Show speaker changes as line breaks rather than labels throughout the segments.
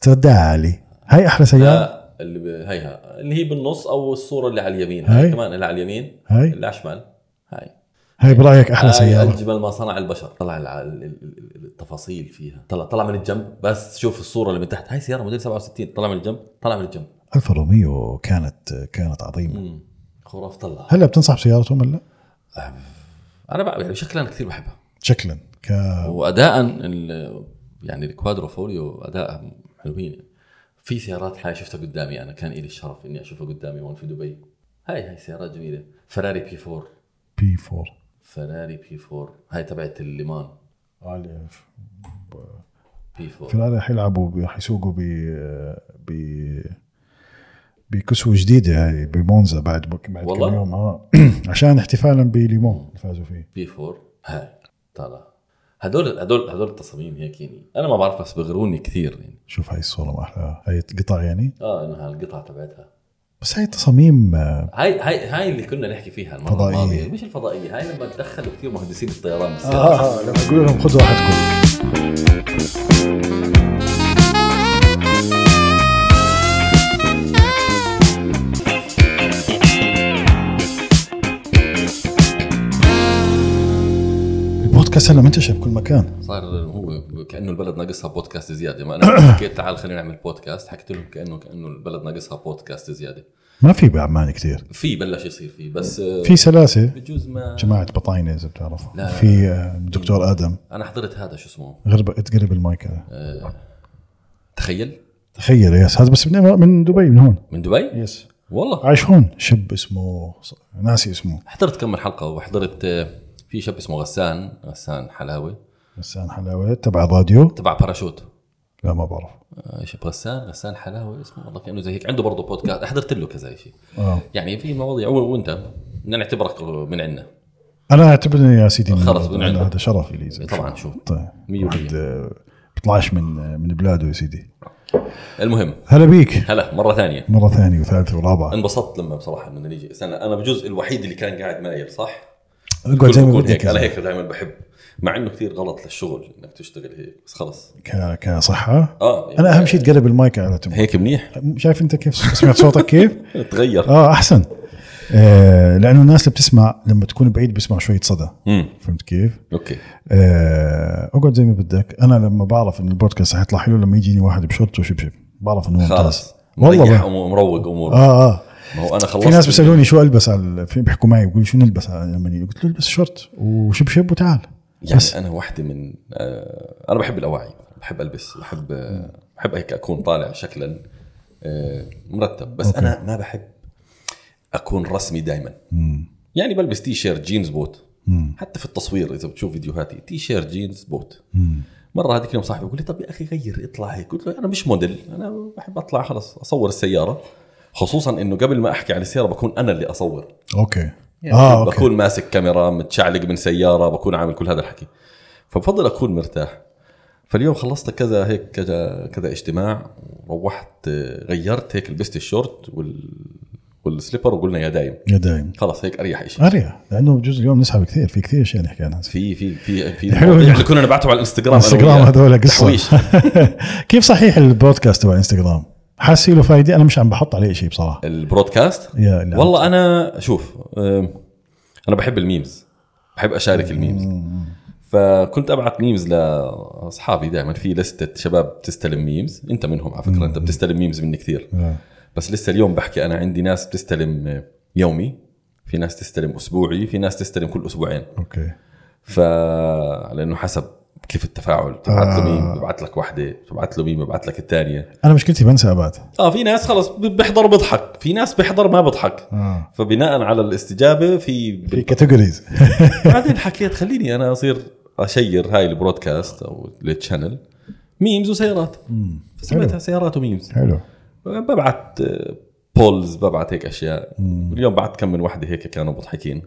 تردها عالي هاي احلى سياره
لا اللي ب... هيها اللي هي بالنص او الصوره اللي على اليمين
هاي.
هاي كمان اللي على اليمين
هاي
اللي على الشمال هاي
هاي برايك احلى
هاي
سياره
الجبل ما صنع البشر طلع الع- ال- ال- ال- التفاصيل فيها طلع طلع من الجنب بس شوف الصوره اللي من تحت هاي سياره موديل 67 طلع من الجنب طلع من الجنب
الفا روميو كانت كانت عظيمه
مم. خرافه طلع
هلا بتنصح بسيارتهم ولا لا؟
انا بقى يعني شكلا انا كثير بحبها
شكلا ك
واداء ال- يعني الكوادرو فوليو اداء حلوين في سيارات هاي شفتها قدامي انا كان لي الشرف اني اشوفها قدامي هون في دبي هاي هاي سيارات جميله فراري بي 4
بي 4
فراري بي 4 هاي تبعت الليمان
عالية
بي 4
فيراري حيلعبوا حيسوقوا ب ب بكسوه جديده هاي بمونزا بعد بعد
والله؟
كم يوم اه عشان احتفالا بليمون اللي فازوا فيه
بي 4 هاي طلع هدول هدول هدول التصاميم هيك يعني انا ما بعرف بس بغروني كثير يعني
شوف هاي الصوره ما احلى هاي القطع يعني
اه انها القطعه تبعتها
بس هاي التصاميم آه،
هاي هاي هاي اللي كنا نحكي فيها المره
فضائية.
الماضيه مش الفضائيه هاي لما تدخلوا كثير مهندسين الطيران بالسيارات
اه لما اقول لهم خذوا راحتكم البودكاست هلا منتشر بكل مكان
صار هو كانه البلد ناقصها بودكاست زياده ما انا حكيت تعال خلينا نعمل بودكاست حكيت لهم كانه كانه البلد ناقصها بودكاست زياده
ما في بعمان كثير
في بلش يصير في بس آه،
في سلاسه
بجوز ما
جماعه بطاينه اذا بتعرفوا
لا.
في آه، دكتور ادم
انا حضرت هذا شو اسمه
غرب تقرب المايك هذا
تخيل
تخيل يس هذا بس من من دبي من هون
من دبي
يس
والله
عايش هون شاب اسمه ناسي اسمه
حضرت كم من حلقه وحضرت آه، في شاب اسمه غسان غسان حلاوي
غسان حلاوه تبع الراديو
تبع باراشوت
لا ما بعرف
آه، ايش غسان غسان حلاوي اسمه والله كانه زي هيك عنده برضه بودكاست حضرت له كذا شيء
اه
يعني في مواضيع و- وانت بدنا نعتبرك من عندنا
انا اعتبرني يا سيدي من
خلص،
هذا-
من عندك.
هذا شرف لي زي
طبعا شو
طيب
مية
واحد آه، بيطلعش من آه، من بلاده يا سيدي
المهم
هلا بيك
هلا مره ثانيه
مره ثانيه وثالثه ورابعه
انبسطت لما بصراحه انه نيجي استنى انا بجوز الوحيد اللي كان قاعد مايل صح؟
اقعد زي ما
بكون
بدك
هيك
يا
انا
زلمة.
هيك دائما بحب مع انه كثير غلط للشغل انك تشتغل هيك بس خلص
ك- كصحه
اه يعني
انا اهم شيء تقلب المايك على تمك
هيك منيح
شايف انت كيف سمعت صوتك كيف؟
تغير
اه احسن آه لانه الناس اللي بتسمع لما تكون بعيد بسمع شويه صدى
امم
فهمت كيف؟
اوكي
آه اقعد زي ما بدك انا لما بعرف ان البودكاست حيطلع حلو لما يجيني واحد بشورت وشبشب بعرف انه ممتاز
خلص
والله
مريح
بقى.
ومروق امور
اه اه
ما هو انا خلصت
في ناس بيسالوني شو البس على في بيحكوا معي بيقولوا شو نلبس على اليمني قلت له البس شورت وشبشب وتعال
يعني
بس.
انا واحده من آه انا بحب الاواعي بحب البس بحب آه بحب هيك اكون طالع شكلا آه مرتب بس
أوكي.
أوكي. انا ما بحب اكون رسمي دائما
مم.
يعني بلبس تي شيرت جينز بوت
مم.
حتى في التصوير اذا بتشوف فيديوهاتي تي شيرت جينز بوت
مم.
مره هذيك اليوم صاحبي بيقول لي طب يا اخي غير اطلع هيك قلت له انا مش موديل انا بحب اطلع خلص اصور السياره خصوصا انه قبل ما احكي عن السياره بكون انا اللي اصور
اوكي
يعني
اه
آه
اوكي
بكون ماسك كاميرا متشعلق من سياره بكون عامل كل هذا الحكي فبفضل اكون مرتاح فاليوم خلصت كذا هيك كذا كذا اجتماع وروحت آه، غيرت هيك لبست الشورت وال والسليبر وقلنا يا دايم
يا دايم
خلص هيك اريح شيء
اريا لانه بجوز اليوم نسحب كثير في كثير اشياء نحكي عنها
في في في في
حلو
المواضيع
إنك-
اللي كنا نبعته على الانستغرام أنا
انستغرام
وياه.
هذول أه؟ قصه
تحويش
كيف صحيح البودكاست تبع انستغرام؟ حاسس له فايده انا مش عم بحط عليه شيء بصراحه
البرودكاست
يا اللي عم-
والله انا شوف أم، انا بحب الميمز بحب اشارك الميمز فكنت ابعت ميمز لاصحابي دائما في لستة شباب بتستلم ميمز انت منهم على فكره انت بتستلم ميمز مني كثير
آه.
بس لسه اليوم بحكي انا عندي ناس بتستلم آه، يومي في ناس تستلم اسبوعي في ناس تستلم كل اسبوعين
اوكي
ف لانه حسب كيف التفاعل تبعت له
آه.
ميم ببعت لك واحده تبعت له ميم ببعت لك الثانيه
انا مشكلتي بنسى ابعت
اه في ناس خلص بيحضر بضحك في ناس بيحضر ما بضحك
آه.
فبناء على الاستجابه في
في كاتيجوريز
بعدين حكيت خليني انا اصير اشير هاي البرودكاست او التشانل ميمز وسيارات فسميتها سيارات وميمز
حلو
ببعت آه، بولز ببعت هيك اشياء اليوم بعت كم من وحده هيك كانوا مضحكين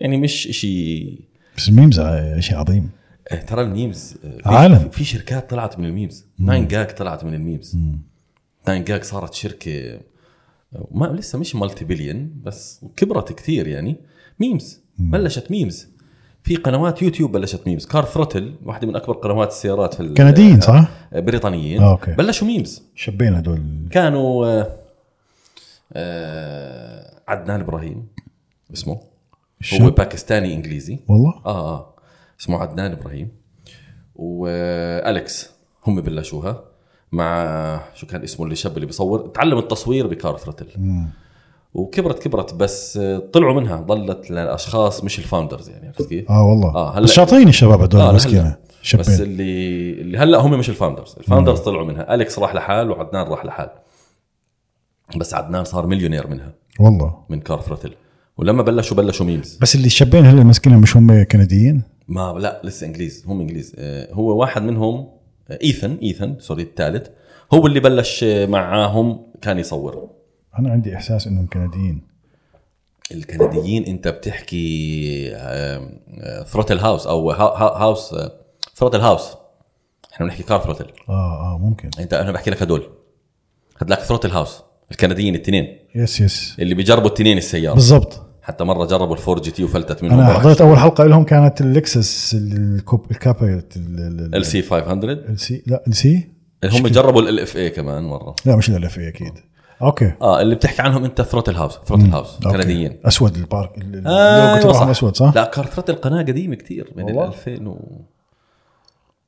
يعني مش اشي
بس الميمز ع- شيء عظيم
آه، ترى الميمز آه، في-
عالم.
في شركات طلعت من الميمز ناين جاك طلعت من الميمز ناين جاك صارت شركه آه، ما لسه مش مالتي بليون بس كبرت كثير يعني ميمز بلشت ميمز في قنوات يوتيوب بلشت ميمز كار ثروتل واحده من اكبر قنوات السيارات في ال-
كنديين صح؟
بريطانيين
آه، أوكي.
بلشوا ميمز
شابين هدول
كانوا آه، آه، عدنان ابراهيم اسمه هو
الشاب
باكستاني انجليزي
والله
اه اه اسمه عدنان ابراهيم والكس هم بلشوها مع شو كان اسمه اللي شاب اللي بيصور تعلم التصوير بكار ثروتل وكبرت كبرت بس آه، طلعوا منها ضلت لاشخاص مش الفاوندرز يعني عرفت كيف؟
اه والله آه
آه، هلأ-
بس شاطرين الشباب
آه،
هدول
هلأ.
مسكينه
بس
شابين
اللي اللي هلا هم مش الفاوندرز الفاوندرز طلعوا منها اليكس راح لحال وعدنان راح لحال بس عدنان صار مليونير منها
والله
من كار ثروتل ولما بلشوا بلشوا ميمز
بس اللي الشابين هلا ماسكينها مش هم كنديين؟
ما لا لسه انجليز هم انجليز آه، هو واحد منهم آه، ايثن ايثن سوري الثالث هو اللي بلش آه، معاهم كان يصور
انا عندي احساس انهم كنديين
الكنديين انت بتحكي آه، ثروتل هاوس او ها- ها- هاوس ثروتل هاوس احنا بنحكي كار ثروتل
اه اه ممكن
انت انا بحكي لك هدول هدلاك ثروتل هاوس الكنديين التنين
يس يس
اللي بيجربوا التنين السياره
بالضبط
حتى مره جربوا الفور جي تي وفلتت منهم
انا حضرت اول حلقه لهم كانت اللكسس الكوب الكابيت ال
ال سي 500
سي لا ال سي
هم جربوا ال اف اي كمان مره
لا مش ال اف اكيد اوكي
اه اللي بتحكي عنهم انت ثروتل هاوس ثروتل هاوس
أوكي.
كنديين
اسود البارك ال- ال-
أيوة
اللوجو تبعهم اسود صح؟
لا كارت القناه قديمه كثير من ال
والله.
2000 و...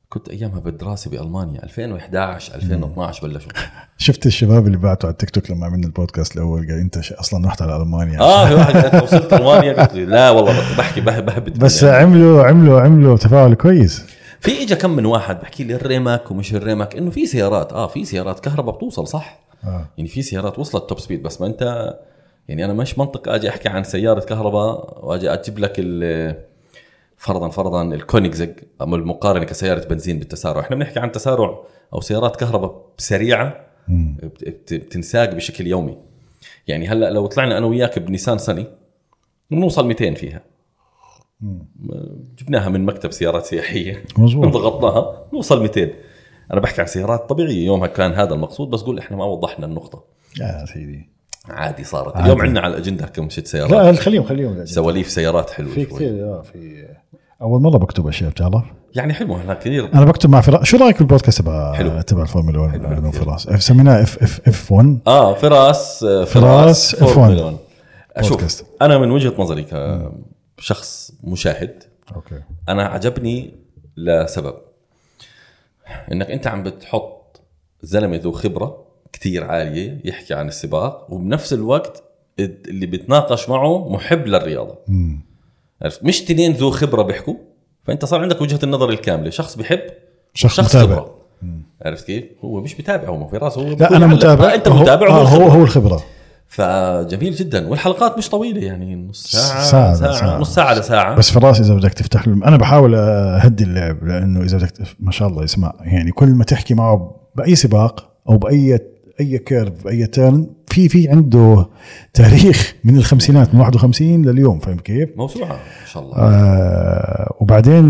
كنت ايامها بالدراسه بالمانيا 2011 2012 بلشوا
شفت الشباب اللي بعتوا على التيك توك لما عملنا البودكاست الاول قال انت ش- اصلا رحت على المانيا
اه في واحد انت وصلت المانيا قلت لي لا والله بحكي بحب بحب
بس
يعني.
عملوا عملوا عملوا تفاعل كويس
في اجى كم من واحد بحكي لي الريمك ومش الريمك انه في سيارات اه في سيارات كهرباء بتوصل صح
آه.
يعني في سيارات وصلت توب سبيد بس ما انت يعني انا مش منطق اجي احكي عن سياره كهرباء واجي اجيب لك ال فرضا فرضا الكونيكزج اما المقارنه كسياره بنزين بالتسارع احنا بنحكي عن تسارع او سيارات كهرباء سريعه
مم.
بت- بت- بتنساق بشكل يومي يعني هلا لو طلعنا انا وياك بنيسان صني بنوصل 200 فيها جبناها من مكتب سيارات سياحيه
مظبوط.
ضغطناها نوصل 200 انا بحكي عن سيارات طبيعيه يومها كان هذا المقصود بس قول احنا ما وضحنا النقطه
يا سيدي
عادي صارت
عادي.
اليوم عندنا على الاجنده كم شت سيارات
لا خليهم خليهم
سواليف سيارات حلوه
في
شوي
كثير اه في اول مره بكتب اشياء بتعرف
يعني حلو احنا كثير
انا بكتب مع فراس شو رايك بالبودكاست تبع
حلو.
تبع الفورمولا 1
حلو
اللي من
كثير.
فراس إف- سميناه اف اف اف 1
اه فراس آه،
فراس
فراس
F1.
Formula One. اشوف
بودكاست.
انا من وجهه نظري كشخص مشاهد
اوكي
انا عجبني لسبب انك انت عم بتحط زلمه ذو خبره كتير عاليه يحكي عن السباق وبنفس الوقت الد- اللي بتناقش معه محب للرياضه
مم.
عرفت مش تنين ذو خبره بيحكوا فانت صار عندك وجهه النظر الكامله شخص بحب
شخص
شخص
متابع.
خبره عرفت كيف؟ هو مش متابع هو في راسه هو
لا
بيكون
انا
علق.
متابع
لا انت
هو-
متابع
آه هو
هو,
هو الخبره
فجميل جدا والحلقات مش طويله يعني نص ساعه
ساعة
ساعه, ساعة,
ساعة.
ساعة نص ساعه لساعه
بس فراس اذا بدك تفتح له انا بحاول اهدي اللعب لانه اذا بدك تف- ما شاء الله يسمع يعني كل ما تحكي معه باي سباق او باي اي كيرف باي تيرن في في عنده تاريخ من الخمسينات من 51 لليوم فاهم كيف؟
موسوعه ان شاء الله
آه وبعدين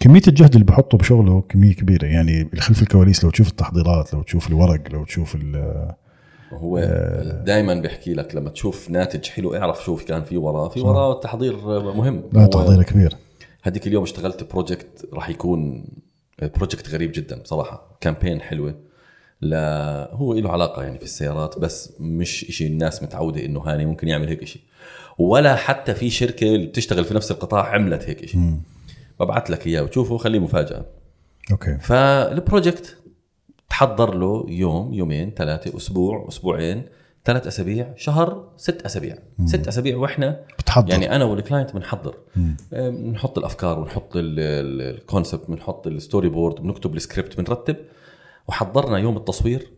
كميه الجهد اللي بحطه بشغله كميه كبيره يعني خلف الكواليس لو تشوف التحضيرات لو تشوف الورق لو تشوف ال-
هو دائما بيحكي لك لما تشوف ناتج حلو اعرف شو كان في وراه في وراه التحضير مهم
لا
هو
تحضير كبير
هذيك اليوم اشتغلت بروجكت راح يكون بروجكت غريب جدا بصراحه كامبين حلوه لا هو له علاقه يعني في السيارات بس مش إشي الناس متعوده انه هاني ممكن يعمل هيك إشي ولا حتى في شركه اللي بتشتغل في نفس القطاع عملت هيك إشي ببعث لك اياه وتشوفه خليه مفاجاه
اوكي
فالبروجكت تحضر له يوم يومين ثلاثه اسبوع اسبوعين ثلاث اسابيع شهر ست اسابيع ست اسابيع واحنا
بتحضر يعني
يعني انا والكلاينت بنحضر آه، بنحط الافكار بنحط الكونسبت بنحط الستوري بورد بنكتب السكريبت بنرتب وحضرنا يوم التصوير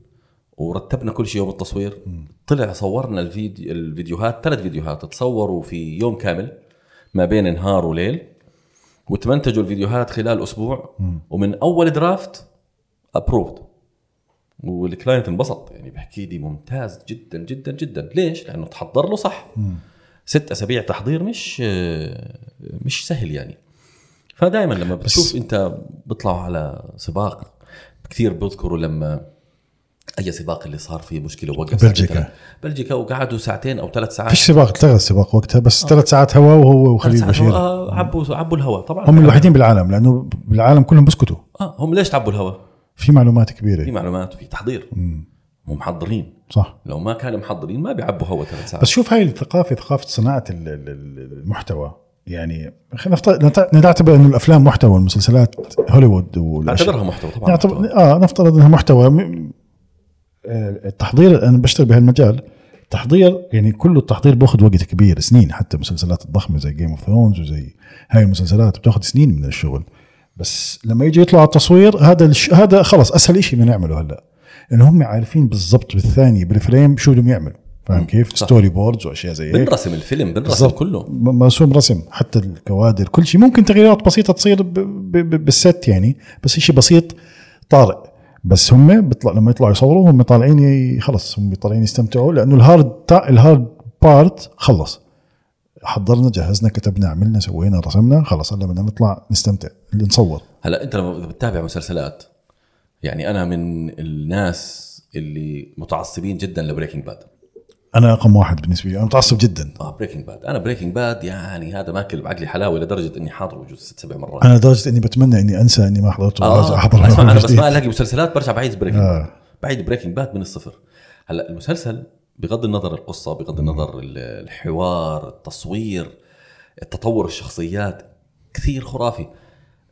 ورتبنا كل شيء يوم التصوير طلع صورنا الفيديو الفيديوهات ثلاث فيديوهات تصوروا في يوم كامل ما بين نهار وليل وتمنتجوا الفيديوهات خلال اسبوع ومن اول درافت ابروفد والكلاينت انبسط يعني بحكي لي ممتاز جدا جدا جدا ليش؟ لانه تحضر له صح ست اسابيع تحضير مش مش سهل يعني فدائما لما بتشوف انت بيطلعوا على سباق كثير بذكروا لما اي سباق اللي صار فيه مشكله وقف
بلجيكا.
ساعتين. بلجيكا وقعدوا ساعتين او ثلاث ساعات
فيش سباق التغى السباق وقتها بس ثلاث ساعات هواء وهو
ثلاث
وخليل
ساعات
بشير
هو- آه، عبوا عبوا الهواء طبعا
هم الوحيدين بالعالم لانه بالعالم كلهم بسكتوا
آه هم ليش تعبوا الهواء؟
في معلومات
في
كبيره
معلومات في تحضير
إيه. مم.
هم محضرين
صح
لو ما كانوا محضرين ما بيعبوا هواء ثلاث ساعات
بس شوف هاي الثقافه ثقافه صناعه ال- ال- ال- المحتوى يعني خلينا نفت- نت- نعتبر انه الافلام محتوى والمسلسلات هوليوود والاشياء
بعتبرها محتوى طبعا
نعتبر
محتوى.
اه نفترض انها محتوى م- آه، التحضير انا بشتغل بهالمجال التحضير يعني كله التحضير بياخذ وقت كبير سنين حتى المسلسلات الضخمه زي جيم اوف ثرونز وزي هاي المسلسلات بتاخذ سنين من الشغل بس لما يجي يطلع على التصوير هذا الش... هذا خلص اسهل شيء بدنا نعمله هلا لانه هم عارفين بالضبط بالثانيه بالفريم شو بدهم يعملوا فاهم كيف؟
صح.
ستوري بوردز واشياء زي هيك
بنرسم الفيلم بنرسم
إيه؟ بالضبط.
كله
م- مرسوم رسم حتى الكوادر كل شيء ممكن تغييرات بسيطه تصير ب- ب- ب- بالست يعني بس شيء بسيط طارئ بس هم بيطلع لما يطلعوا يصوروا هم طالعين ي- خلص هم طالعين يستمتعوا لانه الهارد تا الهارد بارت خلص حضرنا جهزنا كتبنا عملنا سوينا رسمنا خلص هلا بدنا نطلع نستمتع نصور
هلا انت لما بتتابع مسلسلات يعني انا من الناس اللي متعصبين جدا لبريكنج باد
انا رقم واحد بالنسبه لي انا متعصب جدا
اه بريكنج باد انا بريكنج باد يعني هذا ماكل بعقلي حلاوه لدرجه اني حاضره بجوز ست سبع مرات
انا لدرجه اني بتمنى اني انسى اني ما حضرته
آه،
وارجع احضر
اسمع
من
انا بس
جديد.
ما الاقي مسلسلات برجع بعيد بريكنج
آه.
باد بعيد بريكنج باد من الصفر هلا المسلسل بغض النظر القصه بغض النظر ال- الحوار التصوير تطور الشخصيات كثير خرافي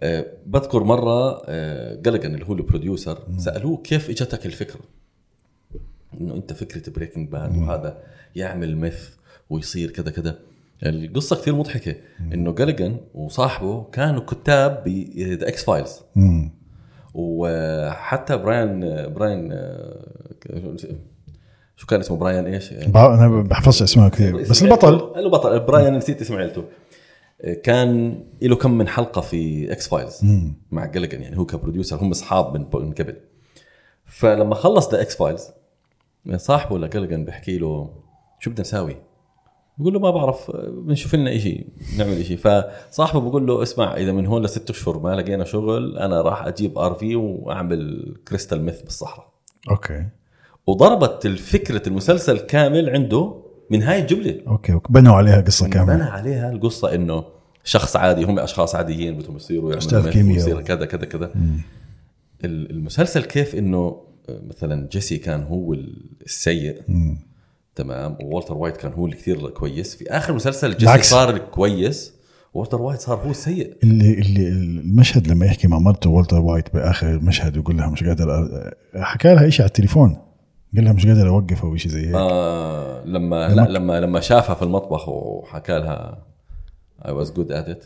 أه بذكر مره أه جلجن اللي هو البروديوسر سالوه كيف اجتك الفكره انه انت فكره بريكنج باد وهذا يعمل مث ويصير كذا كذا القصه كثير مضحكه انه جلجن وصاحبه كانوا كتاب بذا اكس فايلز
مم.
وحتى براين براين شو كان اسمه براين ايش؟
بع- انا بحفظش اسمها كثير بس البطل
قال له بطل براين نسيت اسم عيلته كان له كم من حلقه في اكس فايلز
مم.
مع جلجن يعني هو كبروديوسر هم اصحاب من من قبل فلما خلص ذا اكس فايلز صاحبه لجلجن بحكي له شو بدنا نساوي؟ بقول له ما بعرف بنشوف لنا شيء نعمل شيء فصاحبه بقول له اسمع اذا من هون لست اشهر ما لقينا شغل انا راح اجيب ار في واعمل كريستال ميث بالصحراء
اوكي
وضربت الفكرة المسلسل كامل عنده من هاي الجمله
اوكي أوكي. بنوا عليها قصه
بنى
كامله
عليها القصه انه شخص عادي هم اشخاص عاديين بدهم يصيروا
أستاذ
يعملوا
كيمياء.
يصير كذا كذا كذا ال- المسلسل كيف انه مثلا جيسي كان هو السيء
مم.
تمام وولتر وايت كان هو اللي كثير كويس في اخر مسلسل جيسي
بالعكس.
صار كويس وولتر وايت صار هو السيء
اللي اللي المشهد لما يحكي مع مرته والتر وايت باخر المشهد يقول لها مش قادر أ- حكى لها شيء على التليفون قال لها مش قادر اوقف او شيء زي هيك
آه لما لا لما لما شافها في المطبخ وحكى لها I was good at it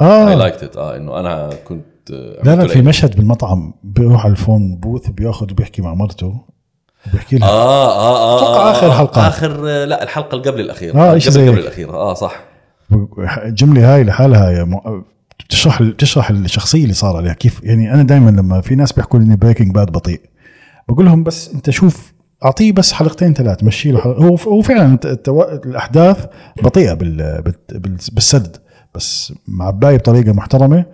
I
اه
liked it آه انه انا كنت آه،
لا لا
عملت
في
له-
مشهد بالمطعم بيروح على الفون بوث بياخذ وبيحكي مع مرته بيحكي لها
اه اه اه
نعم. أتوقع
آه،
آخر
آه،
حلقة.
اخر آه، لا الحلقه اللي قبل الاخيره
آه، إيش
قبل-
زي
قبل
هيك.
الاخيره اه صح
الجمله هاي لحالها يا مو... بتشرح بتشرح الشخصيه اللي صار عليها كيف يعني انا دائما لما في ناس بيحكوا لي اني بريكنج باد بطيء بقول لهم بس انت شوف اعطيه بس حلقتين ثلاث مشي له حلق... هو هو فعلا الت- التو... الاحداث بطيئه بال... بال... بال... بالسد بس مع بدايه بطريقه محترمه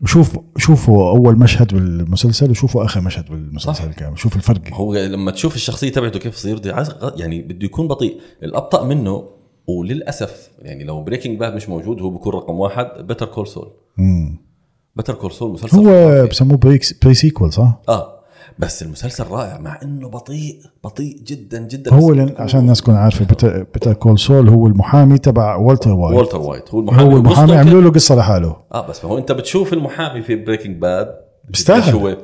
وشوف شوفوا اول مشهد بالمسلسل وشوفوا اخر مشهد بالمسلسل كامل شوف الفرق
هو لما تشوف الشخصيه تبعته كيف صير دي عز- يعني بده يكون بطيء الابطا منه وللاسف يعني لو بريكنج باد مش موجود هو بيكون رقم واحد بيتر كول سول
مم.
بيتر كول سول مسلسل
هو
خرافي.
بسموه بريكس... بري سيكول صح؟
اه بس المسلسل رائع مع انه بطيء بطيء جدا جدا
هو
بس
لأن عشان الناس تكون عارفه بيتر, بيتر كول سول هو المحامي تبع والتر وايت
والتر وايت يعني هو المحامي
هو المحامي
وسطه
عملوا له قصه لحاله
اه بس ما هو انت بتشوف المحامي في بريكنج باد
بيستاهل.
هو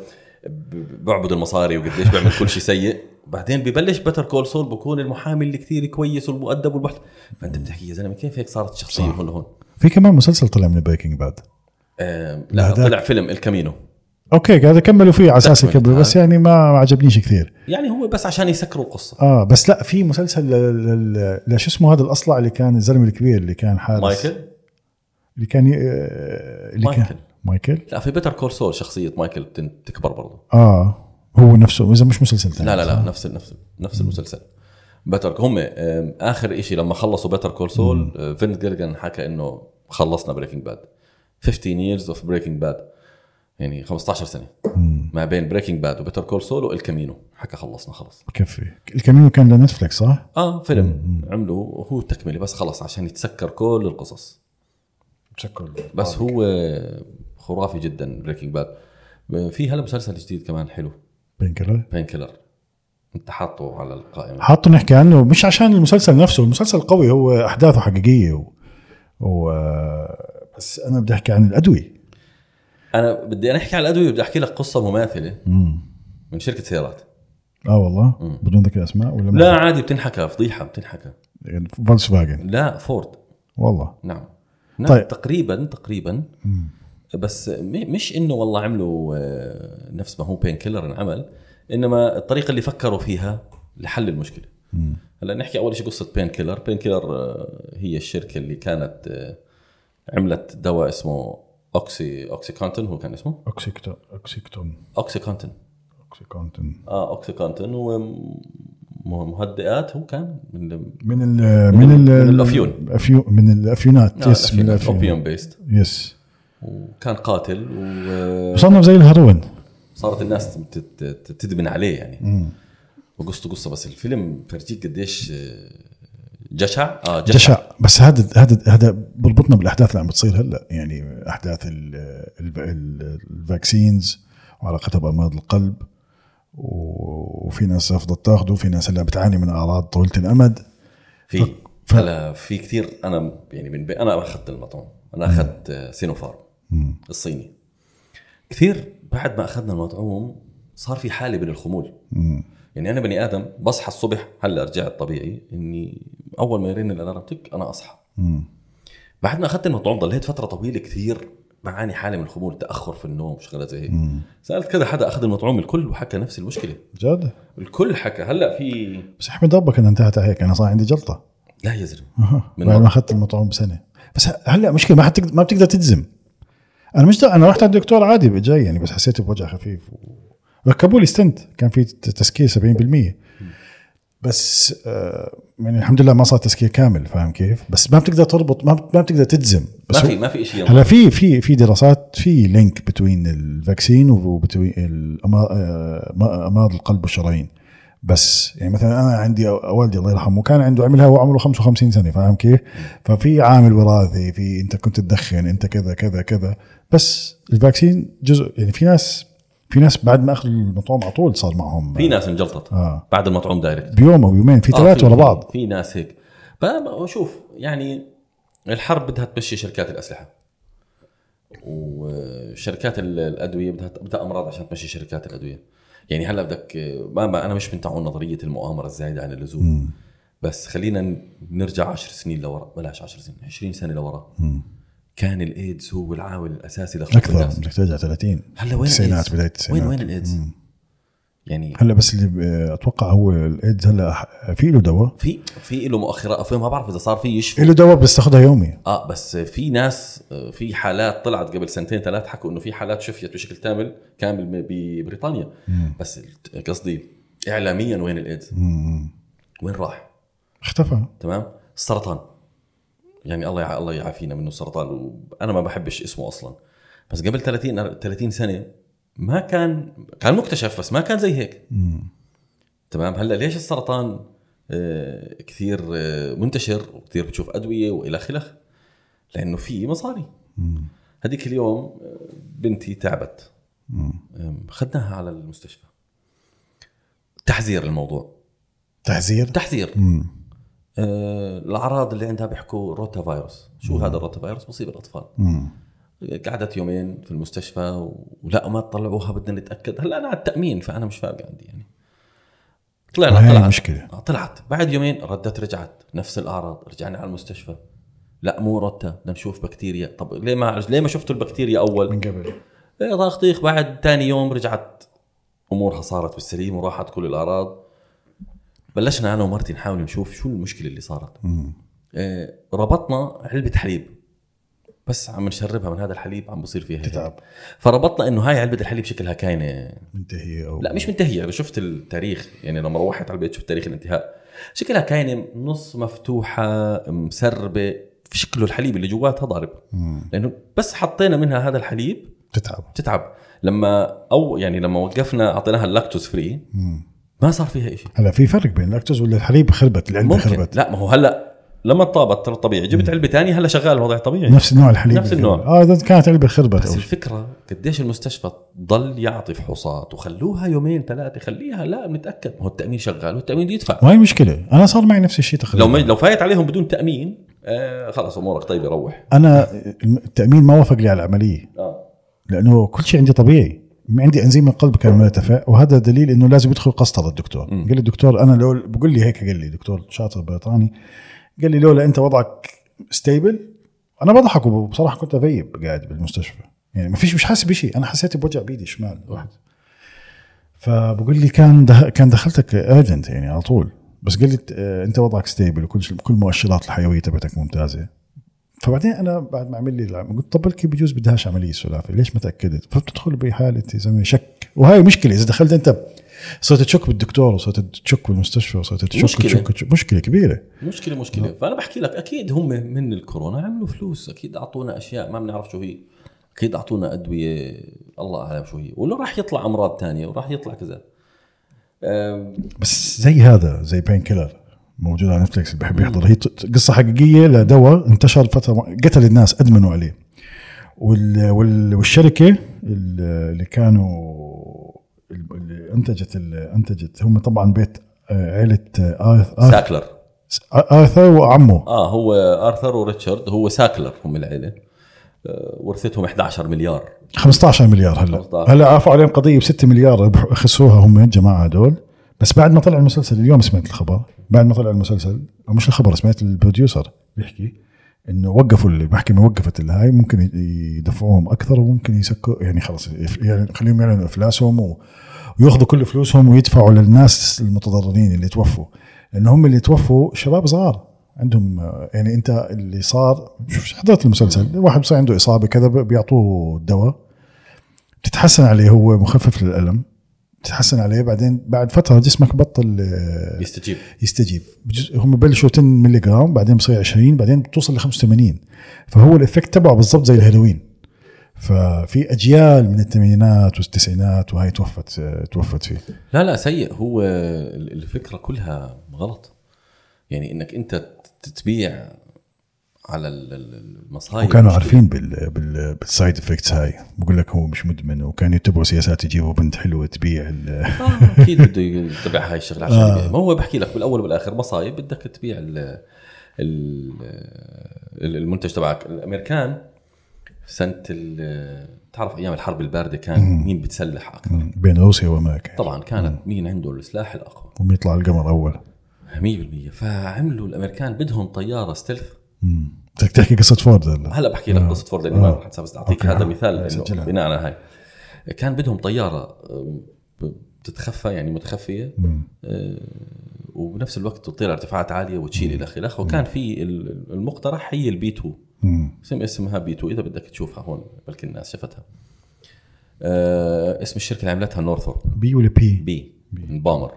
ب- بيعبد المصاري وقديش بيعمل كل شيء سيء بعدين ببلش بتر كول سول بكون المحامي اللي كثير كويس والمؤدب والمحترم فانت بتحكي يا زلمه كيف هيك صارت الشخصيه هون لهون
في كمان مسلسل طلع من بريكنج باد
آم، لا
هذاك.
طلع فيلم الكامينو
اوكي قاعد اكملوا فيه على اساس
تكملة،
يكملوا بس يعني ما ما عجبنيش كثير
يعني هو بس عشان يسكروا القصه
اه بس لا في مسلسل ل- ل- ل- لشو اسمه هذا الاصلع اللي كان الزلمه الكبير اللي كان حارس
مايكل
اللي كان ي... آه، اللي
مايكل.
كان مايكل
لا في بيتر كول سول شخصيه مايكل بتن- بتكبر برضه
اه هو نفسه اذا مش مسلسل ثاني
لا لا لا نفس نفس نفس المسلسل بيتر هم آم، اخر شيء لما خلصوا بيتر كول سول فينت جيرجن حكى انه خلصنا بريكنج باد 15 years of بريكنج باد يعني 15 سنه
مم.
ما بين بريكنج باد وبيتر كول سول والكامينو حكى خلصنا خلص
بكفي الكامينو كان لنتفلكس صح؟
اه فيلم
مم.
عمله هو تكمله بس خلص عشان يتسكر كل القصص
شكرا
بس هو خرافي جدا بريكنج باد آه، في هلا مسلسل جديد كمان حلو
بينكلر
بين كيلر انت حاطه على القائمه
حاطه نحكي عنه مش عشان المسلسل نفسه المسلسل قوي هو احداثه حقيقيه و... و... بس انا بدي احكي عن الادويه
انا بدي انا احكي على الادويه بدي احكي لك قصه مماثله
مم.
من شركه سيارات
اه والله
مم.
بدون ذكر اسماء ولا
لا عادي بتنحكى فضيحه بتنحكى
فولكس فاجن
لا فورد
والله
نعم نعم
طيب.
طيب. تقريبا تقريبا
مم.
بس م- مش انه والله عملوا آه، نفس ما هو بين كيلر انعمل انما الطريقه اللي فكروا فيها لحل المشكله
مم.
هلا نحكي اول شيء قصه بين كيلر بين كيلر آه، هي الشركه اللي كانت آه، عملت دواء اسمه اوكسي اوكسي كونتن هو كان اسمه
اوكسيكتون اوكسيكتون
اوكسي كونتن
اوكسيكونتن
اه اوكسي كونتن هو م- مهدئات هو كان من ال-
من ال
من
من ال
ال- من الأفيون.
الأفيو- من الافيونات
آه،
يس من الافيون
اوبيوم بيست
يس
وكان قاتل وصارت
صنف زي الهيروين
الناس تت- تت- تدمن عليه يعني
مم.
وقصته قصه بس الفيلم فرجيك قديش آه، جشع اه جشع
جشع بس هذا هذا هذا بربطنا بالاحداث اللي عم بتصير هلا يعني احداث ال- ال- ال- الفاكسينز وعلاقتها بامراض القلب و- وفي ناس رفضت تاخده وفي ناس هلا بتعاني من اعراض طويله الامد
في
ف-
هلا في كثير انا يعني من بي... انا اخذت المطعم انا اخذت آه، سينوفارم
مم.
الصيني كثير بعد ما اخذنا المطعوم صار في حاله من الخمول
مم.
يعني انا بني ادم بصحى الصبح هلا رجعت طبيعي اني اول ما يرن الالارم تك انا اصحى
مم.
بعد ما اخذت المطعوم ضليت فتره طويله كثير بعاني حاله من الخمول تاخر في النوم وشغلات زي هيك
مم.
سالت كذا حدا اخذ المطعوم الكل وحكى نفس المشكله
جد
الكل حكى هلا في
بس احمد ربك انا انتهت هيك انا صار عندي جلطه
لا يا زلمه
أها.
من
بعد
وقت.
ما اخذت المطعوم بسنه بس ه- هلا مشكله ما حتقدر ما بتقدر تجزم انا مش دا- انا رحت على الدكتور عادي جاي يعني بس حسيت بوجع خفيف و... ركبوا لي ستنت كان في ت- تسكير 70% بس آه يعني الحمد لله ما صار تسكير كامل فاهم كيف بس ما بتقدر تربط ما, بت- ما بتقدر تجزم بس
ما
هو-
في ما في شيء
هلا في في في دراسات في لينك بتوين الفاكسين وبتوين امراض آه، القلب والشرايين بس يعني مثلا انا عندي أو- والدي الله يرحمه كان عنده عملها وهو عمره 55 سنه فاهم كيف؟ ففي عامل وراثي في انت كنت تدخن انت كذا كذا كذا بس الفاكسين جزء يعني في ناس في ناس بعد ما اخذوا المطعوم على طول صار معهم
في ناس انجلطت
آه.
بعد المطعوم دايركت
بيوم او يومين في
آه،
ثلاثه
في-
ورا بعض
في ناس هيك ب- بشوف يعني الحرب بدها تمشي شركات الاسلحه وشركات ال- الادويه بدها بدها امراض عشان تمشي شركات الادويه يعني هلا بدك ما ما انا مش من تعون نظريه المؤامره الزايده عن اللزوم
مم.
بس خلينا ن- نرجع 10 سنين لورا بلاش 10 سنين 20 سنه لورا
مم.
كان الايدز هو العامل الاساسي لخطف
اكثر
الناس
بدك ترجع 30
هلا
التسعينات
وين التسعينات
بدايه التسعينات
وين وين الايدز؟
مم.
يعني
هلا بس اللي ب- اتوقع هو الايدز هلا ح- في له دواء
في في له مؤخرات في ما بعرف اذا صار في يشفى
له دواء بيستخدمها يومي
اه بس في ناس آه، في حالات طلعت قبل سنتين ثلاث حكوا انه في حالات شفيت بشكل كامل كامل م- ببريطانيا
مم.
بس الت- قصدي اعلاميا وين الايدز؟
مم.
وين راح؟
اختفى
تمام؟ السرطان يعني الله يع... الله يعافينا منه السرطان وانا ما بحبش اسمه اصلا بس قبل 30 أر- 30 سنه ما كان كان مكتشف بس ما كان زي هيك
مم.
تمام هلا ليش السرطان آه، كثير آه، منتشر وكثير بتشوف ادويه والى اخره لانه في مصاري
مم.
هذيك اليوم آه، بنتي تعبت
مم.
آم، خدناها على المستشفى تحذير الموضوع
تحذير
تحذير
مم.
آه، الاعراض اللي عندها بيحكوا روتا فيروس شو هذا الروتا فيروس بصيب الاطفال
مم.
قعدت يومين في المستشفى و- ولا ما طلعوها بدنا نتاكد هلا انا على التامين فانا مش فارقه عندي يعني طلعنا
هاي
طلعت
المشكلة.
آه، طلعت بعد يومين ردت رجعت نفس الاعراض رجعنا على المستشفى لا مو روتا بدنا نشوف بكتيريا طب ليه ما ليه ما شفتوا البكتيريا اول
من قبل
إيه طاخ طيخ بعد ثاني يوم رجعت امورها صارت بالسليم وراحت كل الاعراض بلشنا انا ومرتي نحاول نشوف شو المشكله اللي صارت
مم.
إيه ربطنا علبه حليب بس عم نشربها من هذا الحليب عم بصير فيها هيك.
تتعب
فربطنا انه هاي علبه الحليب شكلها كاينه
منتهي او
لا مش منتهيه انا شفت التاريخ يعني لما روحت على البيت شفت تاريخ الانتهاء شكلها كاينه نص مفتوحه مسربه في شكله الحليب اللي جواتها ضارب
مم.
لانه بس حطينا منها هذا الحليب
تتعب
بتتعب لما او يعني لما وقفنا اعطيناها اللاكتوز فري
مم.
ما صار فيها شيء
هلا في فرق بين اللاكتوز ولا الحليب خربت اللي عنده
ممكن
خربت
لا ما هو هلا لما طابت ترى طبيعي جبت علبه ثانيه هلا شغال الوضع طبيعي
نفس النوع الحليب
يعني نفس
اللي-
النوع.
اه إذا كانت علبه خربت
بس
أو
الفكره قديش المستشفى ضل يعطي فحوصات وخلوها يومين ثلاثه خليها لا بنتاكد ما هو التامين شغال والتامين يدفع
ما هي مشكله انا صار معي نفس الشيء تقريبا
لو ما لو فايت عليهم بدون تامين آه خلاص امورك طيبه روح
انا التامين ما وافق لي على العمليه
اه
لانه كل شيء عندي طبيعي عندي انزيم القلب كان مرتفع وهذا دليل انه لازم يدخل قسطره الدكتور
مم.
قال لي الدكتور انا لو بقول لي هيك قال لي دكتور شاطر بريطاني قال لي لولا انت وضعك ستيبل انا بضحك وبصراحه كنت اغيب قاعد بالمستشفى يعني ما فيش مش حاسس بشيء انا حسيت بوجع بايدي شمال واحد فبقول لي كان ده كان دخلتك ايرجنت يعني على طول بس قال لي آه، انت وضعك ستيبل وكل شيء كل المؤشرات الحيويه تبعتك ممتازه فبعدين انا بعد ما عمل لي العم- قلت طب بلكي بجوز بدهاش عمليه سلافه ليش ما تاكدت فبتدخل بحاله يا زلمه شك وهاي مشكله اذا دخلت انت صرت تشك بالدكتور وصرت تشك بالمستشفى وصرت تشك
مشكلة.
تشك تشك مشكله كبيره
مشكله
نعم.
مشكله فانا بحكي لك اكيد هم من الكورونا عملوا فلوس اكيد اعطونا اشياء ما بنعرف شو هي اكيد اعطونا ادويه الله اعلم شو هي ولا راح يطلع امراض تانية وراح يطلع كذا آم،
بس زي هذا زي بين كيلر موجود على نتفلكس اللي بحب يحضر هي ت- قصه حقيقيه لدواء انتشر فتره مع- قتل الناس ادمنوا عليه وال وال والشركه ال- اللي كانوا ال- اللي انتجت ال- انتجت هم طبعا بيت آه، عيله آه، آرث- آرث-
ساكلر
ارثر وعمه
اه هو ارثر وريتشارد هو ساكلر هم العيله آه، ورثتهم 11 مليار
15 مليار هلا
15.
هلا عفوا عليهم قضيه ب 6 مليار ربح- خسروها هم الجماعه هدول بس بعد ما طلع المسلسل اليوم سمعت الخبر بعد ما طلع المسلسل أو مش الخبر سمعت البروديوسر بيحكي انه وقفوا المحكمه وقفت الهاي ممكن ي- يدفعوهم اكثر وممكن يسكروا يعني خلص يف- يعني خليهم يعلنوا افلاسهم و- وياخذوا كل فلوسهم ويدفعوا للناس المتضررين اللي توفوا لانه هم اللي توفوا شباب صغار عندهم آه، يعني انت اللي صار شوف حضرت المسلسل واحد صار عنده اصابه كذا بيعطوه دواء بتتحسن عليه هو مخفف للالم بتتحسن عليه بعدين بعد فتره جسمك بطل آه،
يستجيب
يستجيب بجز- هم بلشوا 10 ملي جرام بعدين بصير 20 بعدين بتوصل ل 85 فهو الافكت تبعه بالضبط زي الهيروين ففي اجيال من الثمانينات والتسعينات وهي توفت آه، توفت فيه
لا لا سيء هو ال- الفكره كلها غلط يعني انك انت ت- تبيع على ال- ال- المصايب
وكانوا
مشكلة.
عارفين بال بال بالسايد افكتس هاي بقول لك هو مش مدمن وكانوا يتبعوا سياسات يجيبوا بنت حلوه تبيع ال-
آه، اكيد بده يتبع هاي الشغله عشان
آه.
يبيع. ما هو بحكي لك بالاول وبالاخر مصايب بدك تبيع ال ال ال- المنتج تبعك الامريكان سنه ال- تعرف ايام الحرب البارده كان مين بتسلح اكثر
بين روسيا وامريكا
طبعا كانت مين عنده السلاح الاقوى
هم يطلع القمر اول
100% فعملوا الامريكان بدهم طياره ستيلث
مم. بدك تحكي قصه فورد هلا
هلا بحكي لك قصه فورد لاني ما رح انسى بس اعطيك
آه. أوكي. آه،
هذا مثال
سجلها.
إنه بناء على هاي كان بدهم طياره أم، ب- بتتخفى يعني متخفيه
مم.
أه، وبنفس الوقت تطير ارتفاعات عاليه وتشيل الى اخره وكان في ال- المقترح هي البي 2
مم.
اسم اسمها بي 2 اذا بدك تشوفها هون بلكي الناس شفتها أه، اسم الشركه اللي عملتها نورثورب
بي ولا بي؟
بي من بامر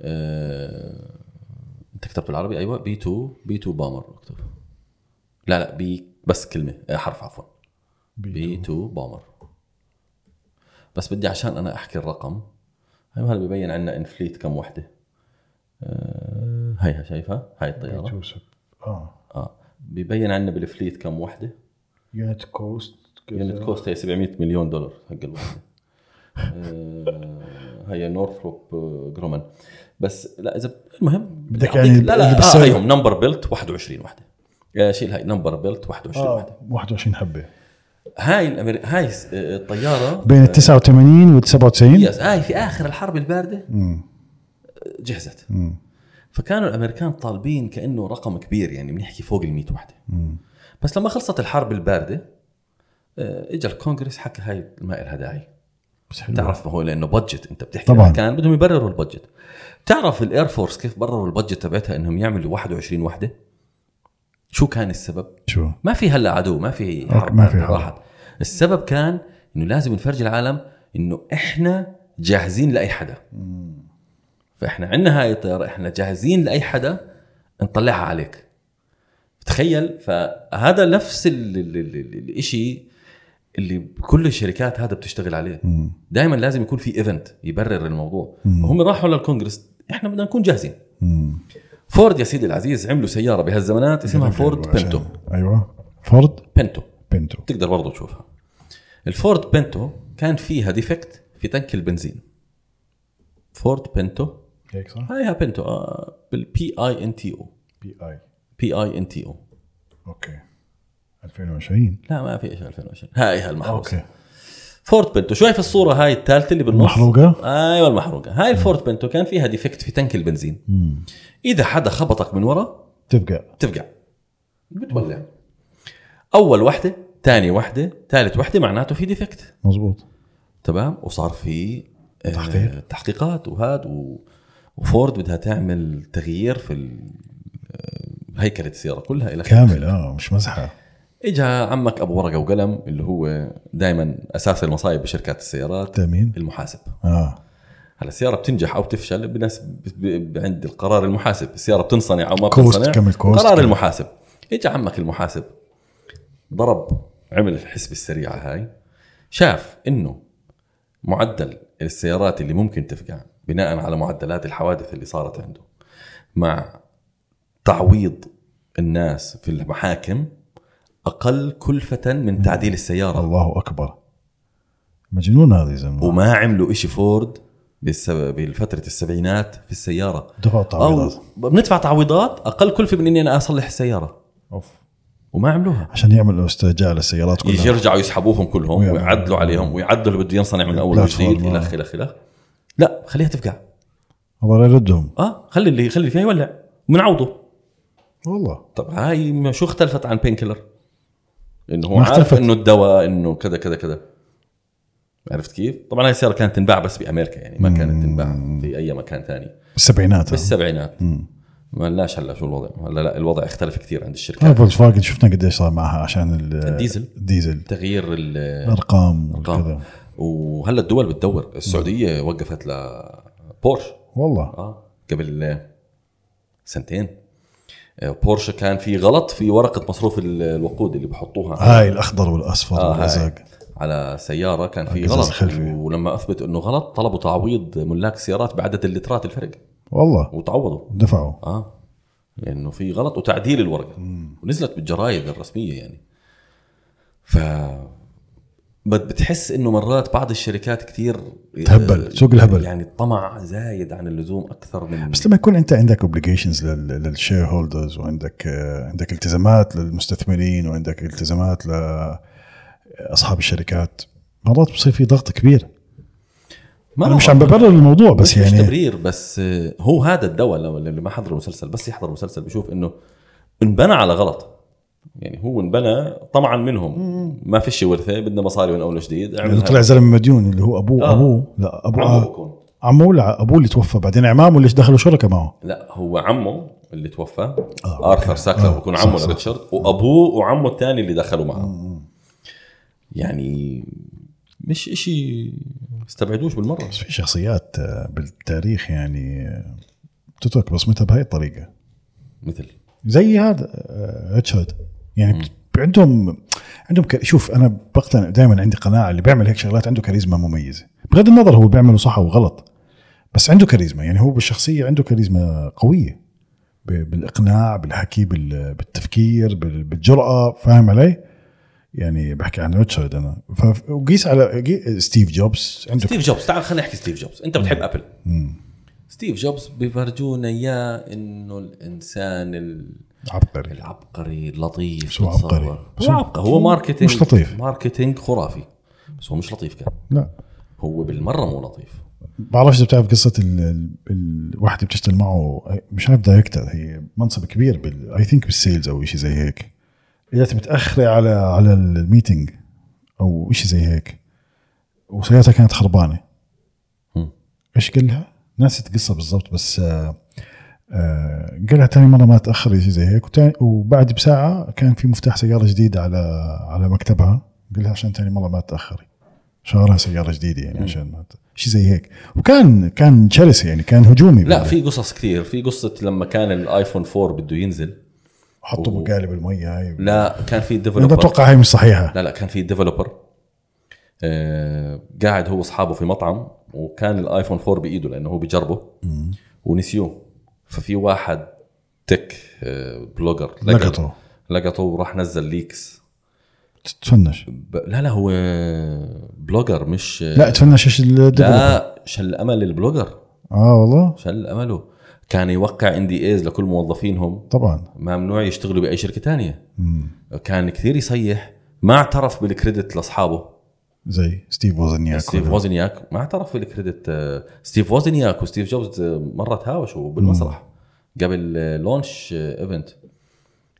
آه، انت كتبت بالعربي ايوه بي 2 بي 2 بامر اكتب لا لا بي بس كلمه آه، حرف عفوا بي 2 بامر بس بدي عشان انا احكي الرقم هاي هلا ببين عندنا انفليت كم وحده آه، هيها شايفها هاي الطياره
يوسف اه
اه ببين عندنا بالفليت كم وحده
يونت كوست
يونت كوست هي 700 مليون دولار حق الوحده آه، هي نورثروب آه، جرومان بس لا اذا المهم
بدك
أعطيك-
يعني
لا
اللي
لا آه
بالسعر.
هيهم نمبر بيلت 21 وحده آه، شيل هاي نمبر بيلت 21
آه.
وحده
21 حبه
هاي الأمر... هاي س- آه، الطياره
بين ال 89 وال 97
يس هاي في اخر الحرب البارده آه، جهزت فكانوا الامريكان طالبين كانه رقم كبير يعني بنحكي فوق ال 100 وحده بس لما خلصت الحرب البارده آه، اجى الكونغرس حكى هاي ما لها داعي
بس حلو
تعرف ما هو لانه بادجت انت بتحكي
طبعاً.
طبعا كان بدهم يبرروا البادجت تعرف الاير فورس كيف برروا البادجت تبعتها انهم يعملوا 21 وحده شو كان السبب
شو
ما في هلا عدو ما في
أوكي،
حرب
ما في حرب.
راحت السبب كان انه لازم نفرجي العالم انه احنا جاهزين لاي حدا فاحنا عندنا هاي الطياره احنا جاهزين لاي حدا نطلعها عليك تخيل فهذا نفس الشيء اللي كل الشركات هذا بتشتغل عليه
مم.
دائما لازم يكون في ايفنت يبرر الموضوع
مم.
هم راحوا للكونغرس احنا بدنا نكون جاهزين
مم.
فورد يا سيدي العزيز عملوا سياره بهالزمانات اسمها فورد
عشان-
بنتو
ايوه فورد
بنتو
بنتو
بتقدر برضه تشوفها الفورد بنتو كان فيها ديفكت في تنك البنزين فورد بنتو
هيك صح؟
هاي ها بنتو آه، بالبي اي ان تي او
بي اي
بي اي ان تي او
اوكي 2020
لا ما في ايش 2020 هاي هالمحروقه
اوكي
فورد بنتو شايف الصوره هاي الثالثه اللي بالنص
المحروقة؟
ايوه المحروقه هاي الفورد بنتو كان فيها ديفكت في تنك البنزين
مم.
اذا حدا خبطك من ورا
تبقى
بتفقع بتولع اول وحده ثاني وحده ثالث وحده معناته في ديفكت
مزبوط
تمام وصار في آه،
تحقيق.
تحقيقات وهاد و... وفورد بدها تعمل تغيير في ال... آه، هيكله السياره كلها الى آخره.
كامل اه مش مزحه
اجا عمك ابو ورقه وقلم اللي هو دائما اساس المصايب بشركات السيارات
تامين
المحاسب
اه
هلا السياره بتنجح او بتفشل بناس ب... ب... عند القرار المحاسب السياره بتنصنع او ما
كوست
بتنصنع
كم الكوست؟
قرار
كم؟
المحاسب اجى عمك المحاسب ضرب عمل الحسبه السريعه هاي شاف انه معدل السيارات اللي ممكن تفقع بناء على معدلات الحوادث اللي صارت عنده مع تعويض الناس في المحاكم اقل كلفه من تعديل السياره
الله اكبر مجنون هذا يا زلمه
وما عملوا إشي فورد بالسب- بفتره السبعينات في السياره
دفع
او
التعويضات
بندفع تعويضات اقل كلفه من اني انا اصلح السياره
اوف
وما عملوها
عشان يعملوا استرجاع للسيارات كلها
يجي يرجعوا يسحبوهم كلهم
ويعملوا-
ويعدلوا عليهم ويعدلوا اللي بده ينصنع من اول
البلاتفورم،
وجديد
آه.
الخ الخ الخ لا خليها تفقع
الله لا يردهم
اه خلي اللي خلي اللي فيها يولع وبنعوضه
والله
طب هاي ما- شو اختلفت عن بين كيلر؟ انه هو
ما
عارف
اختلفت.
انه الدواء انه كذا كذا كذا عرفت كيف؟ طبعا هاي السياره كانت تنباع بس بامريكا يعني ما كانت تنباع في اي مكان ثاني
بالسبعينات آه.
بالسبعينات ما لناش هلا شو الوضع هلا لا الوضع اختلف كثير عند
آه،
الشركات
فولكس فاجن شفنا قديش صار معها عشان ال-
الديزل. إيه.
الديزل
تغيير ال-
الارقام
الارقام.
وكذا
وهلا الدول بتدور السعوديه وقفت لبورش
والله
اه قبل سنتين آه، بورش كان في غلط في ورقه مصروف ال- الوقود اللي بحطوها على-
هاي الاخضر والاصفر
آه، هاي.
والازرق
على سياره كان في
القزاز
غلط
الخلفي.
ولما اثبت انه غلط طلبوا تعويض ملاك السيارات بعدد اللترات الفرق
والله
وتعوضوا
دفعوا
اه لانه في غلط وتعديل الورقه ونزلت بالجرايد الرسميه يعني ف بت- بتحس انه مرات بعض الشركات كثير
تهبل، سوق الهبل.
يعني الطمع زايد عن اللزوم اكثر من
بس لما يكون انت عندك اوبليجيشنز للشير هولدرز وعندك آه، عندك التزامات للمستثمرين وعندك التزامات لاصحاب الشركات مرات بصير في ضغط كبير
ما
انا مش
بعرف.
عم ببرر الموضوع
بس
بس
مش يعني
يعني
تبرير بس آه، هو هذا الدواء لو- اللي ما حضر مسلسل بس يحضر مسلسل بيشوف انه انبنى على غلط يعني هو انبنى طمعا منهم ما فيش ورثه بدنا مصاري من اول وجديد
لأنه
اعمل
طلع زلمه مديون اللي هو ابوه
آه.
ابوه لا ابوه
عمه
آه،
بكون
عموه لا ابوه اللي توفى بعدين عمامه اللي دخلوا شركه معه
لا هو عمه اللي توفى
آه،
آه ارثر
أوكي.
ساكلر
آه،
بكون
صح،
عمه
صح.
لريتشارد وابوه وعمه الثاني اللي دخلوا معه يعني مش اشي استبعدوش بالمره
بس في شخصيات آه، بالتاريخ يعني آه، بتترك بصمتها بهاي الطريقه
مثل
زي هذا آه، ريتشارد يعني بت- عندهم عندهم ك... شوف انا بقتنع دائما عندي قناعه اللي بيعمل هيك شغلات عنده كاريزما مميزه بغض النظر هو بيعمله صح او غلط بس عنده كاريزما يعني هو بالشخصيه عنده كاريزما قويه ب... بالاقناع بالحكي بال... بالتفكير بال... بالجراه فاهم علي؟ يعني بحكي عن ريتشارد انا ف... وقيس على قي- ستيف جوبز عنده
ستيف جوبز تعال خلينا نحكي ستيف جوبز انت بتحب ابل ستيف جوبز بيفرجونا اياه انه الانسان ال-
عبقري
العبقري اللطيف
بس هو
بتصور.
عبقري. بس
هو
هو-
عبقري هو ماركتينج
مش لطيف.
ماركتينج خرافي بس هو مش لطيف كان
لا
هو بالمره مو لطيف
بعرفش اذا بتعرف قصه ال- ال- الواحده بتشتغل معه مش عارف دايركتر هي منصب كبير بال اي ثينك بالسيلز او شيء زي هيك اجت متاخره على على الميتنج او شيء زي هيك وسيارتها كانت خربانه
مم.
ايش قال لها؟ ناسي القصه بالضبط بس آه آه قال لها ثاني مره ما تاخر شيء زي هيك وتاني وبعد بساعه كان في مفتاح سياره جديده على على مكتبها قال لها عشان ثاني مره ما تاخري شارها سياره جديده يعني عشان ما ت- شيء زي هيك وكان كان شرسه يعني كان هجومي
لا
بال-
في قصص كثير في قصه لما كان الايفون 4 بده ينزل
حطوا بقالب الميه هاي
لا كان في
انا
ديفلوبر
بتوقع هاي مش صحيحه
لا لا كان في ديفلوبر آه، قاعد هو واصحابه في مطعم وكان الايفون 4 بايده لانه هو بيجربه ونسيوه ففي واحد تك آه، بلوجر
لقطه
لقطه وراح نزل ليكس
تفنش
ب... لا لا هو بلوجر مش
لا تفنش ايش الديفلوبر
آه. لا شل امل البلوجر
اه والله
شل امله كان يوقع ان دي ايز لكل موظفينهم
طبعا
ممنوع يشتغلوا باي شركه تانية
مم.
كان كثير يصيح ما اعترف بالكريدت لاصحابه
زي ستيف ووزنياك
ستيف
ولا-
ووزنياك ما اعترف بالكريدت آه، ستيف ووزنياك وستيف جوبز آه، مره تهاوشوا بالمسرح قبل آه، لونش آه، ايفنت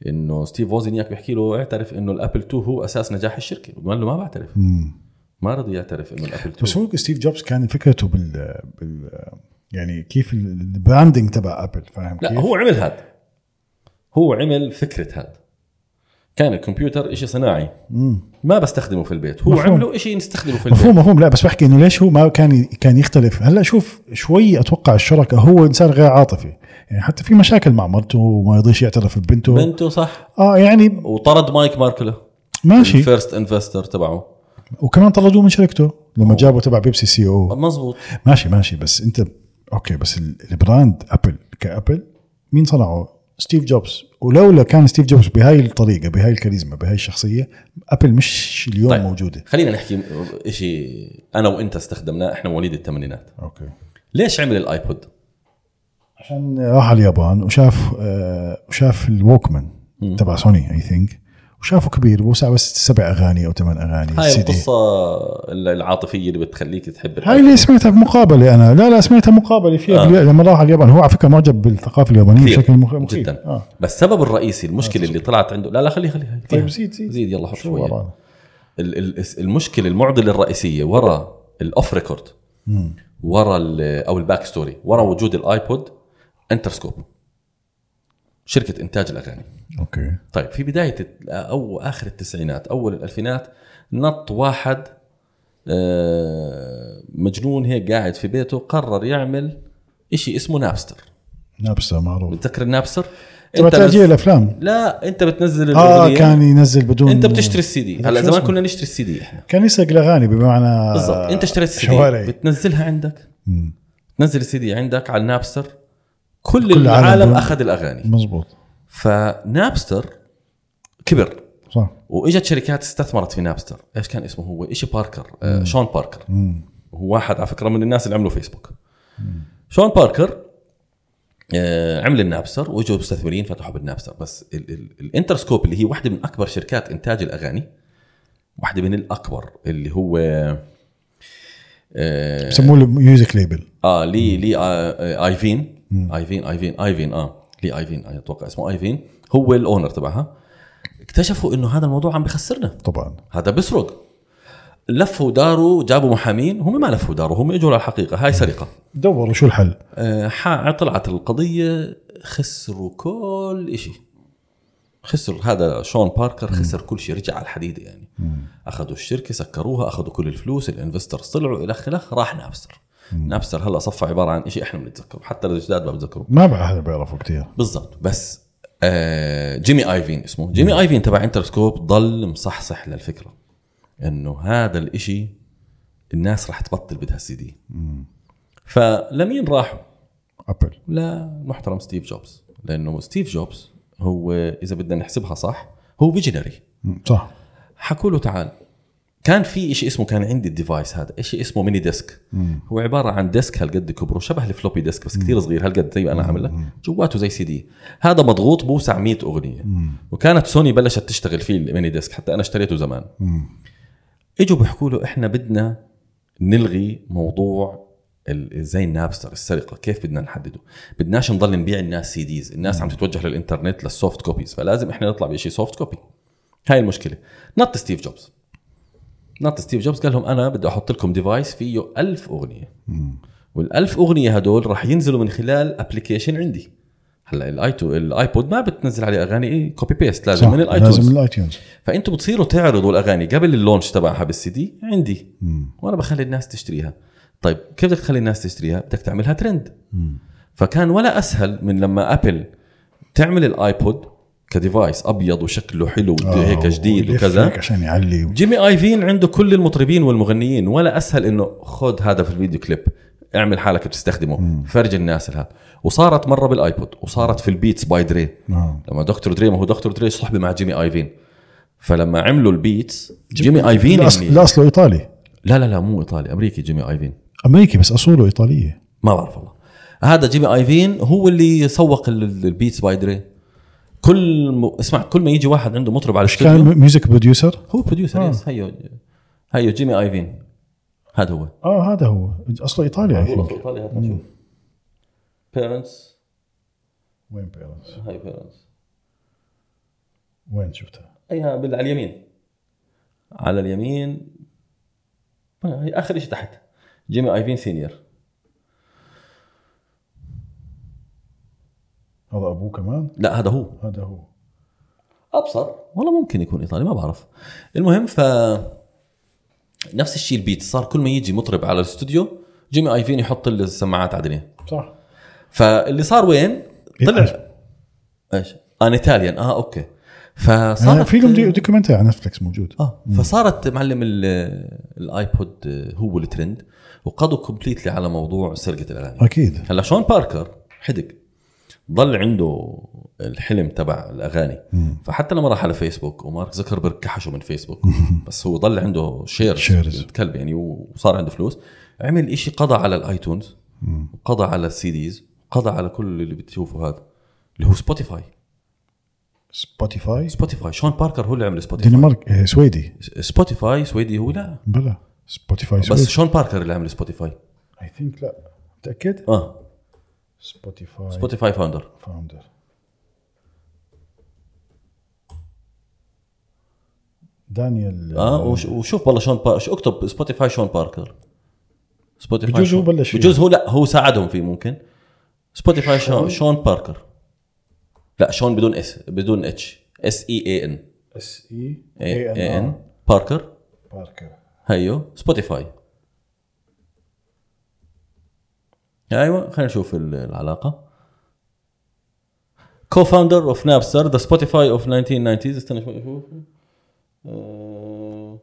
انه ستيف ووزنياك بيحكي له اعترف انه الابل 2 هو اساس نجاح الشركه قال له ما بعترف
مم.
ما رضي يعترف انه الابل 2
بس هو ستيف جوبز كان فكرته بال, بال... يعني كيف البراندنج تبع ابل فاهم
لا
كيف؟
هو عمل هاد هو عمل فكره هاد كان الكمبيوتر إشي صناعي
مم.
ما بستخدمه في البيت هو
مفهوم.
عمله إشي نستخدمه في البيت
مفهوم مفهوم لا بس بحكي انه ليش هو ما كان كان يختلف هلا شوف شوي اتوقع الشركه هو انسان غير عاطفي يعني حتى في مشاكل مع مرته وما يرضيش يعترف ببنته
بنته صح
اه يعني
وطرد مايك ماركلو
ماشي
الفيرست انفستر تبعه
وكمان طردوه من شركته لما جابوا تبع بيبسي سي او
مزبوط
ماشي ماشي بس انت اوكي بس ال- البراند ابل كابل مين صنعه؟ ستيف جوبز ولولا كان ستيف جوبز بهاي الطريقه بهاي الكاريزما بهاي الشخصيه ابل مش اليوم
طيب.
طيب. موجوده
خلينا نحكي شيء انا وانت استخدمناه احنا مواليد الثمانينات
اوكي
ليش عمل الايبود
عشان راح على اليابان وشاف آه وشاف الووكمان تبع سوني اي ثينك وشافه كبير وسع بس سبع اغاني او ثمان اغاني
هاي
CD.
القصه العاطفيه اللي بتخليك تحب
هاي
الآيبود.
اللي سمعتها بمقابله انا لا لا سمعتها مقابله فيها
آه.
آه. لما راح على اليابان هو على فكره معجب بالثقافه اليابانيه
كثير.
بشكل مخ- مخيف
جدا
آه.
بس السبب الرئيسي المشكله اللي طلعت عنده لا لا خليه خليه
طيب زيد زيد
زيد يلا حط
شو
شويه
ورانا
ال- ال- الس- المشكله المعضله الرئيسيه ورا الاوف ريكورد ورا ال- او الباك ستوري ورا وجود الايبود انترسكوب شركه انتاج الاغاني
اوكي
طيب في بدايه الت- او اخر التسعينات اول الالفينات نط واحد آه، مجنون هيك قاعد في بيته قرر يعمل إشي اسمه نابستر
نابسة معروف
بتذكر النابستر
تبع
بس-
تاجير الافلام
لا انت بتنزل
اه
الأغنية،
كان ينزل بدون
انت بتشتري السي دي هلا
شو
زمان
اسمه؟ آه،
كنا نشتري السي دي احنا
كان يسرق الاغاني بمعنى
بالضبط انت اشتريت السي دي
شوارعي.
بتنزلها عندك
مم.
تنزل السي دي عندك على نابستر كل,
كل العالم
العالم
بيعمل-
اخذ الاغاني
مزبوط
فنابستر كبر
صح
واجت شركات استثمرت في نابستر ايش كان اسمه هو ايش باركر آه شون باركر
مم.
هو واحد على فكره من الناس اللي عملوا فيسبوك شون باركر آه عمل النابستر واجوا مستثمرين فتحوا بالنابستر بس ال- ال- الانترسكوب اللي هي واحده من اكبر شركات انتاج الاغاني واحده من الاكبر اللي هو آه
بسموه ميوزك ليبل
اه لي لي آه، آه، ايفين ايفين ايفين ايفين اه لي ايفين اتوقع اسمه ايفين هو الاونر تبعها اكتشفوا انه هذا الموضوع عم بخسرنا
طبعا
هذا بيسرق لفوا داره جابوا محامين هم ما لفوا داره هم اجوا للحقيقه هاي سرقه
دوروا شو الحل
آه، ح- طلعت القضيه خسروا كل شيء خسر هذا شون باركر خسر كل شيء رجع على الحديد يعني اخذوا الشركه سكروها اخذوا كل الفلوس الانفسترز طلعوا الخ الخ راح نابستر نابستر هلا صفى عباره عن شيء احنا بنتذكره حتى الجداد ما بتذكروا
ما بقى حدا بيعرفه كثير
بالضبط بس آه جيمي ايفين اسمه جيمي ايفين تبع انترسكوب ضل مصحصح للفكره انه هذا الاشي الناس رح تبطل بدها السي دي فلمين راحوا
ابل
لا محترم ستيف جوبز لانه ستيف جوبز هو اذا بدنا نحسبها صح هو فيجنري
مم. صح
حكوا له تعال كان في شيء اسمه كان عندي الديفايس هذا شيء اسمه ميني ديسك هو عباره عن ديسك هالقد كبره شبه الفلوبي ديسك بس كثير صغير هالقد زي ما انا عامل لك جواته زي سي دي هذا مضغوط بوسع 100 اغنيه وكانت سوني بلشت تشتغل فيه الميني ديسك حتى انا اشتريته زمان اجوا بيحكوا له احنا بدنا نلغي موضوع ال- زي النابستر السرقه كيف بدنا نحدده بدناش نضل نبيع الناس سي ديز الناس عم تتوجه للانترنت للسوفت كوبيز فلازم احنا نطلع بشيء سوفت كوبي هاي المشكله نط ستيف جوبز نط ستيف جوبز قال لهم انا بدي احط لكم ديفايس فيه ألف اغنيه والألف اغنيه هدول راح ينزلوا من خلال ابلكيشن عندي هلا الايتو الايبود ما بتنزل عليه اغاني كوبي بيست لازم
صح.
من الايتونز
لازم من الايتونز
فانتوا بتصيروا تعرضوا الاغاني قبل اللونش تبعها بالسي دي عندي
مم.
وانا بخلي الناس تشتريها طيب كيف بدك تخلي الناس تشتريها بدك تعملها ترند فكان ولا اسهل من لما ابل تعمل الايبود كديفايس ابيض وشكله حلو وده
آه،
هيك جديد
ويلف
وكذا
هيك عشان يعلي
جيمي ايفين عنده كل المطربين والمغنيين ولا اسهل انه خذ هذا في الفيديو كليب اعمل حالك بتستخدمه فرج الناس لهذا وصارت مره بالايبود وصارت في البيتس باي دري
آه.
لما دكتور دري ما هو دكتور دري صحبه مع جيمي ايفين فلما عملوا البيتس جيمي يعني. ايفين
لا أص-
هني-
لا اصله ايطالي
لا لا لا مو ايطالي امريكي جيمي ايفين
امريكي بس اصوله ايطاليه
ما بعرف والله هذا جيمي ايفين هو اللي سوق ال- ال- البيتس باي دري كل م... اسمع كل ما يجي واحد عنده مطرب على الاستوديو
كان ميوزك بروديوسر
هو بروديوسر آه. هيو هيو جيمي ايفين هذا هو
اه هذا هو اصله ايطالي I think.
بيرنتس
وين بيرنس
هاي بيرنتس
وين شفتها
ايها بال- على اليمين على اليمين آه، هي اخر شيء تحت جيمي ايفين سينيور
هذا ابوه كمان
لا هذا هو
هذا هو
ابصر والله ممكن يكون ايطالي ما بعرف المهم ف نفس الشيء البيت صار كل ما يجي مطرب على الاستوديو جيمي ايفين يحط السماعات عدلين
صح
فاللي صار وين طلع
إيطالي.
ايش ان ايطاليان اه اوكي فصار
آه في لهم دي- دوكيومنتري على نتفلكس موجود
اه فصارت معلم ال- الايبود هو الترند وقضوا كومبليتلي على موضوع سرقه الاغاني
اكيد
هلا شون باركر حدق ضل عنده الحلم تبع الاغاني فحتى لما راح على فيسبوك ومارك زكربرج كحشه من فيسبوك بس هو ضل عنده شيرز
شيرز.
كلب يعني وصار عنده فلوس عمل إشي قضى على الايتونز قضى على السي ديز قضى على كل اللي بتشوفه هذا اللي هو سبوتيفاي
سبوتيفاي
سبوتيفاي شون باركر هو اللي عمل سبوتيفاي
دنمارك آه، سويدي
سبوتيفاي سويدي هو لا
بلا سبوتيفاي
بس
سويدي
شون باركر اللي عمل سبوتيفاي
اي ثينك لا متاكد
اه
سبوتيفاي
سبوتيفاي فاوندر
فاوندر دانيال
اه وش- وشوف والله شون باركر اكتب سبوتيفاي شون باركر سبوتيفاي
بجوز هو
شون-
بلش فيها.
بجوز هو لا هو ساعدهم فيه ممكن سبوتيفاي شون, شون باركر لا شون بدون اس بدون E اتش اس اي اي ان
اس اي
اي
آه.
ان باركر
باركر
هيو سبوتيفاي ايوه خلينا نشوف ال- العلاقه كو فاوندر اوف نابستر ذا سبوتيفاي اوف 1990 استنى شوي شوف آه،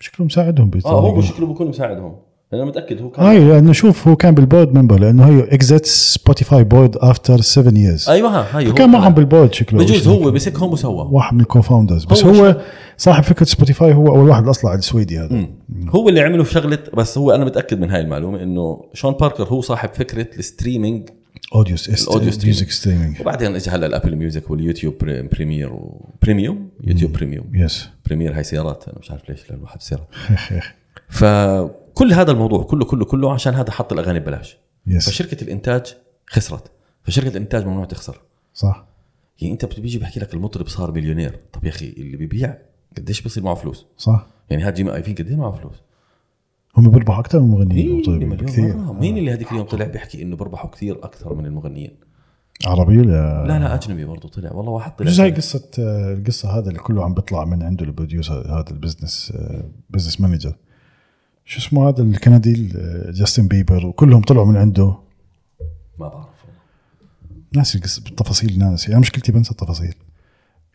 شكله مساعدهم
اه هو
بيطلع
شكله بيكون مساعدهم انا متاكد هو كان
هاي لانه أيوة، شوف هو كان بالبورد ممبر لانه هيو اكزيت سبوتيفاي بورد افتر 7 ييرز
ايوه ها هي هو
كان معهم
كمان.
بالبورد شكله
بجوز
شكله.
هو مسكهم وسوى
واحد من الكوفاوندرز بس
هو
هو صاحب فكره سبوتيفاي هو اول واحد اصلا على السويدي هذا
هو اللي عمله شغله بس هو انا متاكد من هاي المعلومه انه شون باركر هو صاحب فكره الستريمينج
اوديو
الأوديو
الاوديو ميوزك ستريمينج
وبعدين اجى هلا الابل ميوزك واليوتيوب بري- بريمير وبريميوم يوتيوب بريميوم
يس
بريمير هاي سيارات انا مش عارف ليش لانه واحد سيارات فكل هذا الموضوع كله كله كله عشان هذا حط الاغاني ببلاش
يس
فشركه الانتاج خسرت فشركه الانتاج ممنوع تخسر
صح
يعني انت بتيجي بحكي لك المطرب صار مليونير طب يا اخي اللي ببيع قديش بصير معه فلوس
صح
يعني هذا جيمي ايفين قد ايه معه فلوس
هم بيربحوا اكثر من المغنيين
مين
المطربين
إيه، مليون
بكثير
مرة؟ مين اللي هذيك اليوم طلع بيحكي انه بربحوا كثير اكثر من المغنيين
عربي ولا
لا لا اجنبي برضه طلع والله واحد طلع
بجوز هاي قصة آه، القصة هذا اللي كله عم بيطلع من عنده البروديوسر هذا البزنس آه، بزنس مانجر شو اسمه هذا الكندي آه، جاستن بيبر وكلهم طلعوا من عنده
ما بعرف والله.
ناسي القصة بالتفاصيل ناسي انا مشكلتي بنسى التفاصيل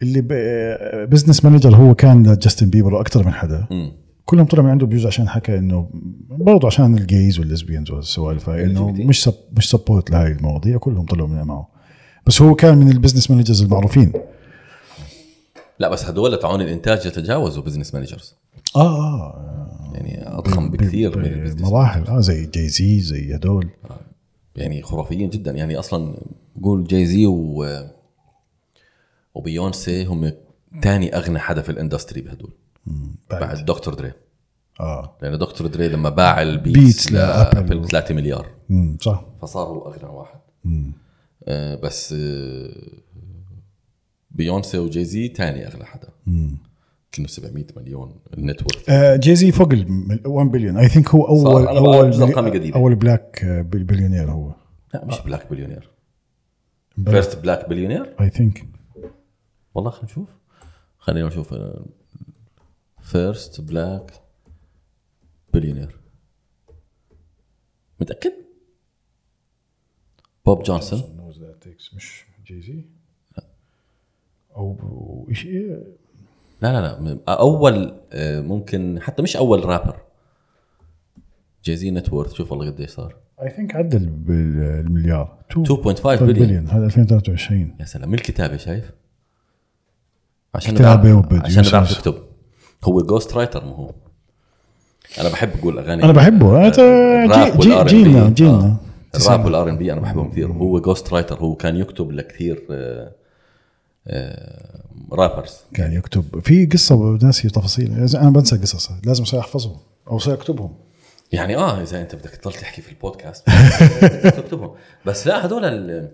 اللي ب- آه، بزنس مانجر هو كان لجاستن بيبر واكثر من حدا
امم
كلهم طلع من عنده بجوز عشان حكى انه برضه عشان الجيز والليزبيانز والسوالف هاي انه
LGBT.
مش سب مش سبورت لهي المواضيع كلهم طلعوا من معه بس هو كان من البزنس مانجرز المعروفين
لا بس هدول تعون الانتاج يتجاوزوا بزنس مانجرز
اه اه
يعني اضخم بكثير من البزنس
مراحل اه زي جاي زي زي هدول
يعني خرافيين جدا يعني اصلا قول جاي زي و وبيونسي هم ثاني اغنى حدا في الاندستري بهدول بعد دكتور دري
اه
لان دكتور دري لما باع البيتس
بيتس لأبل.
لابل 3 مليار
امم صح
فصار هو اغنى واحد آه بس آه بيونسي وجاي زي ثاني اغلى حدا كانوا 700 مليون النت ورث
آه جاي زي فوق ال 1 بليون اي ثينك هو اول
صار. أنا بعرف
اول
أرقام
بلي-
قديمة.
اول بلاك آه، بل- بليونير هو
لا مش بلاك بليونير فيرست بلاك بليونير
اي ثينك
والله خلينا نشوف خلينا نشوف فيرست بلاك بليونير متاكد بوب جونسون
مش جاي زي او شيء
لا لا لا م- اول آه، ممكن حتى مش اول رابر جايزي نت وورث شوف والله قديش صار
اي ثينك عدى ال- بال- المليار
2.5 بليون
بليون هذا 2023
يا سلام من الكتابه شايف عشان
كتابة
بعرف
وبروديوسر.
عشان بعرف يكتب هو جوست رايتر ما هو انا بحب اقول اغاني
انا بحبه أنت-
الراب
جي-
والار
جي-
ان بي.
جيلنا
آه.
جيلنا
الراب والار ان بي انا بحبهم كثير هو جوست رايتر هو كان يكتب لكثير آه، آه، رابرز
كان يكتب في قصه ناسي تفاصيل لازم- انا بنسى قصصها لازم أصير احفظهم او أصير اكتبهم
يعني اه اذا انت بدك تضل تحكي في البودكاست بدك تكتبهم بس لا هذول ال-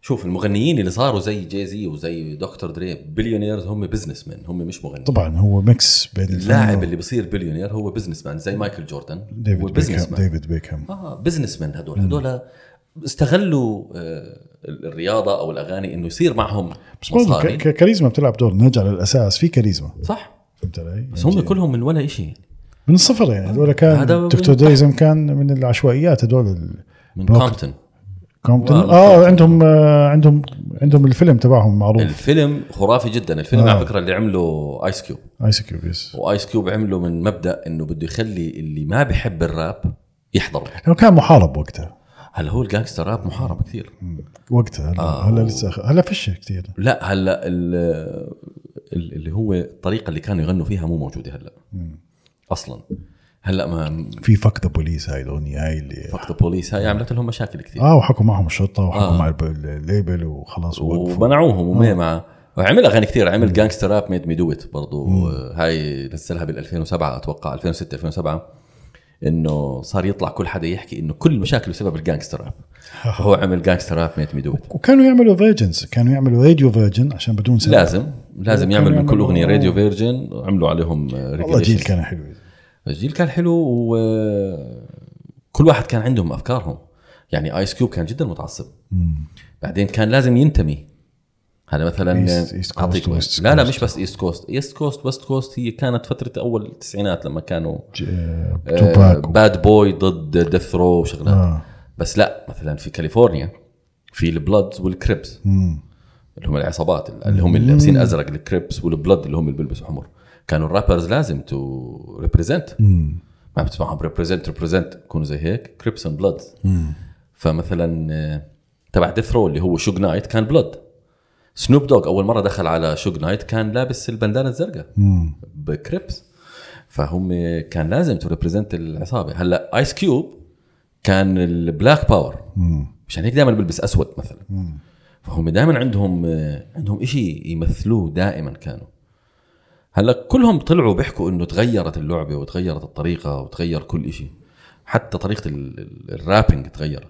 شوف المغنيين اللي صاروا زي جيزي وزي دكتور دري بليونيرز هم بزنس مان هم مش مغنيين
طبعا هو ميكس بين الفن
اللاعب
و-
اللي بيصير بليونير هو بزنس مان زي مايكل جوردن
ديفيد
بزنس
بيكهام
مان
ديفيد بيكهام
اه بزنس مان هذول هذول استغلوا آه، الرياضه او الاغاني انه يصير معهم
بس برضه
مصاري
ك- ك- كاريزما بتلعب دور نرجع للاساس في كاريزما
صح
فهمت علي؟
بس هم
يعني
كلهم من ولا شيء
من الصفر يعني هذول كان
هذا-
دكتور دريزم كان من العشوائيات هذول ال-
من
بوك.
كومبتون
كومبتون
والله
اه
كومبتون.
عندهم آه عندهم عندهم الفيلم تبعهم معروف
الفيلم خرافي جدا الفيلم
آه.
على فكره اللي عمله ايس كيوب
ايس كيوب يس
وايس كيوب عمله من مبدا انه بده يخلي اللي ما بحب الراب يحضره
هو يعني كان محارب وقتها
هلا هو الجانجستر راب محارب كثير
وقتها هلا,
آه.
هلا لسه أخ- هلا فش كثير
لا هلا ال- ال- اللي هو الطريقه اللي كانوا يغنوا فيها مو موجوده هلا اصلا هلا ما
في فك ذا بوليس هاي الاغنيه هاي اللي
فقط البوليس هاي عملت لهم مشاكل كثير
اه وحكوا معهم الشرطه وحكوا
آه.
مع الب- الليبل وخلاص ووقفوا
ومنعوهم
آه.
وما مع وعمل اغاني كثير عمل جانجستر راب ميد مي دو ات برضه هاي نزلها بال 2007 اتوقع 2006 2007 انه صار يطلع كل حدا يحكي انه كل مشاكله بسبب الجانجستر راب فهو عمل جانجستر راب ميد مي دو ات
وكانوا يعملوا فيرجنز كانوا يعملوا راديو فيرجن عشان بدون سبب
لازم لازم يعمل من كل
يعملوا-
اغنيه راديو فيرجن عملوا عليهم
والله جيل
ريجوليشن
كان حلو
الجيل كان حلو وكل واحد كان عندهم افكارهم يعني ايس كيوب كان جدا متعصب بعدين كان لازم ينتمي هلا مثلا
East- East Coast
أعطيك
و
مثال.
West
لا لا
Coast.
مش بس ايست كوست ايست كوست ويست كوست هي كانت فتره اول التسعينات لما كانوا
ج- آه، توباك و-
باد بوي ضد ديث رو وشغلات
آه.
بس لا مثلا في كاليفورنيا في البلادز والكريبس
مم.
اللي هم العصابات اللي هم اللي لابسين ازرق الكريبس والبلد اللي هم اللي بيلبسوا حمر كانوا الرابرز لازم تو ريبريزنت ما بتسمعهم ريبريزنت ريبريزنت يكونوا زي هيك كريبس اند بلاد فمثلا آه، تبع ديثرو اللي هو شوج نايت كان بلاد سنوب دوغ اول مره دخل على شوج نايت كان لابس البندانه الزرقاء بكريبس فهم كان لازم تو ريبريزنت العصابه هلا ايس كيوب كان البلاك باور مشان هيك دائما بلبس اسود مثلا فهم دائما عندهم عندهم شيء يمثلوه دائما كانوا هلا كلهم طلعوا بيحكوا انه تغيرت اللعبه وتغيرت الطريقه وتغير كل شيء حتى طريقه ال- ال- الرابنج تغيرت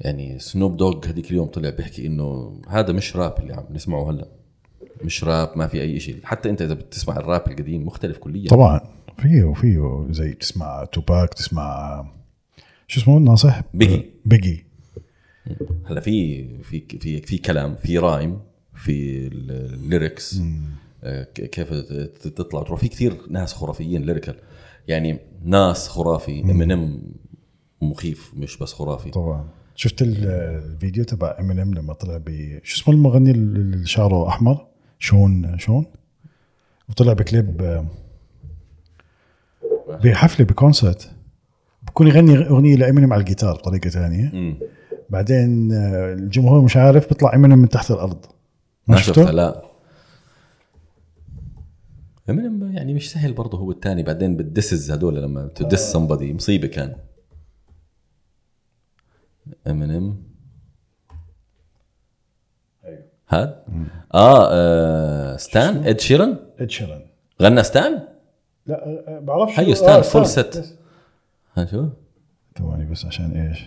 يعني سنوب دوغ هذيك اليوم طلع بيحكي انه هذا مش راب اللي عم نسمعه هلا مش راب ما في اي شيء حتى انت اذا بتسمع الراب القديم مختلف كليا
طبعا فيه وفيه زي تسمع توباك تسمع شو اسمه الناصح
بيجي.
بيجي
هلا في في في في كلام في رايم في الليركس آه، ك- كيف ت- تطلع تروح في كثير ناس خرافيين ليريكال يعني ناس خرافي امينيم مخيف مش بس خرافي
طبعا شفت ال- الفيديو تبع امينيم لما طلع ب شو اسمه المغني اللي شعره احمر شون شون وطلع بكليب آه، بحفله بكونسرت بكون يغني اغنيه لامينيم على الجيتار بطريقه ثانيه
مم.
بعدين آه، الجمهور مش عارف بيطلع امينيم من تحت الارض ما شفته؟
شفتها لا امينيم يعني مش سهل برضه هو الثاني بعدين بالدسز هدول لما تدس سمبادي مصيبه كان امينيم هاد اه, آه ستان اد شيرن
اد شيران
غنى أيوه، ستان
لا آه، آه، بعرفش
هيو
آه،
ستان فول
ستان.
ست ها شو
ثواني بس عشان ايش؟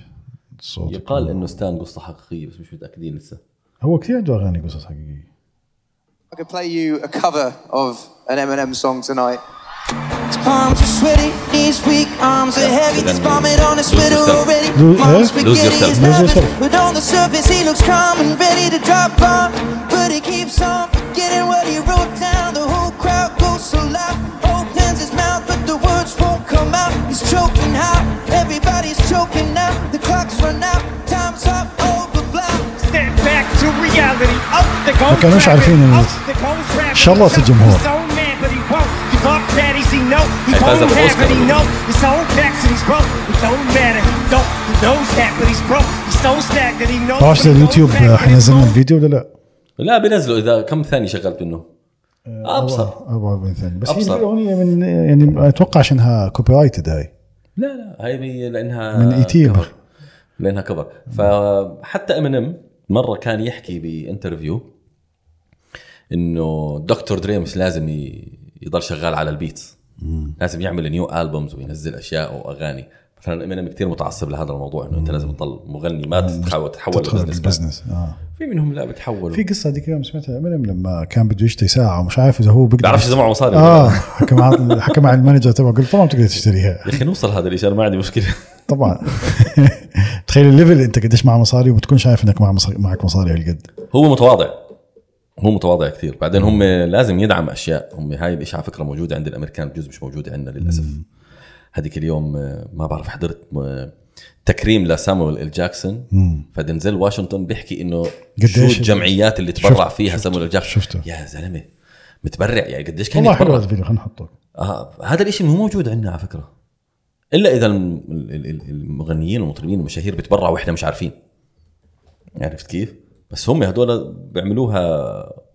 الصوت
يقال انه ستان قصه حقيقيه بس مش متاكدين لسه
هو كثير عنده اغاني قصص حقيقيه
I could play you a cover of an Eminem song tonight. His palms are sweaty, knees weak, arms are heavy.
then
He's vomit on his
lose
sweater
yourself.
already.
Lose-
Mom's
eh?
Lose
spaghetti
yourself.
is
Lose
heaven,
yourself.
But on the surface, he looks calm and ready to drop bomb. But he keeps on forgetting what he wrote down. The whole crowd goes so loud. Opens his mouth, but the words won't come out. He's choking out. Everybody's choking now. The clock's run out. Time's up. Over. Block.
Step back to reality. Up ما كانوش عارفين انه شلط الجمهور
فاز بأوسكار.
بعرفش
بعرفش
اذا اليوتيوب حينزل لنا الفيديو ولا لا
لا بينزلوا اذا كم ثانيه شغلت منه
آه،
ابصر
44 ثانيه بس
أبصر.
هي الاغنيه من يعني اتوقع انها كوبي رايتد هاي
لا لا هاي هي لانها
من E E.T.
كفر. لانها كفر فحتى ام ام مره كان يحكي بانترفيو انه دكتور دريمس لازم ي- يضل شغال على البيتس لازم يعمل نيو البومز وينزل اشياء واغاني مثلا ام ام كثير متعصب لهذا الموضوع انه انت لازم تضل مغني ما تتحول تحول
تدخل
لبزنس مان.
بالبزنس اه
في منهم لا بتحولوا
في قصه هذيك اليوم سمعتها من لما كان بده يشتري ساعه ومش عارف اذا هو بيقدر
بعرفش اذا معه مصاري ولا لا.
اه حكى مع حكى مع المانجر تبعه قال طبعا بتقدر تشتريها
يا اخي نوصل هذا الشيء انا ما عندي مشكله
طبعا تخيل الليفل انت قديش معه مصاري وبتكونش عارف انك مع مصاري معك مصاري هالقد
هو متواضع هو متواضع كثير بعدين هم لازم يدعم اشياء هم هاي الاشياء على فكره موجوده عند الامريكان بجوز مش موجوده عندنا للاسف هذيك اليوم آه، ما بعرف حضرت م- تكريم لسامويل ال جاكسون فدنزل واشنطن بيحكي انه شو
قديش-
الجمعيات اللي تبرع
شفت-
فيها
شفت-
سامويل ال جاكسون
شفته.
يا زلمه متبرع يعني قديش كان
والله حلو هذا
يتبرع
الفيديو خلينا نحطه
آه هذا الاشي مو موجود عندنا على فكره الا اذا الم- ال- ال- المغنيين والمطربين المشاهير بتبرعوا واحنا مش عارفين عرفت كيف؟ بس هم هدول بيعملوها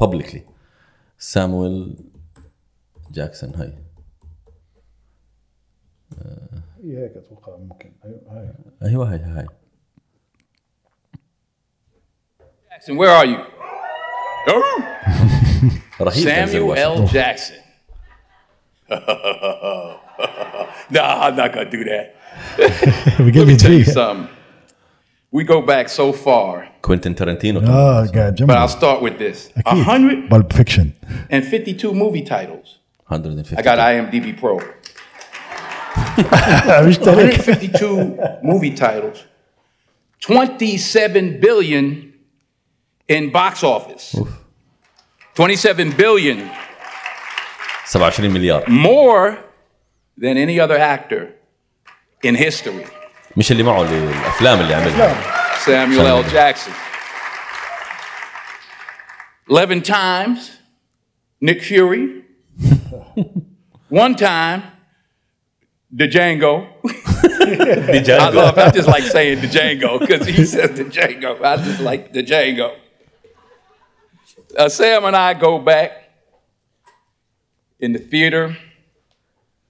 بابليكلي سامويل جاكسون هاي
هي هيك اتوقع ممكن هاي
ايوه هاي هاي
Jackson, where are you?
رهيب دنزل
Samuel
واشنطن
L. Jackson. nah, I'm not gonna do that.
بقلبي
Tell you
فيه
something. We go back so far,
كوينتن تارنتينو كان.
اه قاعد
but I'll
جنبه
start with this:
اكيد بالب فيكشن
152 movie titles. I
150
got IMDb Pro.
مش تارك
152 movie titles. 27 billion in box office. 27 billion
27 مليار
more than any other actor in history.
مش اللي معه اللي الافلام اللي عملها
Samuel
Samuel.
L. Jackson. 11 times, Nick Fury. One time, DeDjango. I love, I just like saying DeDjango because he says DeDjango. I just like DeDjango. Uh, Sam and I go back in the theater,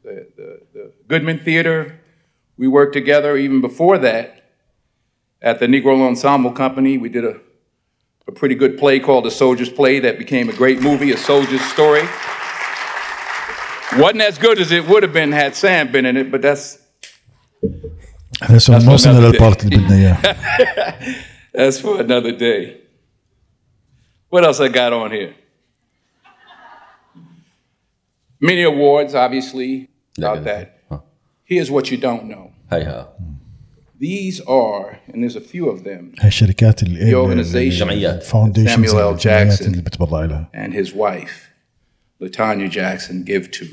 the, the, the Goodman Theater. We worked together even before that at the Negro Ensemble Company. We did a, a pretty good play called The Soldier's Play that became a great movie, A Soldier's Story. Wasn't as good as it would have been had Sam been in it, but that's
احنا لسه ما وصلنا للبارت اللي بدنا اياه
that's for another day. What else I got on here? Many awards, obviously, about that.
ها.
Here's what you don't know.
هاي ها
These are, and there's a few of them,
هاي الشركات
the
اللي
organization
جمعيات
فاونديشن
Samuel L.
الجمعيات
Jackson.
اللي بتبرع لها
and his wife, Latanya Jackson, give to.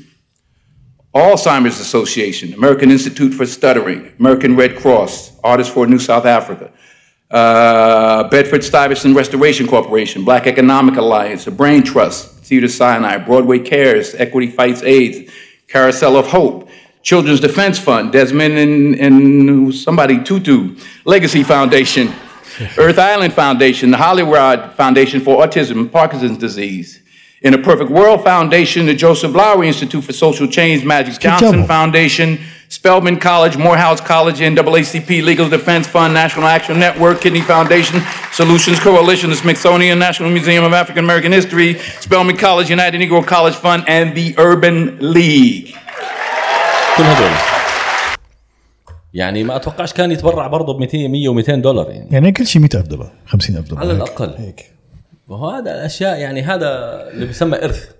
Alzheimer's Association, American Institute for Stuttering, American Red Cross, Artists for New South Africa, uh, Bedford Stuyvesant Restoration Corporation, Black Economic Alliance, the Brain Trust, Cedar Sinai, Broadway Cares, Equity Fights AIDS, Carousel of Hope, Children's Defense Fund, Desmond and, and somebody Tutu, Legacy Foundation, Earth Island Foundation, the Hollywood Foundation for Autism and Parkinson's Disease. In a Perfect World Foundation, the Joseph Lowry Institute for Social Change, Magic Johnson
job.
Foundation, Spelman College, Morehouse College, NAACP, Legal Defense Fund, National Action Network, Kidney Foundation, Solutions Coalition, the Smithsonian National Museum of African American History, Spelman College, United Negro College Fund, and the Urban League.
كل هدول يعني ما اتوقعش كان يتبرع برضه ب 200 100 و200 دولار يعني
يعني كل شيء 100000 دولار 50000 دولار
على
هيك.
الأقل.
هيك
وهذا الاشياء يعني هذا اللي بيسمى ارث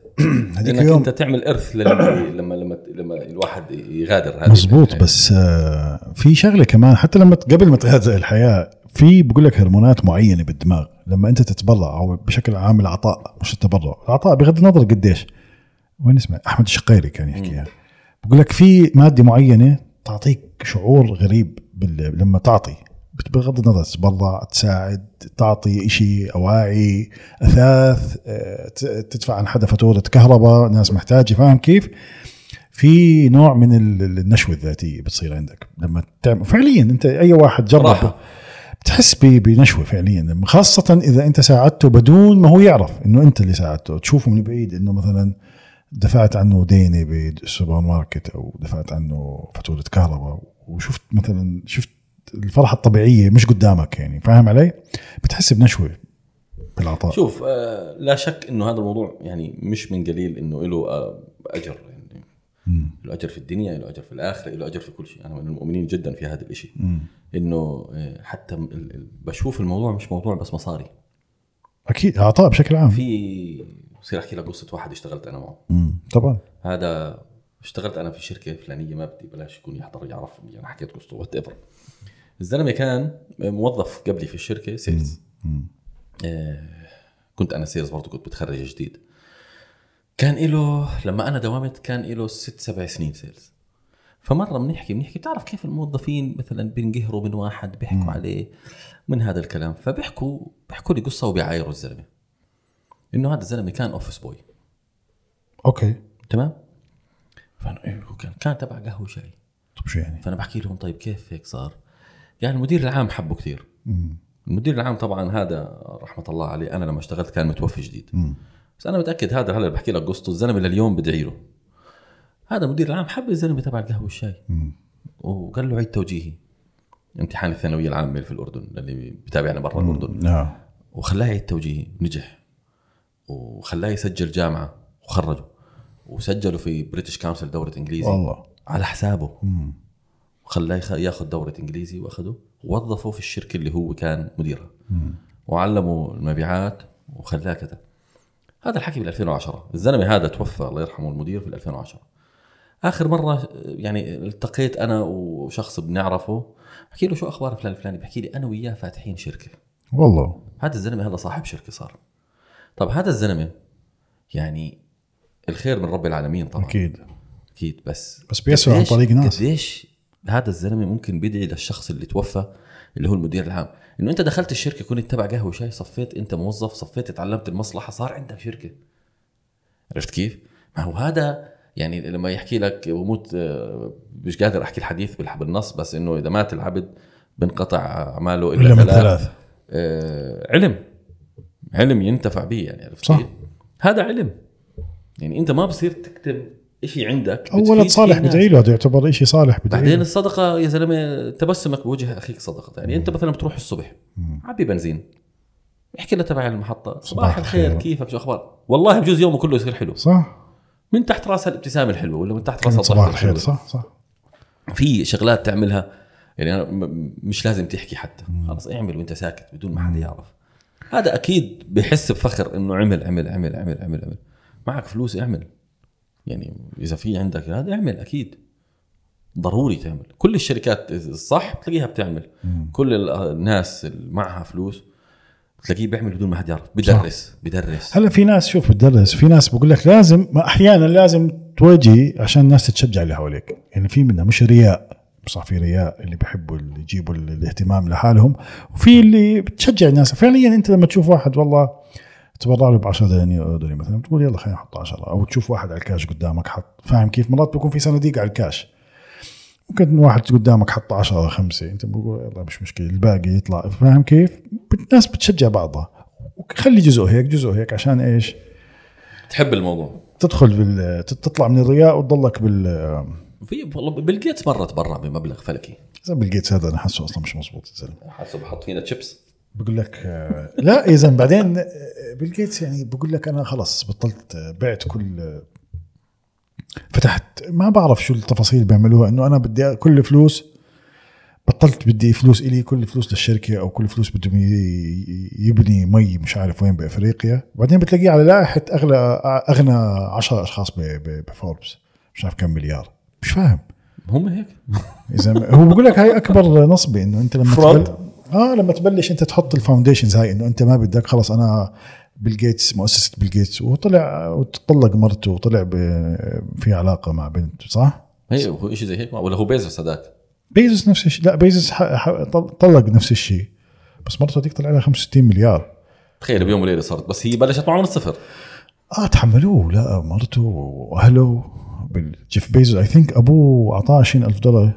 هذيك
انك
اليوم
انت تعمل ارث للي- لما لما لما الواحد يغادر هذه
مزبوط
الحياة.
بس آه، في شغله كمان حتى لما ت- قبل ما تغادر الحياه في بقول لك هرمونات معينه بالدماغ لما انت تتبرع او بشكل عام العطاء مش التبرع العطاء بغض النظر قديش وين اسمع احمد الشقيري كان يعني. يحكيها بقول لك في ماده معينه تعطيك شعور غريب بال... لما تعطي بغض النظر تتبرع تساعد تعطي إشي اواعي اثاث آه، ت- تدفع عن حدا فاتوره كهرباء ناس محتاجه فاهم كيف؟ في نوع من ال- ال- النشوه الذاتيه بتصير عندك لما تعمل فعليا انت اي واحد جرب
راحة.
بتحس ب- بنشوه فعليا لما- خاصه اذا انت ساعدته بدون ما هو يعرف انه انت اللي ساعدته تشوفه من بعيد انه مثلا دفعت عنه دينه بالسوبر ماركت او دفعت عنه فاتوره كهرباء وشفت مثلا شفت الفرحه الطبيعيه مش قدامك يعني فاهم علي؟ بتحس بنشوه بالعطاء
شوف آه، لا شك انه هذا الموضوع يعني مش من قليل انه له آه، اجر يعني له اجر في الدنيا له اجر في الاخره له اجر في كل شيء انا من المؤمنين جدا في هذا الشيء انه آه، حتى ال- ال- بشوف الموضوع مش موضوع بس مصاري
اكيد عطاء بشكل عام
في بصير احكي لك قصه واحد اشتغلت انا معه
مم. طبعا
هذا اشتغلت انا في شركه فلانيه ما بدي بلاش يكون يحضر يعرف يعني حكيت قصته وات ايفر الزلمه كان موظف قبلي في الشركه سيلز آه كنت انا سيلز برضه كنت بتخرج جديد كان له لما انا داومت كان له ست سبع سنين سيلز فمره بنحكي بنحكي بتعرف كيف الموظفين مثلا بينقهروا من واحد بيحكوا عليه من هذا الكلام فبيحكوا بيحكوا لي قصه وبيعايروا الزلمه انه هذا الزلمه كان اوفيس بوي
اوكي
تمام فانا إيه هو كان كان تبع قهوه شاي
طب شو يعني؟
فانا بحكي لهم طيب كيف هيك صار؟ يعني المدير العام حبه كثير المدير العام طبعا هذا رحمه الله عليه انا لما اشتغلت كان متوفي جديد بس انا متاكد هذا هلا اللي بحكي لك قصته الزلمه لليوم بدعي له هذا المدير العام حب الزلمه تبع القهوه والشاي وقال له عيد توجيهي امتحان الثانويه العامه في الاردن اللي بتابعنا برا الاردن
لا
وخلاه يعيد توجيهي نجح وخلاه يسجل جامعه وخرجه وسجله في بريتش كونسل دوره انجليزي
والله.
على حسابه وخلاه يخ- ياخذ دوره انجليزي واخده ووظفه في الشركه اللي هو كان مديرها وعلمه المبيعات وخلاه كذا هذا الحكي بال 2010 الزلمه هذا توفى الله يرحمه المدير في 2010 اخر مره يعني التقيت انا وشخص بنعرفه بحكي له شو اخبار فلان الفلاني بحكي لي انا وياه فاتحين شركه
والله
هذا الزلمه هذا صاحب شركه صار طب هذا الزلمه يعني الخير من رب العالمين طبعا
اكيد
اكيد بس
بس بيسعى عن
قديش-
طريق ناس.
قديش هذا الزلمه ممكن بيدعي للشخص اللي توفى اللي هو المدير العام انه انت دخلت الشركه كنت تبع قهوه شاي صفيت انت موظف صفيت تعلمت المصلحه صار عندك شركه عرفت كيف؟ ما هو هذا يعني لما يحكي لك بموت آه، مش قادر احكي الحديث بالح- بالنص بس انه اذا مات العبد بنقطع اعماله الا,
إلا من
ثلاث
ثلاث.
آه، علم علم ينتفع به يعني عرفت
صح.
كيف؟ هذا علم يعني انت ما بصير تكتب شيء عندك
اولا
بتفيد
صالح
فيه الناس.
بدعي له هذا يعتبر شيء صالح بدعي
بعدين
له
الصدقه يا زلمه تبسمك بوجه اخيك صدقه يعني انت مثلا بتروح الصبح عبي بنزين احكي له تبع المحطه صباح الخير
الخير.
كيفك شو اخبار والله بجوز يومه كله يصير حلو
صح؟
من تحت راس الابتسامه الحلوه ولا من تحت راس
كلمة
الضحكة
صباح الخير
الحلوة.
صح صح
في شغلات تعملها يعني أنا م- مش لازم تحكي حتى خلص اعمل وانت ساكت بدون ما حدا يعرف هذا اكيد بحس بفخر انه عمل عمل عمل عمل عمل عمل معك فلوس اعمل يعني اذا في عندك هذا اعمل اكيد ضروري تعمل كل الشركات الصح بتلاقيها بتعمل كل ال- الناس اللي معها فلوس بتلاقيه بيعمل بدون ما حد يعرف بدرس بدرس
هلا في ناس شوف بتدرس في ناس بقول لك لازم ما احيانا لازم تواجهي عشان الناس تتشجع اللي حواليك يعني في منها مش رياء صح في رياء اللي بيحبوا اللي يجيبوا ال- الاهتمام لحالهم وفي اللي بتشجع الناس فعليا انت لما تشوف واحد والله تبرع له ب 10 دنانير اردني مثلا بتقول يلا خلينا نحط 10 او تشوف واحد على الكاش قدامك حط فاهم كيف مرات بيكون في صناديق على الكاش ممكن واحد قدامك حط 10 او 5 انت بقول يلا مش مشكله الباقي يطلع فاهم كيف؟ الناس بتشجع بعضها وخلي جزء هيك جزء هيك عشان ايش؟
تحب الموضوع
تدخل بال تت- تطلع من الرياء وتضلك بال
في والله بيل جيتس مره تبرع بمبلغ فلكي
زي بيل جيتس هذا انا حاسه اصلا مش مزبوط الزلمه
حسب حط فينا تشيبس
بقول لك آه، لا يا زلمه بعدين آه، بيل جيتس يعني بقول لك انا خلص بطلت آه، بعت كل آه، فتحت ما بعرف شو التفاصيل بيعملوها انه انا بدي كل فلوس بطلت بدي فلوس إلي كل فلوس للشركة أو كل فلوس بدهم ي- ي- يبني مي مش عارف وين بأفريقيا وبعدين بتلاقيه على لائحة أغلى أغنى 10 أشخاص ب- ب- بفوربس مش عارف كم مليار مش فاهم
هم هيك
اذا ما- هو بقول لك هاي اكبر نصبه انه انت لما
Fraud.
تبل... اه لما تبلش انت تحط الفاونديشنز هاي انه انت ما بدك خلص انا بيل جيتس مؤسسه بيل جيتس وطلع وتطلق مرته وطلع ب... في علاقه مع بنت صح؟
هي هو شيء زي هيك ولا هو بيزوس هذاك
بيزوس نفس الشيء لا بيزوس ح- ح- طل- طلق نفس الشيء بس مرته هذيك طلع لها 65 مليار
تخيل بيوم وليله صارت بس هي بلشت معه من الصفر
اه تحملوه لا مرته واهله بال- جيف بيزوس اي ثينك ابوه اعطاه 20000 دولار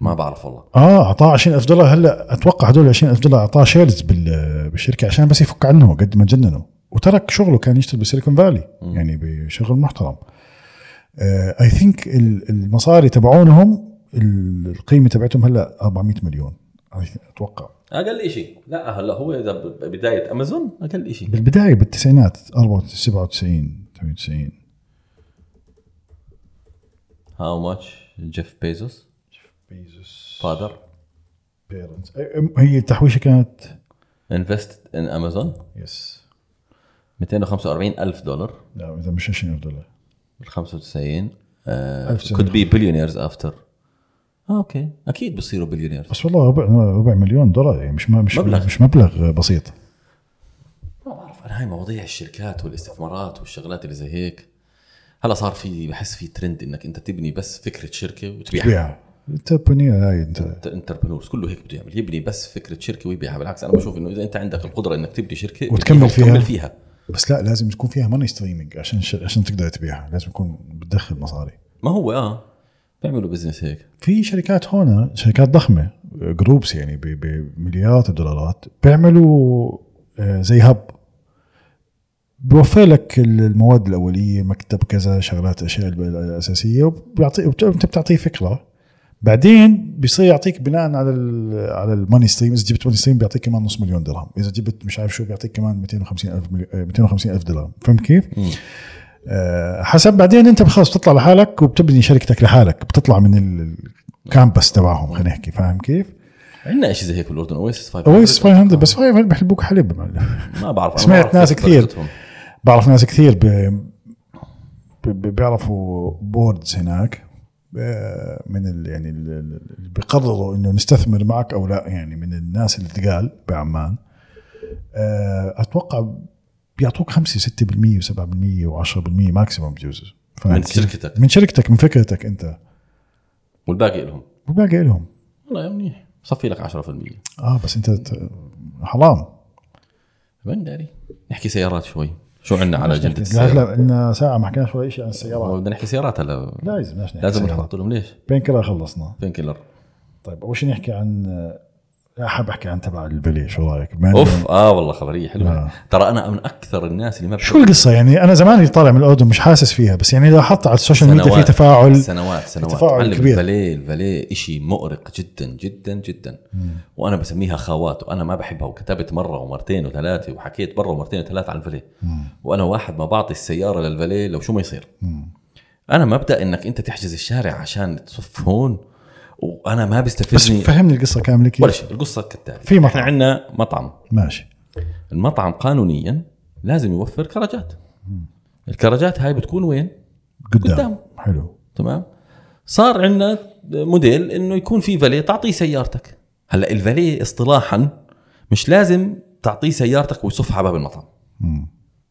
ما بعرف والله
اه اعطاه 20000 دولار هلا اتوقع هدول 20000 دولار اعطاه شيرز بال- بالشركه عشان بس يفك عنه قد ما جننه وترك شغله كان يشتغل بالسيليكون فالي يعني بشغل محترم آه، اي ثينك المصاري تبعونهم ال- القيمه تبعتهم هلا 400 مليون I think- اتوقع
اقل شيء لا هلا هو اذا ب- بدايه امازون اقل شيء
بالبدايه بالتسعينات 94 97 98
هاو ماتش جيف بيزوس
بيزوس
فادر
بيرنتس هي التحويشه كانت
انفست ان امازون
يس
245 الف دولار
لا اذا مش 20000 دولار
ال 95
ألف سنة.
كود بي بليونيرز افتر اوكي اكيد بصيروا بليونيرز
بس والله ربع ربع مليون دولار يعني مش ما مش
مبلغ.
مبلغ. مش مبلغ بسيط
ما بعرف انا هاي مواضيع الشركات والاستثمارات والشغلات اللي زي هيك هلا صار في بحس في ترند انك انت تبني بس فكره شركه وتبيعها
بيع انت بنية هاي انت
انتربرنورز كله هيك بده يعمل يبني بس فكره شركه ويبيعها بالعكس انا بشوف انه اذا انت عندك القدره انك تبني شركه
وتكمل
بتبنيها وتكمل
فيها.
فيها
بس لا لازم تكون فيها ماني ستريمينج عشان ش... عشان تقدر تبيعها لازم يكون بتدخل مصاري
ما هو اه بيعملوا بزنس هيك
في شركات هون شركات ضخمه جروبس يعني ب- بمليارات الدولارات بيعملوا آه، زي هب بوفر لك ال- المواد الاوليه مكتب كذا شغلات اشياء الب- الاساسيه وبيعطي وبت- انت بتعطيه فكره بعدين بيصير يعطيك بناء على ال على الماني ستريم اذا جبت ماني ستريم بيعطيك كمان نص مليون درهم اذا جبت مش عارف شو بيعطيك كمان 250 الف ملي- آه، 250 الف درهم فهمت كيف؟ آه، حسب بعدين انت خلاص بتطلع لحالك وبتبني شركتك لحالك بتطلع من ال- الكامبس تبعهم خلينا نحكي فاهم كيف؟
عندنا شيء زي هيك بالاردن اويسس 500
اويس 500 بس 500 بحلبوك حليب يا معلم
آه، ما بعرف أنا ما
سمعت
بعرف
ناس
كيف
كثير
طريقتهم.
بعرف ناس كثير ب... ب... ب- بيعرفوا بوردز هناك آه، من ال... يعني ال- ال- اللي بيقرروا انه نستثمر معك او لا يعني من الناس اللي تقال بعمان آه، اتوقع بيعطوك 5 6% و7% و10% ماكسيموم بجوز فاهم
من
كيف؟
شركتك.
من شركتك من فكرتك انت
والباقي لهم
وباقي لهم
والله منيح صفي لك 10%
اه بس انت ت- حرام
من داري نحكي سيارات شوي شو عندنا على جلدة
لا
السيارات
لا إن ساعه ما حكيناش ولا شيء عن السيارات
بدنا نحكي سيارات هلا
لازم لازم
لازم نحط لهم ليش
بين كذا خلصنا
فين كيلر
طيب اول شيء نحكي عن لا حاب احكي عن تبع البلي شو رايك؟ مع إنه-
اوف اه والله خبريه حلوه
آه.
ترى انا من اكثر الناس اللي ما
شو القصه يعني انا زماني طالع من الاردن مش حاسس فيها بس يعني لاحظت على السوشيال ميديا في تفاعل
سنوات سنوات
تفاعل
معلم
كبير.
الفاليه الفاليه شيء مؤرق جدا جدا جدا وانا بسميها خوات وانا ما بحبها وكتبت مره ومرتين وثلاثه وحكيت مره ومرتين وثلاثه عن الفاليه وانا واحد ما بعطي السياره للفاليه لو شو ما يصير انا مبدا انك انت تحجز الشارع عشان تصف هون وانا ما
بس
بيستفزني
فهمني القصه كامله كيف
يعني ولا شيء القصه كالتالي
في مطعم.
احنا عندنا مطعم
ماشي
المطعم قانونيا لازم يوفر كراجات الكراجات هاي بتكون وين
قدام,
قدام.
حلو
تمام صار عندنا موديل انه يكون في فاليه تعطيه سيارتك هلا الفاليه اصطلاحا مش لازم تعطيه سيارتك ويصفها على باب المطعم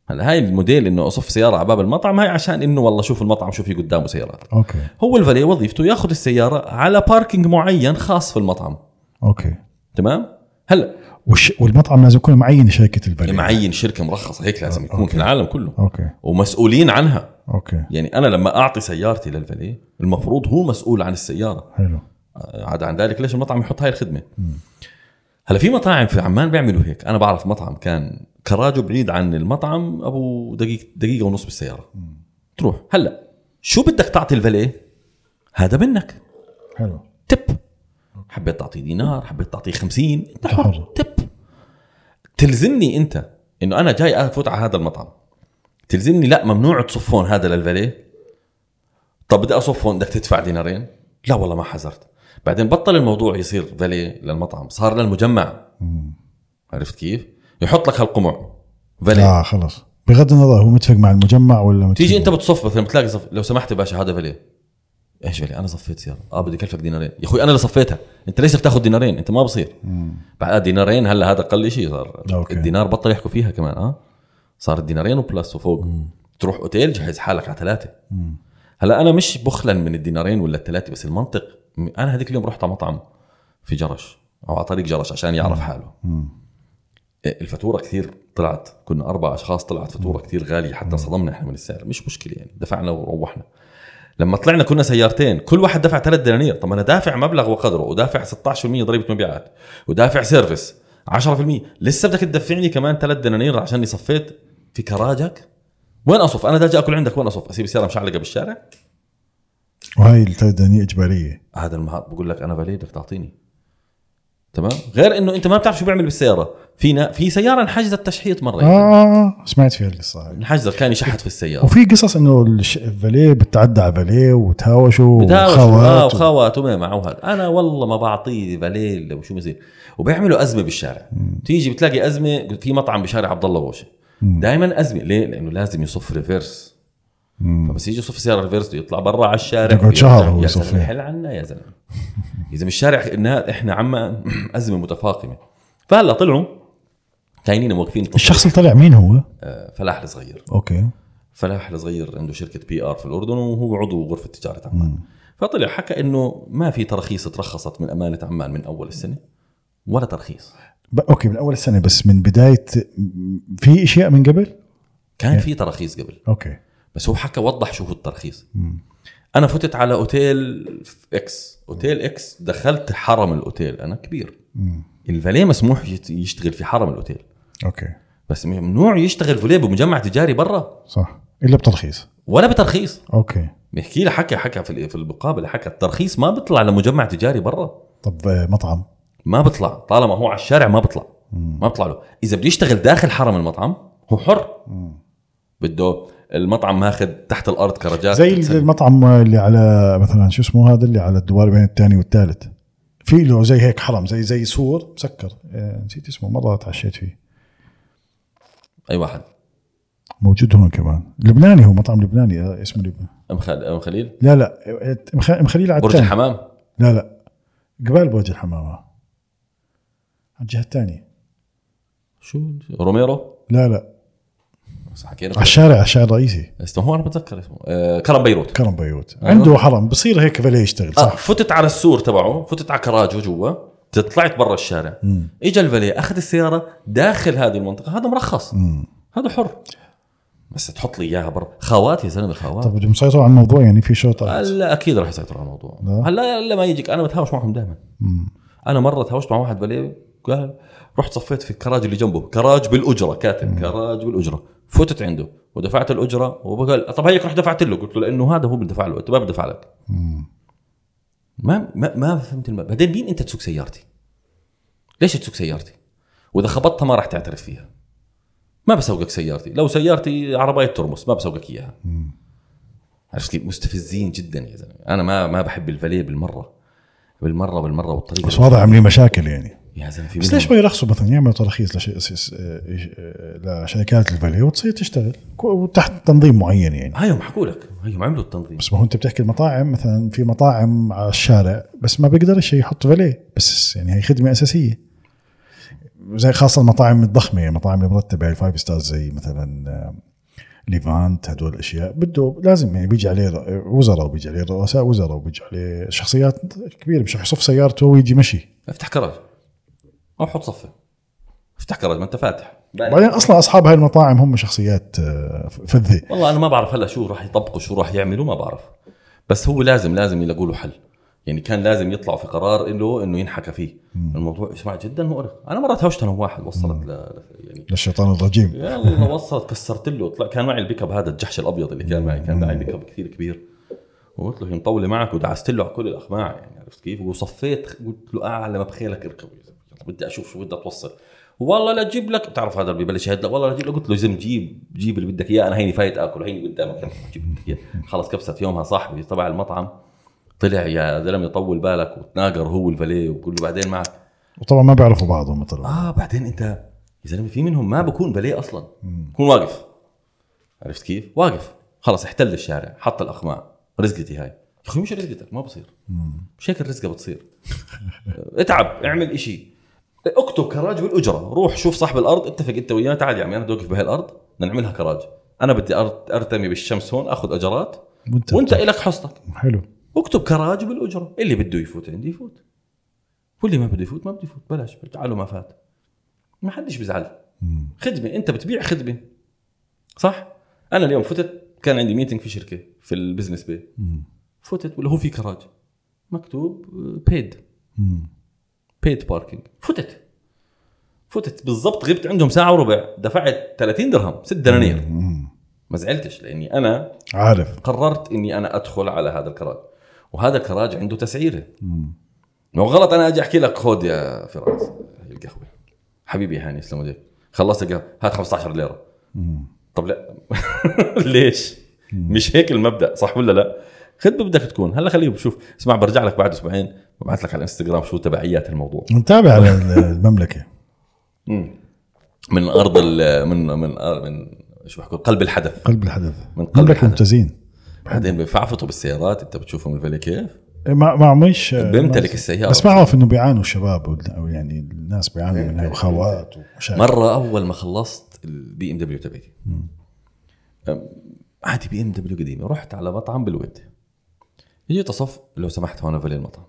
هلا هاي الموديل انه اصف سياره على باب المطعم هاي عشان انه والله شوف المطعم شو في قدامه سيارات
اوكي
هو الفاليه وظيفته ياخذ السياره على باركينج معين خاص في المطعم
اوكي
تمام هلا
والش... والمطعم لازم يكون معين شركه البلي
معين شركه مرخصه هيك لازم يكون
أوكي.
في العالم كله
اوكي
ومسؤولين عنها
اوكي
يعني انا لما اعطي سيارتي للفاليه المفروض هو مسؤول عن السياره
حلو
عدا عن ذلك ليش المطعم يحط هاي الخدمه هلا في مطاعم في عمان بيعملوا هيك انا بعرف مطعم كان كراجه بعيد عن المطعم ابو دقيقه دقيقه ونص بالسياره تروح هلا شو بدك تعطي الفاليه هذا منك
حلو
تب حبيت تعطيه دينار حبيت تعطيه 50 انت
حر.
حر تب تلزمني انت انه انا جاي افوت على هذا المطعم تلزمني لا ممنوع تصفون هذا للفاليه طب بدي اصف هون بدك تدفع دينارين لا والله ما حذرت بعدين بطل الموضوع يصير فاليه للمطعم صار للمجمع عرفت كيف يحط لك هالقمع فاليه
اه خلص بغض النظر هو متفق مع المجمع ولا متفق
تيجي انت بتصف مثلا بتلاقي صف لو سمحت يا باشا هذا فاليه ايش فاليه انا صفيت سياره اه بدي كلفك دينارين يا اخوي انا اللي صفيتها انت ليش بدك تاخذ دينارين انت ما بصير بعد دينارين هلا هذا اقل شيء صار
أوكي.
الدينار بطل يحكوا فيها كمان اه صار الدينارين وبلس وفوق تروح اوتيل جهز حالك على ثلاثه هلا انا مش بخلا من الدينارين ولا الثلاثه بس المنطق انا هذيك اليوم رحت على مطعم في جرش او على طريق جرش عشان يعرف حاله إيه، الفاتوره كثير طلعت كنا اربع اشخاص طلعت فاتوره كثير غاليه حتى صدمنا احنا من السعر مش مشكله يعني دفعنا وروحنا لما طلعنا كنا سيارتين كل واحد دفع ثلاث دنانير طب انا دافع مبلغ وقدره ودافع 16% ضريبه مبيعات ودافع سيرفيس 10% لسه بدك تدفعني كمان ثلاث دنانير عشان صفيت في كراجك وين اصف انا داجي اكل عندك وين اصف اسيب السياره مشعلقه بالشارع
وهي الثلاث دنانير اجباريه
هذا المهار بقول لك انا فاليد بدك تعطيني تمام غير انه انت ما بتعرف شو بيعمل بالسياره في نا... في سياره انحجزت تشحيط مره
اه سمعت فيها القصه هاي
انحجزت كان يشحت في السياره
وفي قصص انه الش- الفاليه بتعدى على فاليه وتهاوشوا
بداوش اه
وخوات و-
وخوات وما معه هذا انا والله ما بعطيه بليل وشو مزيد وبيعملوا ازمه بالشارع تيجي بتلاقي ازمه في مطعم بشارع عبد الله بوشه دائما ازمه ليه؟ لانه لازم يصف ريفيرس فبس يجي يصف السياره ريفيرس بده يطلع برا على الشارع
يقعد شهر هو
يا
يصف
زلمه
فيه.
حل عنا يا زلمه يا زلمه الشارع إنها احنا عما ازمه متفاقمه فهلا طلعوا كاينين موقفين
الشخص اللي طلع مين هو؟
آه، فلاح صغير
اوكي
فلاح صغير عنده شركه بي ار في الاردن وهو عضو غرفه تجاره عمان فطلع حكى انه ما في تراخيص ترخصت من امانه عمان من اول السنه ولا ترخيص
ب- اوكي من اول السنه بس من بدايه في اشياء من قبل؟
كان في تراخيص قبل
اوكي
بس هو حكى وضح شو هو الترخيص انا فتت على اوتيل اكس اوتيل اكس دخلت حرم الاوتيل انا كبير الفاليه مسموح يت- يشتغل في حرم الاوتيل
اوكي
بس ممنوع يشتغل فوليه بمجمع تجاري برا
صح الا بترخيص
ولا بترخيص
اوكي
بيحكي لي حكى حكى في في المقابله حكى الترخيص ما بيطلع لمجمع تجاري برا
طب آه، مطعم
ما بطلع طالما هو على الشارع ما بطلع ما بطلع له اذا بده يشتغل داخل حرم المطعم هو حر بده المطعم ماخذ تحت الارض كراجات
زي
بتسلم.
المطعم اللي على مثلا شو اسمه هذا اللي على الدوار بين الثاني والثالث في له زي هيك حرم زي زي سور مسكر آه، نسيت اسمه مره تعشيت فيه
اي واحد
موجود هون كمان لبناني هو مطعم لبناني آه، اسمه لبنان
ام خل- أم خليل
لا لا آه، مخ- مخليل على
برج
الثاني.
الحمام
لا لا قبال برج الحمام آه. على الجهه الثانيه
شو روميرو
لا لا
بس حكينا
على الشارع على الشارع الرئيسي
اسمه هو انا بتذكر اسمه آه كرم بيروت
كرم بيوت عنده حرم بصير هيك فليه يشتغل
آه
صح
فتت على السور تبعه فتت على كراجه جوا طلعت برا الشارع اجى الفاليه اخذ السياره داخل هذه المنطقه هذا مرخص هذا حر بس تحط لي اياها برا خوات يا زلمه خوات
طب بدهم يسيطروا على الموضوع يعني في شرطه
هلا اكيد راح يسيطروا على الموضوع هلا الا ما يجيك انا بتهاوش معهم دائما انا مره تهاوشت مع واحد بليه قال رحت صفيت في الكراج اللي جنبه كراج بالاجره كاتب كراج بالاجره فتت عنده ودفعت الاجره وقال طب هيك رحت دفعت له قلت له لانه هذا هو اللي دفع له انت ما بدفع لك ما ما, ما فهمت الم... بعدين مين انت تسوق سيارتي؟ ليش تسوق سيارتي؟ واذا خبطتها ما راح تعترف فيها ما بسوقك سيارتي لو سيارتي عربايه ترمس ما بسوقك اياها عرفت كيف مستفزين جدا يا زلمه انا ما ما بحب الفاليه بالمره بالمره بالمره والطريقه
بس واضح عاملين مشاكل يعني
يا زلمه في
بس
منهم-
ليش ما يرخصوا مثلا يعملوا تراخيص لش... س- س- آه، لشركات الفالي وتصير تشتغل كو- وتحت تنظيم معين يعني
هايهم حكوا لك هايهم عملوا التنظيم
بس ما هو انت بتحكي المطاعم مثلا في مطاعم على الشارع بس ما بيقدرش يحط فالي بس يعني هي خدمه اساسيه زي خاصه المطاعم يعني الضخمه المطاعم المرتبه الفايف ستارز زي مثلا آه، ليفانت هدول الاشياء بده لازم يعني بيجي عليه ر- وزراء وبيجي عليه رؤساء وزراء وبيجي عليه شخصيات كبيره مش رح يصف سيارته ويجي مشي
افتح كراج او حط صفه افتح كراج ما انت فاتح
بعدين اصلا اصحاب هاي المطاعم هم شخصيات آه، فذه
والله انا ما بعرف هلا شو راح يطبقوا شو راح يعملوا ما بعرف بس هو لازم لازم يلاقوا له حل يعني كان لازم يطلعوا في قرار له انه ينحكى فيه الموضوع يا جماعه جدا مؤرق انا مره تهاوشت انا واحد وصلت ل... ل- يعني
للشيطان الرجيم
يلا وصلت كسرت له طلع كان معي البيك اب هذا الجحش الابيض اللي كان معي كان معي بيك اب كثير كبير وقلت له هي مطوله معك ودعست له على كل الاقماع يعني عرفت كيف وصفيت قلت له اعلى ما بخيلك اركب يلا بدي اشوف شو بدها توصل والله لا اجيب لك بتعرف هذا اللي ببلش يهدد والله لا اجيب لك قلت له يا زلمه جيب جيب اللي بدك اياه انا هيني فايت اكل هيني قدامك جيب اللي بدك اياه خلص كبست يومها صاحبي تبع المطعم طلع يا زلمه طول بالك وتناقر هو الفاليه وبقول له بعدين معك
وطبعا ما بيعرفوا بعض هم طلعوا
اه بعدين انت يا زلمه في منهم ما بكون باليه اصلا بكون واقف عرفت كيف؟ واقف خلص احتل الشارع حط الاقماع رزقتي هاي يا اخي مش رزقتك ما بصير مش هيك الرزقه بتصير اتعب اعمل إشي اكتب كراج بالاجره روح شوف صاحب الارض اتفق انت وياه تعال يا عمي انا بدي اوقف بهالارض بدنا نعملها كراج انا بدي أر- ارتمي بالشمس هون اخذ اجرات
وانت-
وانت, وانت الك حصتك
حلو
اكتب كراج بالاجره اللي بده يفوت عندي يفوت واللي ما بده يفوت ما بده يفوت بلاش تعالوا ما فات ما حدش بيزعل خدمه انت بتبيع خدمه صح انا اليوم فتت كان عندي ميتنج في شركه في البزنس بي فتت ولا هو في كراج مكتوب آه، بيد بيد باركينج فتت فتت بالضبط غبت عندهم ساعه وربع دفعت 30 درهم 6 دنانير ما زعلتش لاني انا
عارف
قررت اني انا ادخل على هذا الكراج وهذا الكراج عنده تسعيره ما هو غلط انا اجي احكي لك خذ يا فراس هي القهوه حبيبي يا هاني يسلم وجهك خلصت القهوه هات 15 ليره طب لا ليش؟ مش هيك المبدا صح ولا لا؟ خذ بدك تكون هلا خليه بشوف اسمع برجع لك بعد اسبوعين ببعث لك على الانستغرام شو تبعيات الموضوع
متابع على المملكه
من ارض ال- من من من شو بحكوا قلب الحدث
قلب الحدث
من قلب
قلبك
الحدث.
ممتازين
بعدين بفعفطوا بالسيارات انت بتشوفهم الفلي كيف
إيه، ما ما مش
بيمتلك السيارة. إيه،
بس ما اعرف انه بيعانوا الشباب وال- او يعني الناس بيعانوا منها وخوات ومشاكل
مره اول ما خلصت البي ام دبليو تبعتي أم، عادي بي ام دبليو قديمه رحت على مطعم بالود يجي تصف لو سمحت هون في المطعم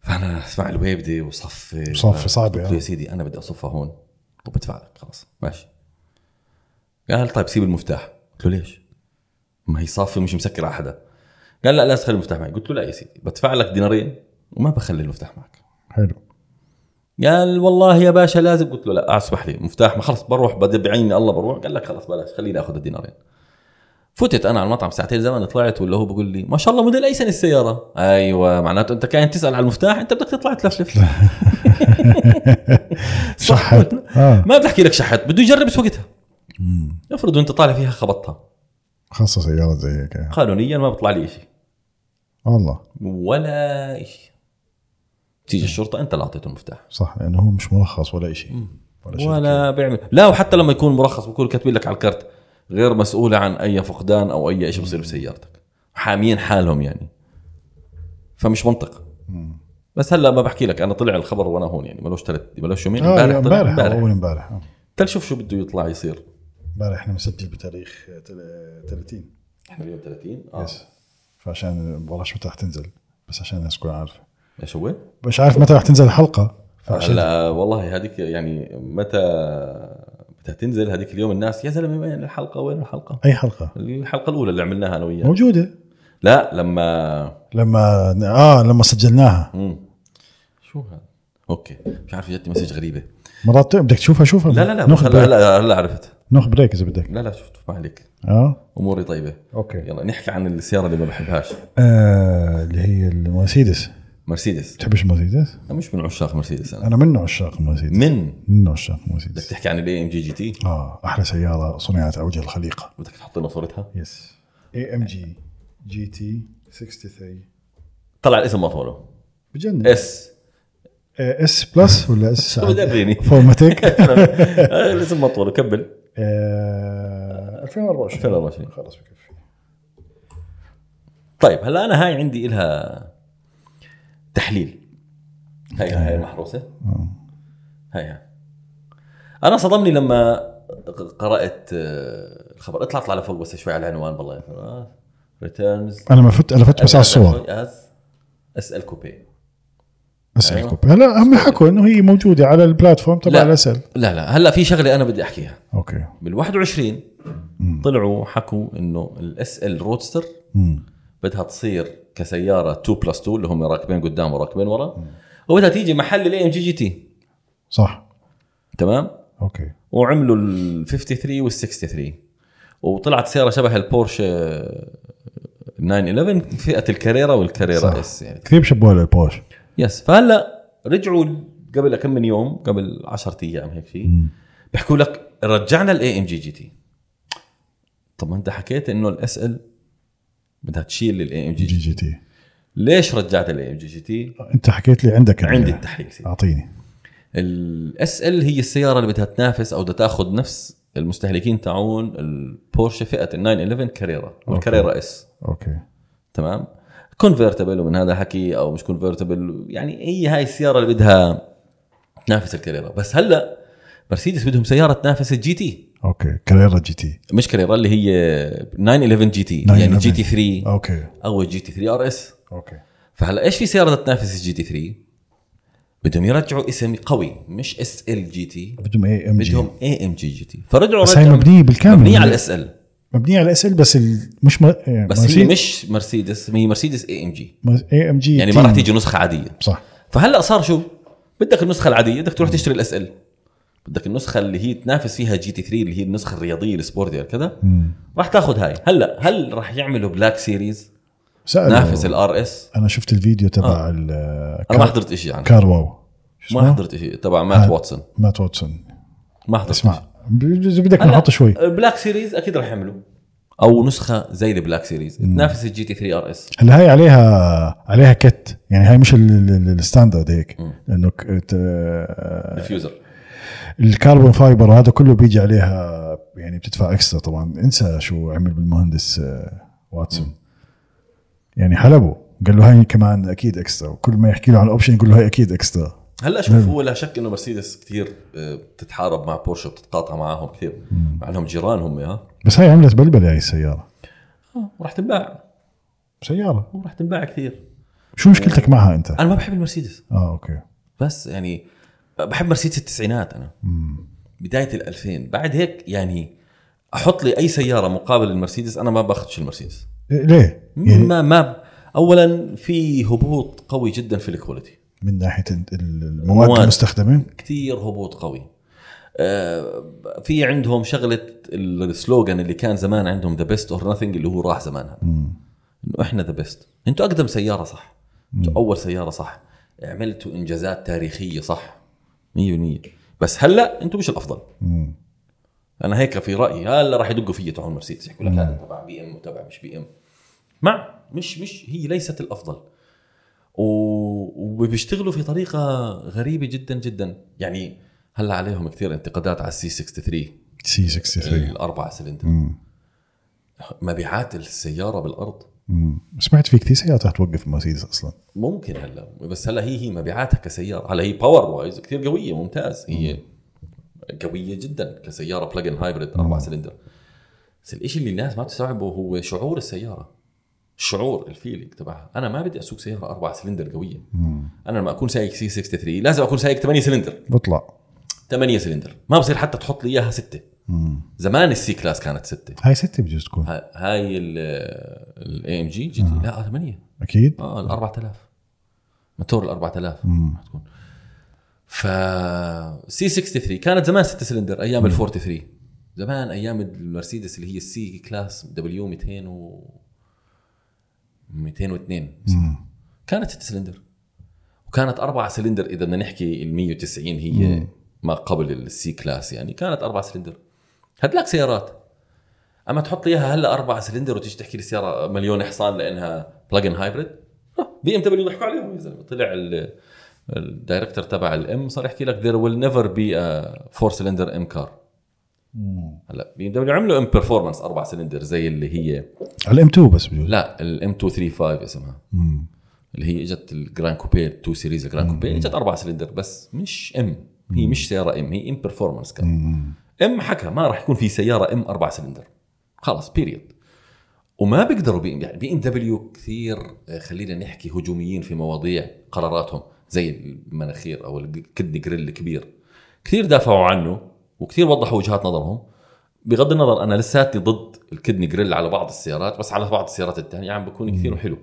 فانا اسمع الويبدي وصفي
صفي صعبة،
قلت
آه.
له يا سيدي انا بدي اصفها هون طب بدفع لك خلاص ماشي قال طيب سيب المفتاح قلت له ليش؟ ما هي صافي ومش مسكر على حدا قال لا لا تخلي المفتاح معي قلت له لا يا سيدي بدفع لك دينارين وما بخلي المفتاح معك
حلو
قال والله يا باشا لازم قلت له لا اسمح لي مفتاح ما خلص بروح بدب عيني الله بروح قال لك خلص بلاش خليني اخذ الدينارين فتت انا على المطعم ساعتين زمان طلعت ولا هو بيقول لي ما شاء الله موديل ايسن السياره ايوه معناته انت كاين تسال على المفتاح انت بدك تطلع تلفلف
شحت اه
ما بحكي لك شحت بده يجرب سوقتها افرض انت طالع فيها خبطتها
خاصه سياره زي هيك
قانونيا ما بطلع لي شيء
والله
ولا شيء تيجي الشرطه انت اللي اعطيته المفتاح
صح لانه هو مش مرخص ولا شيء
ولا بيعمل لا وحتى لما يكون مرخص بكون كاتبين لك على الكرت غير مسؤولة عن أي فقدان أو أي شيء بصير بسيارتك حاميين حالهم يعني فمش منطق بس هلا ما بحكي لك انا طلع الخبر وانا هون يعني ملوش ثلاث ملوش يومين
آه،
امبارح طلع
امبارح أو
امبارح
اول امبارح آه.
تعال شوف شو بده يطلع يصير
امبارح احنا مسجل بتاريخ آه، تل- 30
احنا اليوم 30 اه
بس فعشان المباراه متى رح تنزل بس عشان الناس تكون عارفه
ايش هو؟
مش عارف متى رح تنزل الحلقه فعشان
هلا والله هذيك يعني متى متى تنزل هذيك اليوم الناس يا زلمه وين الحلقه وين الحلقه؟
اي حلقه
الحلقه الاولى اللي عملناها انا وياك
موجوده
لا لما
لما اه لما سجلناها
شو هذا؟ اوكي مش عارف جتني مسج غريبه
مرات بدك تشوفها شوفها
لا لا لا
ناخذ
هلا
بريك
هلا هلا عرفت
ناخذ بريك اذا بدك
لا لا شفت ما عليك
اه
اموري طيبه
أوكي.
يلا نحكي عن السياره اللي ما بحبهاش
آه، اللي هي المرسيدس
مرسيدس
تحبش المرسيدس؟
انا مش من عشاق مرسيدس انا
انا من عشاق المرسيدس
من
من عشاق
بدك
المرسيدس
تحكي عن الاي ام جي جي تي
اه احلى سياره صنعت اوجه الخليقه
بدك تحط لنا صورتها
يس اي ام جي جي تي 63
طلع الاسم ما طوله
بجنن اس اس
اس
بلس آه، ولا اس
بدي أوريني.
فورماتيك
آه، الاسم ما طوله كمل
آه، 2024
2024.
خلاص بكفي
طيب هلا انا هاي عندي إلها تحليل هاي هاي محروسه
آه.
هاي هاي انا صدمني لما قرات آه، الخبر اطلع اطلع لفوق بس شوي على العنوان بالله يا فراس ريتيرنز
انا ما فت انا فت بس على الصور
اس ال كوبي
اسالكم هلا هم حكوا انه هي موجوده على البلاتفورم تبع
أيوة. لا
الاسل
لا لا هلا في شغله انا بدي احكيها
اوكي
بال 21 طلعوا حكوا انه الاس ال رودستر بدها تصير كسياره 2 بلس 2 اللي هم راكبين قدام وراكبين ورا وبدها تيجي محل الاي ام جي جي تي
صح
تمام
اوكي
وعملوا ال 53 وال 63 وطلعت سياره شبه البورشه 911 فئه الكاريرا والكاريرا اس يعني
كثير بشبوها للبوش
يس فهلا رجعوا قبل كم من يوم قبل 10 ايام هيك شيء بيحكوا لك رجعنا الاي ام جي جي تي طب ما انت حكيت انه الاس ال بدها تشيل الاي ام جي
جي
جي
جي تي
ليش رجعت الاي ام جي جي تي؟
انت حكيت لي عندك يعني.
عندي
ال-
التحليل سيدي.
اعطيني
الاس ال هي السياره اللي بدها تنافس او بدها تاخذ نفس المستهلكين تاعون البورشه فئه ال 911 كاريرا والكاريرا اس
اوكي
تمام كونفرتبل ومن هذا حكي او مش كونفرتبل يعني هي هاي السياره اللي بدها تنافس الكاريرا بس هلا مرسيدس بدهم سياره تنافس الجي تي
اوكي كاريرا جي تي
مش كاريرا اللي هي 911 جي تي يعني
911.
جي تي 3
اوكي
او الجي تي 3 ار اس
اوكي
فهلا ايش في سياره تنافس الجي تي 3 بدهم يرجعوا اسم قوي مش اس ال جي تي
بدهم اي ام جي
بدهم اي ام جي جي تي فرجعوا
بس هي
رجعوا-
مبنية بالكامل.
مبنيه على الاس ال
مبنيه على اس ال بس ال... مش م...
بس هي مش مرسيدس هي مرسيدس اي ام جي
اي ام جي
يعني ما راح تيجي نسخه عاديه
صح
فهلا صار شو بدك النسخه العاديه بدك تروح تشتري الاس ال بدك النسخه اللي هي تنافس فيها جي تي 3 اللي هي النسخه الرياضيه السبورتير كذا راح تاخذ هاي هلا هل راح يعملوا بلاك سيريز
سألوا
نافس الار اس
انا شفت الفيديو تبع
آه.
ال
انا ما
كار...
حضرت شيء عنه
كار واو شو
ما
اسمه؟
حضرت شيء تبع مات
آه.
واتسون
مات واتسون
ما حضرت
اسمع
إشي.
إذا بدك
هلا
نحط شوي
بلاك سيريز اكيد راح يعملوا او نسخه زي البلاك سيريز تنافس الجي تي 3 ار اس
هلا هاي عليها عليها كت يعني هاي مش ال- ال- ال- الستاندرد هيك لانه ك- ت-
ديفيوزر
الكربون فايبر هذا كله بيجي عليها يعني بتدفع اكسترا طبعا انسى شو عمل بالمهندس آه، واتسون يعني حلبه قال له هاي كمان اكيد اكسترا وكل ما يحكي له عن الاوبشن يقول له هاي اكيد اكسترا
هلا شوف هو لا شك انه مرسيدس كثير بتتحارب مع بورشه بتتقاطع معاهم كثير مع انهم جيران هم ها
بس هاي عملت بلبله هاي السياره
وراح تنباع
سياره
وراح تنباع كثير
شو مشكلتك معها انت؟
انا ما بحب المرسيدس
اه اوكي
بس يعني بحب مرسيدس التسعينات انا بدايه ال 2000 بعد هيك يعني احط لي اي سياره مقابل المرسيدس انا ما باخذش المرسيدس
إيه، ليه؟ يعني
ما ما اولا في هبوط قوي جدا في الكواليتي
من ناحيه ال- ال- المواد
مواد.
المستخدمه
كتير هبوط قوي آه، في عندهم شغله ال- السلوغان اللي كان زمان عندهم ذا بيست اور نثينج اللي هو راح زمان هذا انه احنا ذا بيست انتوا اقدم سياره صح انتوا اول سياره صح عملتوا انجازات تاريخيه صح 100% بس هلا انتوا مش الافضل انا هيك في رايي هلا راح يدقوا فيي تبع المرسيدس يحكوا لك هذا تبع بي ام وتبع مش بي ام مع مش مش هي ليست الافضل و- وبيشتغلوا في طريقه غريبه جدا جدا يعني هلا عليهم كثير انتقادات على السي 63
سي 63
الاربعه سلندر مبيعات السياره بالارض
مم. سمعت في كثير سيارات رح توقف مرسيدس اصلا
ممكن هلا بس هلا هي هي مبيعاتها كسياره هلا هي باور وايز كثير قويه ممتاز هي قويه جدا كسياره بلج ان هايبريد اربع سلندر بس الشيء اللي الناس ما بتستوعبه هو شعور السياره شعور الفيلينج تبعها انا ما بدي اسوق سياره اربع سلندر قويه انا لما اكون سايق سي 63 لازم اكون سايق 8 سلندر
بطلع
8 سلندر ما بصير حتى تحط لي اياها 6 زمان السي كلاس كانت 6
هاي ستة بجوز تكون
هاي الاي ام جي جي تي لا آه، 8
اكيد
اه ال 4000 موتور ال 4000 حتكون ف سي 63 كانت زمان 6 سلندر ايام ال 43 زمان ايام المرسيدس اللي هي السي كلاس دبليو 200 و 202 كانت 6 سلندر وكانت 4 سلندر اذا بدنا نحكي ال 190 هي ما قبل السي كلاس يعني كانت 4 سلندر هدلاك سيارات اما تحط لي اياها هلا اربع سلندر وتيجي تحكي لي السياره مليون حصان لانها بلجن هايبريد بي ام دبليو ضحكوا عليهم يا زلمه طلع ال- الدايركتور تبع الام صار يحكي لك there will never be a four cylinder m car هلا بي ام دبليو عملوا ام بيرفورمانس اربع سلندر زي اللي هي
على الام 2 بس بجوز
لا الام 235 اسمها اللي هي اجت الجران كوبي 2 سيريز الجران كوبي اجت اربع سلندر بس مش ام هي مش سياره ام هي ام بيرفورمانس
Hmm.
كان ام حكى ما راح يكون في سياره ام اربع سلندر خلاص بيريد وما بيقدروا بي ام يعني بي ام دبليو كثير آه، خلينا نحكي هجوميين في مواضيع قراراتهم زي المناخير او الكدني جريل الكبير كثير دافعوا عنه وكثير وضحوا وجهات نظرهم بغض النظر انا لساتني ضد الكدني جريل على بعض السيارات بس على بعض السيارات الثانيه عم بكون كثير حلو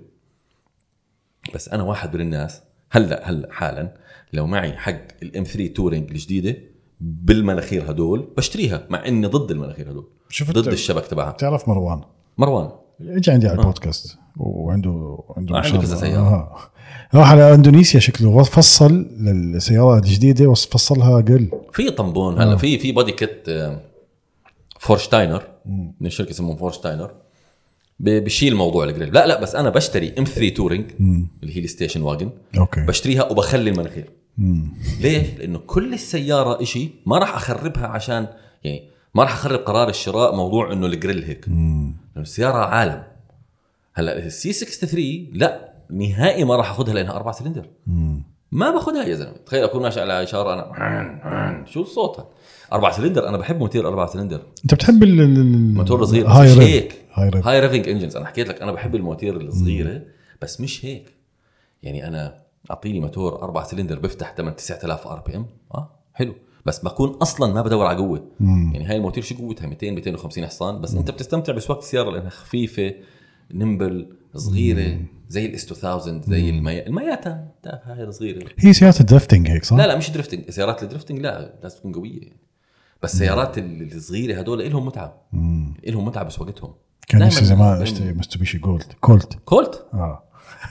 بس انا واحد من الناس هلا هلا حالا لو معي حق الام 3 تورنج الجديده بالمناخير هدول بشتريها مع اني ضد المناخير هدول
شوف
ضد
الت-
الشبك تبعها
تعرف مروان
مروان
اجى عندي على البودكاست وعنده عنده
آه،
ما شاء
عنده كذا
الله.
سيارة.
آه. راح على اندونيسيا شكله فصل للسياره الجديده وص- فصلها قل
في طنبون هلا في في بودي كيت آه، فورشتاينر من شركه اسمهم فورشتاينر ب- بشيل موضوع الجريل لا لا بس انا بشتري ام 3 تورنج اللي هي الستيشن واجن
اوكي
بشتريها وبخلي المناخير
Hmm.
ليش؟ لانه كل السياره إشي ما راح اخربها عشان يعني ما راح اخرب قرار الشراء موضوع انه الجريل هيك
Hmm.
لانه السياره عالم
Hmm.
هلا السي 63 لا نهائي ما راح اخذها لانها اربع سلندر ما باخذها يا زلمه تخيل اكون ماشي على اشاره انا شو الصوت هذا؟ اربع سلندر انا بحب موتير اربع سلندر
انت بتحب ال- ال- ال-
موتور صغير بس
هاي
مش
ريف.
هيك
هاي ريف.
هاي ريفنج انجنز انا حكيت لك انا بحب المواتير الصغيره بس مش هيك يعني انا اعطيني موتور اربع سلندر بفتح 8 9000 ار بي ام اه حلو بس بكون اصلا ما بدور على قوه يعني هاي الموتير شو قوتها 200 250 حصان بس انت بتستمتع بسواقه السياره لانها خفيفه نمبل صغيره زي الاس 2000 زي الميا المياتا تافهه هاي الصغيره
هي سياره الدرفتنج هيك صح؟
لا لا مش درفتنج سيارات الدرفتنج لا لازم تكون قويه يعني. بس السيارات ال- الصغيره هدول لهم متعه لهم متعه بسواقتهم
كان
دايماً
نفسي زمان
دايماً.
اشتري مستوبيشي جولد كولت
كولت
اه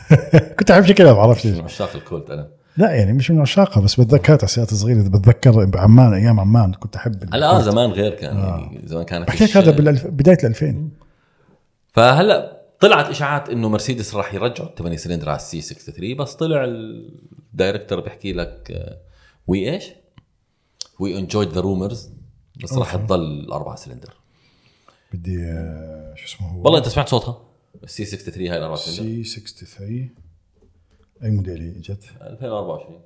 كنت احب شكلها بعرف ليش
من عشاق الكولت انا
لا يعني مش من عشاقها بس بتذكرها على السيارات الصغيره بتذكر بعمان ايام عمان كنت احب
هلا آه زمان غير كان يعني زمان كانت
بحكي لك
الش-
هذا بالألف... بدايه ال 2000
فهلا طلعت اشاعات انه مرسيدس راح يرجعوا الثمانية سلندر على السي 63 بس طلع الدايركتور بيحكي لك آه، وي ايش؟ وي انجويد ذا رومرز بس راح تضل الاربعه سلندر
بدي آه، شو اسمه هو
والله انت سمعت صوتها السي 63 هاي الاربعه
سي
سلندر
63 اي موديل هي اجت؟
2024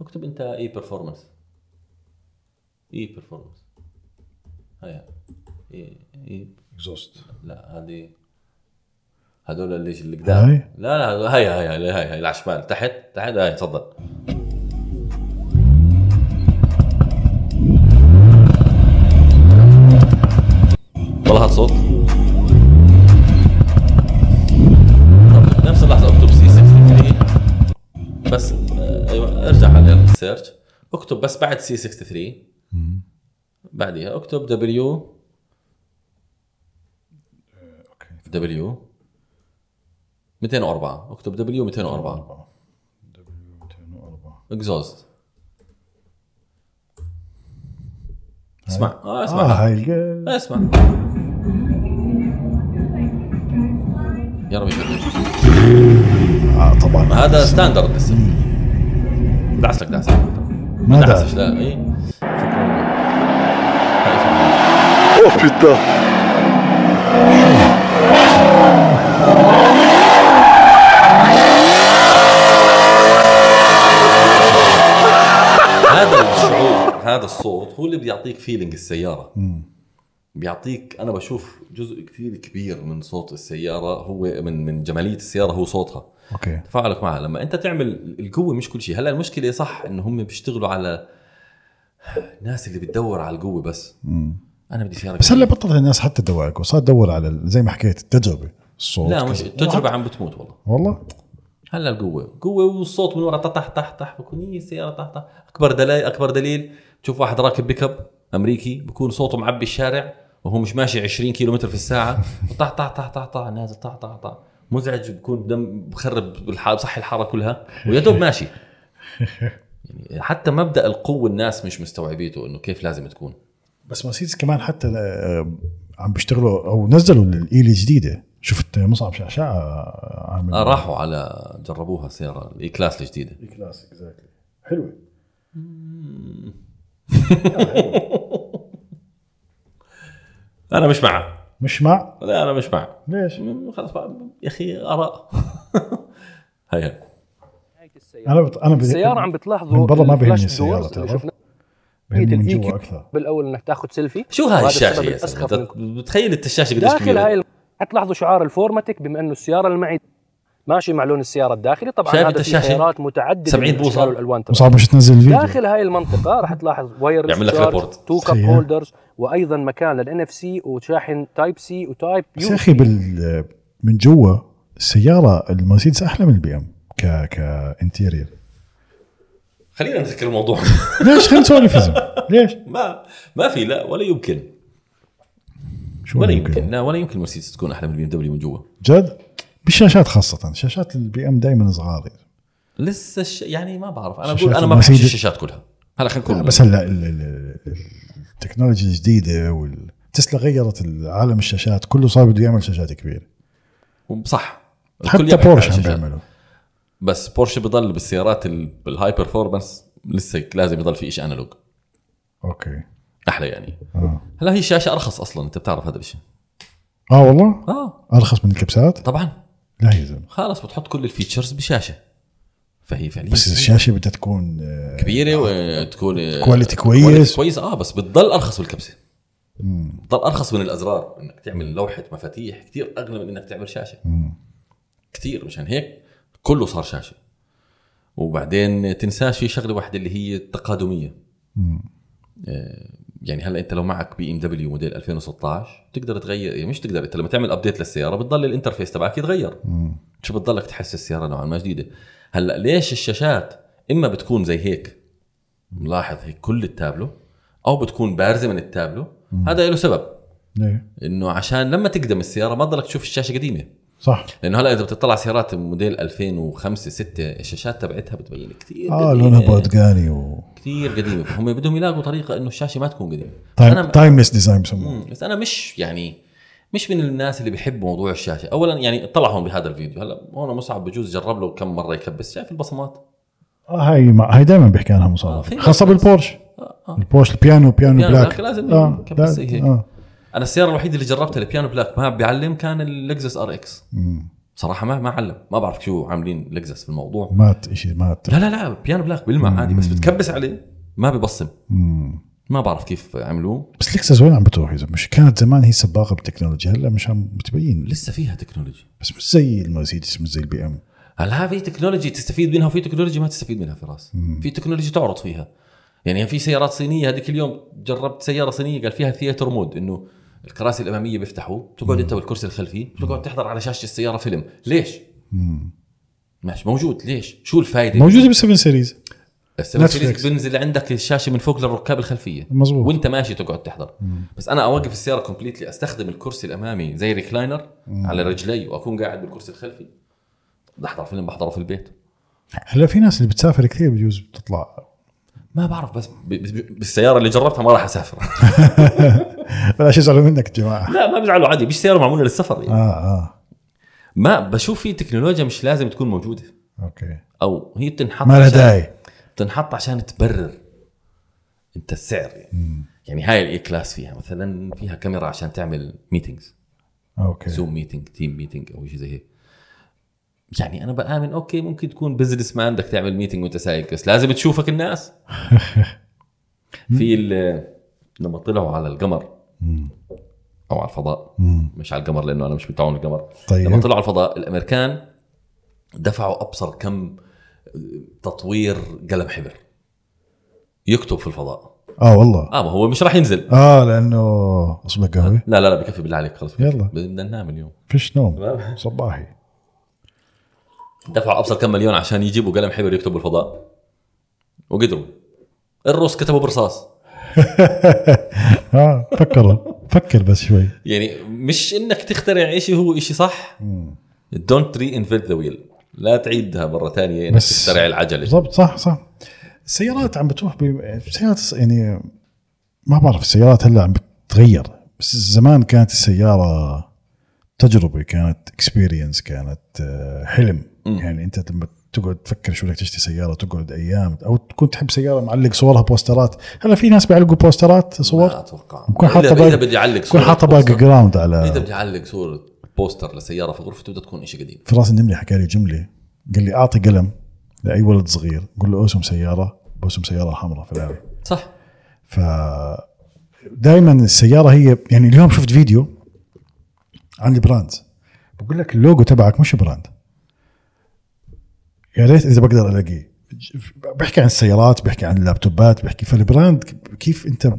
اكتب انت اي بيرفورمانس اي بيرفورمانس هيا اي اي
اكزوست
لا هذه هذول اللي اللي
هاي؟
قدام لا لا هذول- هاي هاي هاي هاي, هاي على الشمال تحت تحت هاي تفضل والله هذا صوت طب نفس اللحظه اكتب سي 63 بس آه، ايوه ارجع على السيرش اكتب بس بعد سي 63 بعديها اكتب دبليو دبليو 204 اكتب دبليو 204 اكزوست اسمع اه اسمع
اه
آه
هاي الج-
اسمع يا رب يفرج
اه طبعا
هذا ستاندرد لسه دعس لك دعس لك
ما
دعسش
دعس
لا اي هاي اسمع. هذا الشعور هذا الصوت هو اللي بيعطيك فيلينج السياره بيعطيك انا بشوف جزء كثير كبير من صوت السياره هو من من جماليه السياره هو صوتها
اوكي
تفاعلك معها لما انت تعمل القوه مش كل شيء هلا المشكله صح ان هم بيشتغلوا على الناس اللي بتدور على القوه بس انا بدي سياره
بس هلا
قوية.
بطلت الناس حتى تدورك وصارت تدور على ال- زي ما حكيت التجربه الصوت
لا مش
كذا.
التجربه عم بتموت والله
والله
هلا القوه قوه والصوت من ورا تح تح تح تح بكون إيه هي السياره تح تح اكبر دليل اكبر دليل تشوف واحد راكب بيك اب امريكي بكون صوته معبي الشارع وهو مش ماشي 20 كيلومتر في الساعه طح طح طح طح طح نازل طح طح طح مزعج بكون دم بخرب الحال صح الحاره كلها ويا دوب ماشي يعني حتى مبدا القوه الناس مش مستوعبيته انه كيف لازم تكون
بس مرسيدس كمان حتى آه، عم بيشتغلوا او نزلوا الايلي الجديده شفت مصعب شعشاع آه، عامل E
آه، راحوا على جربوها السياره الاي كلاس الجديده
كلاس اكزاكتلي حلوه
انا مش معها
مش مع
لا انا مش معها
ليش؟
خلاص بقى يا اخي اراء هيا
انا بت... انا بدي
السيارة عم بتلاحظوا
من برا ما بيهمني
الفلاش دورز
السياره
اللي
تعرف
شفناها.
بيهمني من
الإي
جوا
كيو.
اكثر
بالاول انك تاخذ سيلفي
شو هاي
وهذا
الشاشه
السبب
يا
الأسخف
زلمه
منكم.
بتخيل الشاشه قديش
داخل
كبيره
هاي الم- حتلاحظوا شعار الفورماتيك بما انه السيارة المعي ماشي مع لون السيارة الداخلي طبعا
شايف أنت
هذا في
الشاشة؟
خيارات متعددة
70
من
بوصة.
أشكال والالوان تبعها.
مصعب مش تنزل الفيديو
داخل هاي المنطقة راح تلاحظ واير
يعمل لك ريبورت.
تو كاب
سيء.
هولدرز وايضا مكان للان اف سي وشاحن تايب سي وتايب
بس يا اخي بال... من جوا السياره المرسيدس احلى من البي ام ك كانتيرير
خلينا نذكر الموضوع
ليش خلينا نسولف يا زلمة. ليش؟
ما ما في لا ولا يمكن
شو
ولا يمكن لا ولا يمكن مرسيدس تكون احلى من البي ام دبليو من جوا
جد؟ بالشاشات خاصة شاشات البي ام دائما صغار
لسه الش... يعني ما بعرف انا
شاشات
بقول انا ما بحبش
المرسيدس.
الشاشات كلها هلا خلينا نكون
بس هلا ال- ال- ال- التكنولوجيا الجديدة وال... تسلا غيرت العالم الشاشات كله صار بده يعمل شاشات كبيرة
صح الكل
حتى
يبحث
بورش
عن
عم
شاشات.
بيعملوا
بس بورشة بضل بالسيارات ال- الهاي بيرفورمانس لسه لازم يضل في شيء انالوج
اوكي
احلى يعني
اه,
هلا هي الشاشه ارخص اصلا انت بتعرف هذا الشيء
آه والله
اه
ارخص من الكبسات
طبعا
لا يا زلمة
خلص بتحط كل الفيتشرز بشاشه فهي فعليا
بس الشاشه بدها تكون آه،
كبيره وتكون
كواليتي كويس.
كواليتي كويس اه بس بتضل ارخص بالكبسه بتضل ارخص من الازرار انك تعمل لوحه مفاتيح كثير اغلى من انك تعمل شاشه كثير مشان هيك كله صار شاشه وبعدين تنساش في شغله واحده اللي هي التقادميه آه، يعني هلا انت لو معك بي ام دبليو موديل 2016 بتقدر تغير يعني مش تقدر انت لما تعمل ابديت للسياره بتضل الانترفيس تبعك يتغير شو بتضلك تحس السياره نوعا ما جديده هلا ليش الشاشات اما بتكون زي هيك ملاحظ هيك كل التابلو او بتكون بارزه من التابلو هذا له سبب
إيه،
انه عشان لما تقدم السياره ما تضلك تشوف الشاشه قديمه
صح
لانه هلا اذا بتطلع سيارات موديل 2005 6 الشاشات تبعتها بتبين كثير
اه لونها برتقالي و
كثير قديمه فهم بدهم يلاقوا طريقه انه الشاشه ما تكون قديمه
تايم تايمليس ديزاين بسموه
مم. بس انا مش يعني مش من الناس اللي بيحبوا موضوع الشاشه اولا يعني طلع هون بهذا الفيديو هلا هون مصعب بجوز جرب له كم مره يكبس شايف البصمات
آه هاي مع... هاي دائما بيحكي عنها
آه،
مصادفه
في
خاصه
بس.
بالبورش
آه، آه.
البورش البيانو بيانو
البيانو
بلاك
بلاك لازم
آه،
يكبس زي
لا-
هيك.
آه.
انا السياره الوحيده اللي جربتها البيانو بلاك ما بيعلم كان اللكزس ار اكس صراحه ما ما علم ما بعرف شو عاملين لكزس في الموضوع
مات شيء مات
لا لا لا بيانو بلاك بيلمع عادي بس بتكبس عليه ما ببصم ما بعرف كيف عملوه
بس لكسس وين عم بتروح يا زلمه مش كانت زمان هي سباقه بالتكنولوجيا هلا مش عم بتبين
لسه فيها تكنولوجي
بس مش زي المرسيدس مش زي البي ام
هلا في تكنولوجي تستفيد منها وفي تكنولوجي ما تستفيد منها فراس في تكنولوجي تعرض فيها يعني في سيارات صينيه هذيك اليوم جربت سياره صينيه قال فيها ثياتر مود انه الكراسي الاماميه بيفتحوا تقعد انت والكرسي الخلفي تقعد تحضر على شاشه السياره فيلم ليش ماشي موجود ليش شو الفائده
موجوده بال 7 سيريز
السيرفيس
Netflix.
بنزل عندك الشاشه من فوق للركاب الخلفيه
مظبوط.
وانت ماشي تقعد تحضر بس انا اوقف السياره كومبليتلي استخدم الكرسي الامامي زي ريكلاينر على رجلي واكون قاعد بالكرسي الخلفي بحضر فيلم بحضره في البيت
هلا في ناس اللي بتسافر كثير بجوز بتطلع
ما بعرف بس ب- ب- بالسياره اللي جربتها ما راح اسافر
بلاش يزعلوا منك يا جماعه
لا ما بزعلوا عادي مش سياره معموله للسفر يعني.
اه اه
ما بشوف في تكنولوجيا مش لازم تكون موجوده
اوكي
او هي بتنحط
ما لها
عشان-
داعي
بتنحط عشان تبرر انت السعر يعني, يعني هاي الاي كلاس فيها مثلا فيها كاميرا عشان تعمل ميتينجز
اوكي
زوم ميتنج تيم ميتنج او شيء زي هيك يعني انا بامن اوكي ممكن تكون بزنس مان بدك تعمل ميتنج وانت سايق بس لازم تشوفك الناس في ال- لما طلعوا على القمر او على الفضاء مش على القمر لانه انا مش بتعاون القمر
طيب.
لما طلعوا على الفضاء الامريكان دفعوا ابصر كم آه، تطوير قلم حبر يكتب في الفضاء
اه والله
اه ما هو مش راح ينزل
اه لانه اصبك قهوه
لا لا لا بكفي بالله عليك خلص بكفي.
يلا.
بدنا ننام اليوم
فيش نوم
تمام.
صباحي
دفعوا ابصر كم مليون عشان يجيبوا قلم حبر يكتبوا الفضاء وقدروا الروس كتبوا برصاص
اه فكر فكر بس شوي
يعني مش انك تخترع شيء هو شيء صح دونت ري انفنت ذا ويل لا تعيدها مره ثانيه انك
بس-
تخترع العجله
بالضبط صح صح السيارات عم بتروح ب... السيارات يعني ما بعرف السيارات هلا عم بتتغير بس زمان كانت السياره تجربه كانت اكسبيرينس كانت آه، حلم
مم.
يعني انت لما تقعد تفكر شو بدك تشتري سياره تقعد ايام او تكون تحب سياره معلق صورها بوسترات هلا في ناس بيعلقوا بوسترات
ما
صور
اتوقع
بكون
إذا-
حاطه
اذا
باك
آه. بدي اعلق
بكون حاطه باك
بوستر-
جراوند
اذا
على
بدي اعلق صوره بوستر لسياره في غرفته بدها تكون شيء قديم
فراس النملي حكى لي جمله قال لي اعطي قلم لاي ولد صغير قول له ارسم سياره برسم سياره حمراء في العالم
صح
ف دائما السياره هي يعني اليوم شفت فيديو عن البراند بقول لك اللوجو تبعك مش براند يا ريت اذا بقدر الاقيه بحكي عن السيارات بحكي عن اللابتوبات بحكي فالبراند كيف انت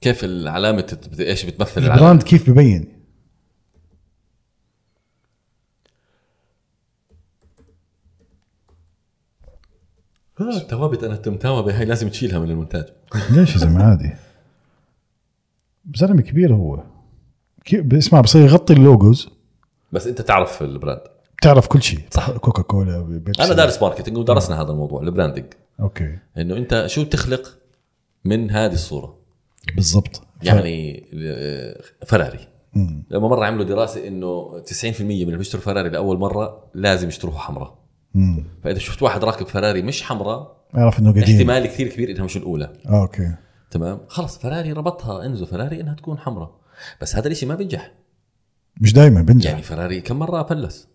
كيف العلامه بت- ايش بتمثل العلامه
البراند كيف ببين
آه، التوابت انا التمتامه هاي لازم تشيلها من المونتاج
ليش يا زلمه عادي زلمه كبير هو كي- اسمع بصير يغطي اللوجوز
بس انت تعرف البراند
بتعرف كل شيء
صح.
كوكا كولا بيبسي
انا دارس ماركتينج ودرسنا هذا الموضوع البراندنج
اوكي
انه انت شو بتخلق من هذه الصوره
بالضبط ف-
يعني آه، فراري لما مره عملوا دراسه انه 90% من اللي بيشتروا فراري لاول مره لازم يشتروها حمراء
مم.
فاذا شفت واحد راكب فراري مش حمراء
اعرف انه قديم
احتمال كثير كبير انها مش الاولى
آه، اوكي
تمام خلص فراري ربطها انزو فراري انها تكون حمراء بس هذا الاشي ما بينجح
مش دائما بنجح
يعني فراري كم مره فلس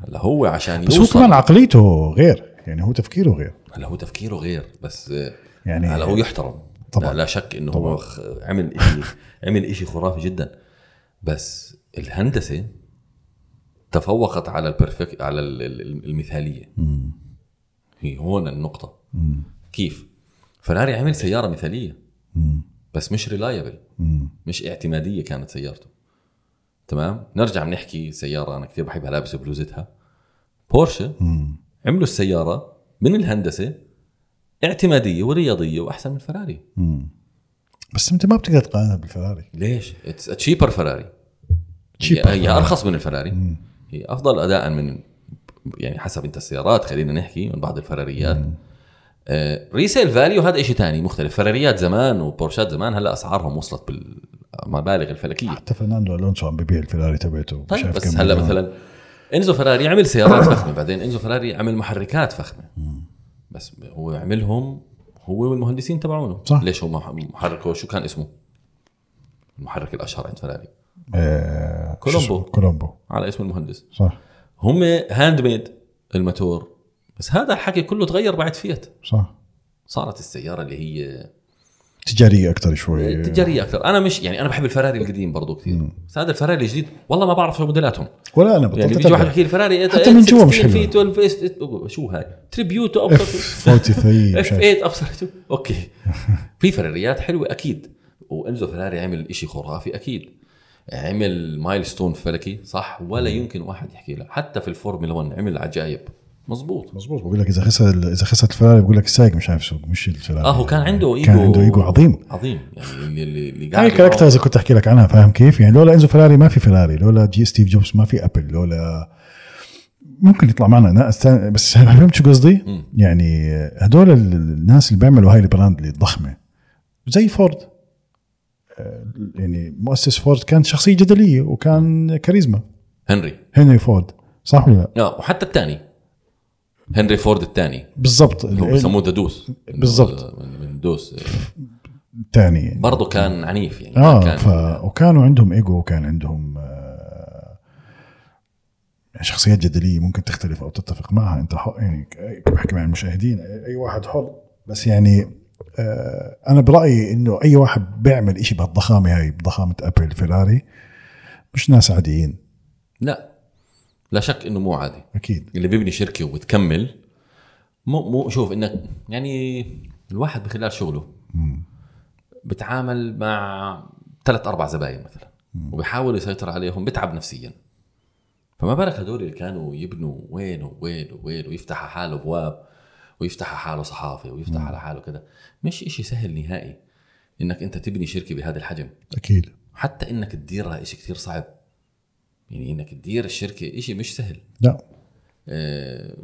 هلا هو عشان
بس هو
يوصل
كمان عقليته غير يعني هو تفكيره غير
هلا هو تفكيره غير بس
يعني-
يعني هلا هو يحترم
طبعاً.
طبعا لا, لا شك انه هو خ- عمل شيء عمل شيء خرافي جدا بس الهندسه تفوقت على البرفكت على ال- ال- ال- المثاليه هي هون النقطه كيف فراري عمل سياره مثاليه بس مش ريلايبل مش اعتماديه كانت سيارته تمام نرجع بنحكي سياره انا كثير بحبها لابس بلوزتها بورشه عملوا السياره من الهندسه اعتماديه ورياضيه واحسن من فراري
بس انت ما بتقدر تقارنها بالفراري
ليش اتس تشيبر فراري
Cheaper
هي ارخص من الفراري هي افضل اداء من يعني حسب انت السيارات خلينا نحكي من بعض الفراريات آه ريسيل فاليو هذا شيء ثاني مختلف فراريات زمان وبورشات زمان هلا اسعارهم وصلت بالمبالغ الفلكيه
حتى فرناندو الونسو عم ببيع الفراري تبعته
طيب
شايف
بس
كم
هلا
مليون.
مثلا انزو فراري عمل سيارات فخمه بعدين انزو فراري عمل محركات فخمه بس هو عملهم هو والمهندسين تبعونه
صح.
ليش هو مح- محركه شو كان اسمه؟ المحرك الاشهر عند فراري
آه، شو
كولومبو.
اسمه؟ كولومبو
على اسم المهندس
صح
هم هاند ميد الماتور بس هذا الحكي كله تغير بعد فيات
صح
صارت السياره اللي هي
تجاريه اكثر شوي
تجاريه اكثر انا مش يعني انا بحب الفراري القديم برضو كثير بس هذا الفراري الجديد والله ما بعرف شو موديلاتهم
ولا انا بطلت
يعني بيجي
أتابع.
واحد بيحكي لي فراري إيه،
حتى من جوا مش
في
حلوة.
12 إيه، شو هاي تريبيوتو
اف
ابصر
43 مش
اف
عارف.
8 ابصر شو. اوكي في فراريات حلوه اكيد وانزو فراري عمل إشي خرافي اكيد عمل مايلستون فلكي صح ولا يمكن واحد يحكي له حتى في الفورمولا 1 عمل عجايب مزبوط
مزبوط بقول لك اذا خسر اذا خسرت الفراري بقول لك السايق مش عارف يسوق مش الفراري
اه هو كان عنده ايجو
كان عنده ايجو عظيم
عظيم يعني اللي اللي, اللي
هاي الكاركترز اللي كنت احكي لك عنها فاهم كيف؟ يعني لولا انزو فراري ما في فراري، لولا جي ستيف جوبز ما في ابل، لولا ممكن يطلع معنا ناس تاني بس فهمت شو قصدي؟ يعني هدول ال- الناس اللي بيعملوا هاي البراند اللي الضخمه زي فورد آه، يعني مؤسس فورد كان شخصيه جدليه وكان كاريزما
هنري
هنري فورد صح ولا لا؟
اه وحتى الثاني هنري فورد الثاني
بالضبط
اللي هو بيسموه ذا دوس
بالضبط.
من من دوس
الثاني يعني.
برضه كان عنيف يعني
اه
كان
ف... وكانوا عندهم ايجو وكان عندهم آه، يعني شخصيات جدليه ممكن تختلف او تتفق معها انت حق يعني ك- بحكي مع المشاهدين اي واحد حر بس يعني آه، انا برايي انه اي واحد بيعمل إشي بهالضخامه هاي بضخامه ابل فيراري مش ناس عاديين
لا لا شك انه مو عادي
اكيد
اللي بيبني شركه وبتكمل مو مو شوف انك يعني الواحد بخلال شغله بتعامل مع ثلاث اربع زباين مثلا وبيحاول يسيطر عليهم بتعب نفسيا فما بالك هدول اللي كانوا يبنوا وين وين وين ويفتح على حاله ابواب ويفتح على حاله صحافه ويفتح على حاله كده مش إشي سهل نهائي انك انت تبني شركه بهذا الحجم
اكيد
حتى انك تديرها إشي كتير صعب يعني انك تدير الشركه إشي مش سهل
لا
آه،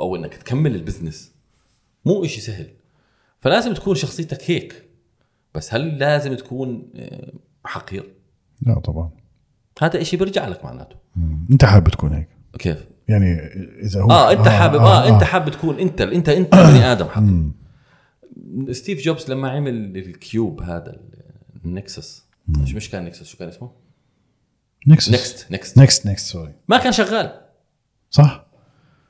او انك تكمل البزنس مو إشي سهل فلازم تكون شخصيتك هيك بس هل لازم تكون آه، حقير
لا طبعا
هذا إشي بيرجع لك معناته
مم. انت حابب تكون هيك
كيف
يعني اذا هو آه،
اه انت حابب اه انت حابب تكون انت انت انت بني ادم حابب ستيف جوبز لما عمل الكيوب هذا ال- النكسس مش مش كان نكسس شو كان اسمه
نكست
نكست نكست
نكست نكست سوري
ما كان شغال
صح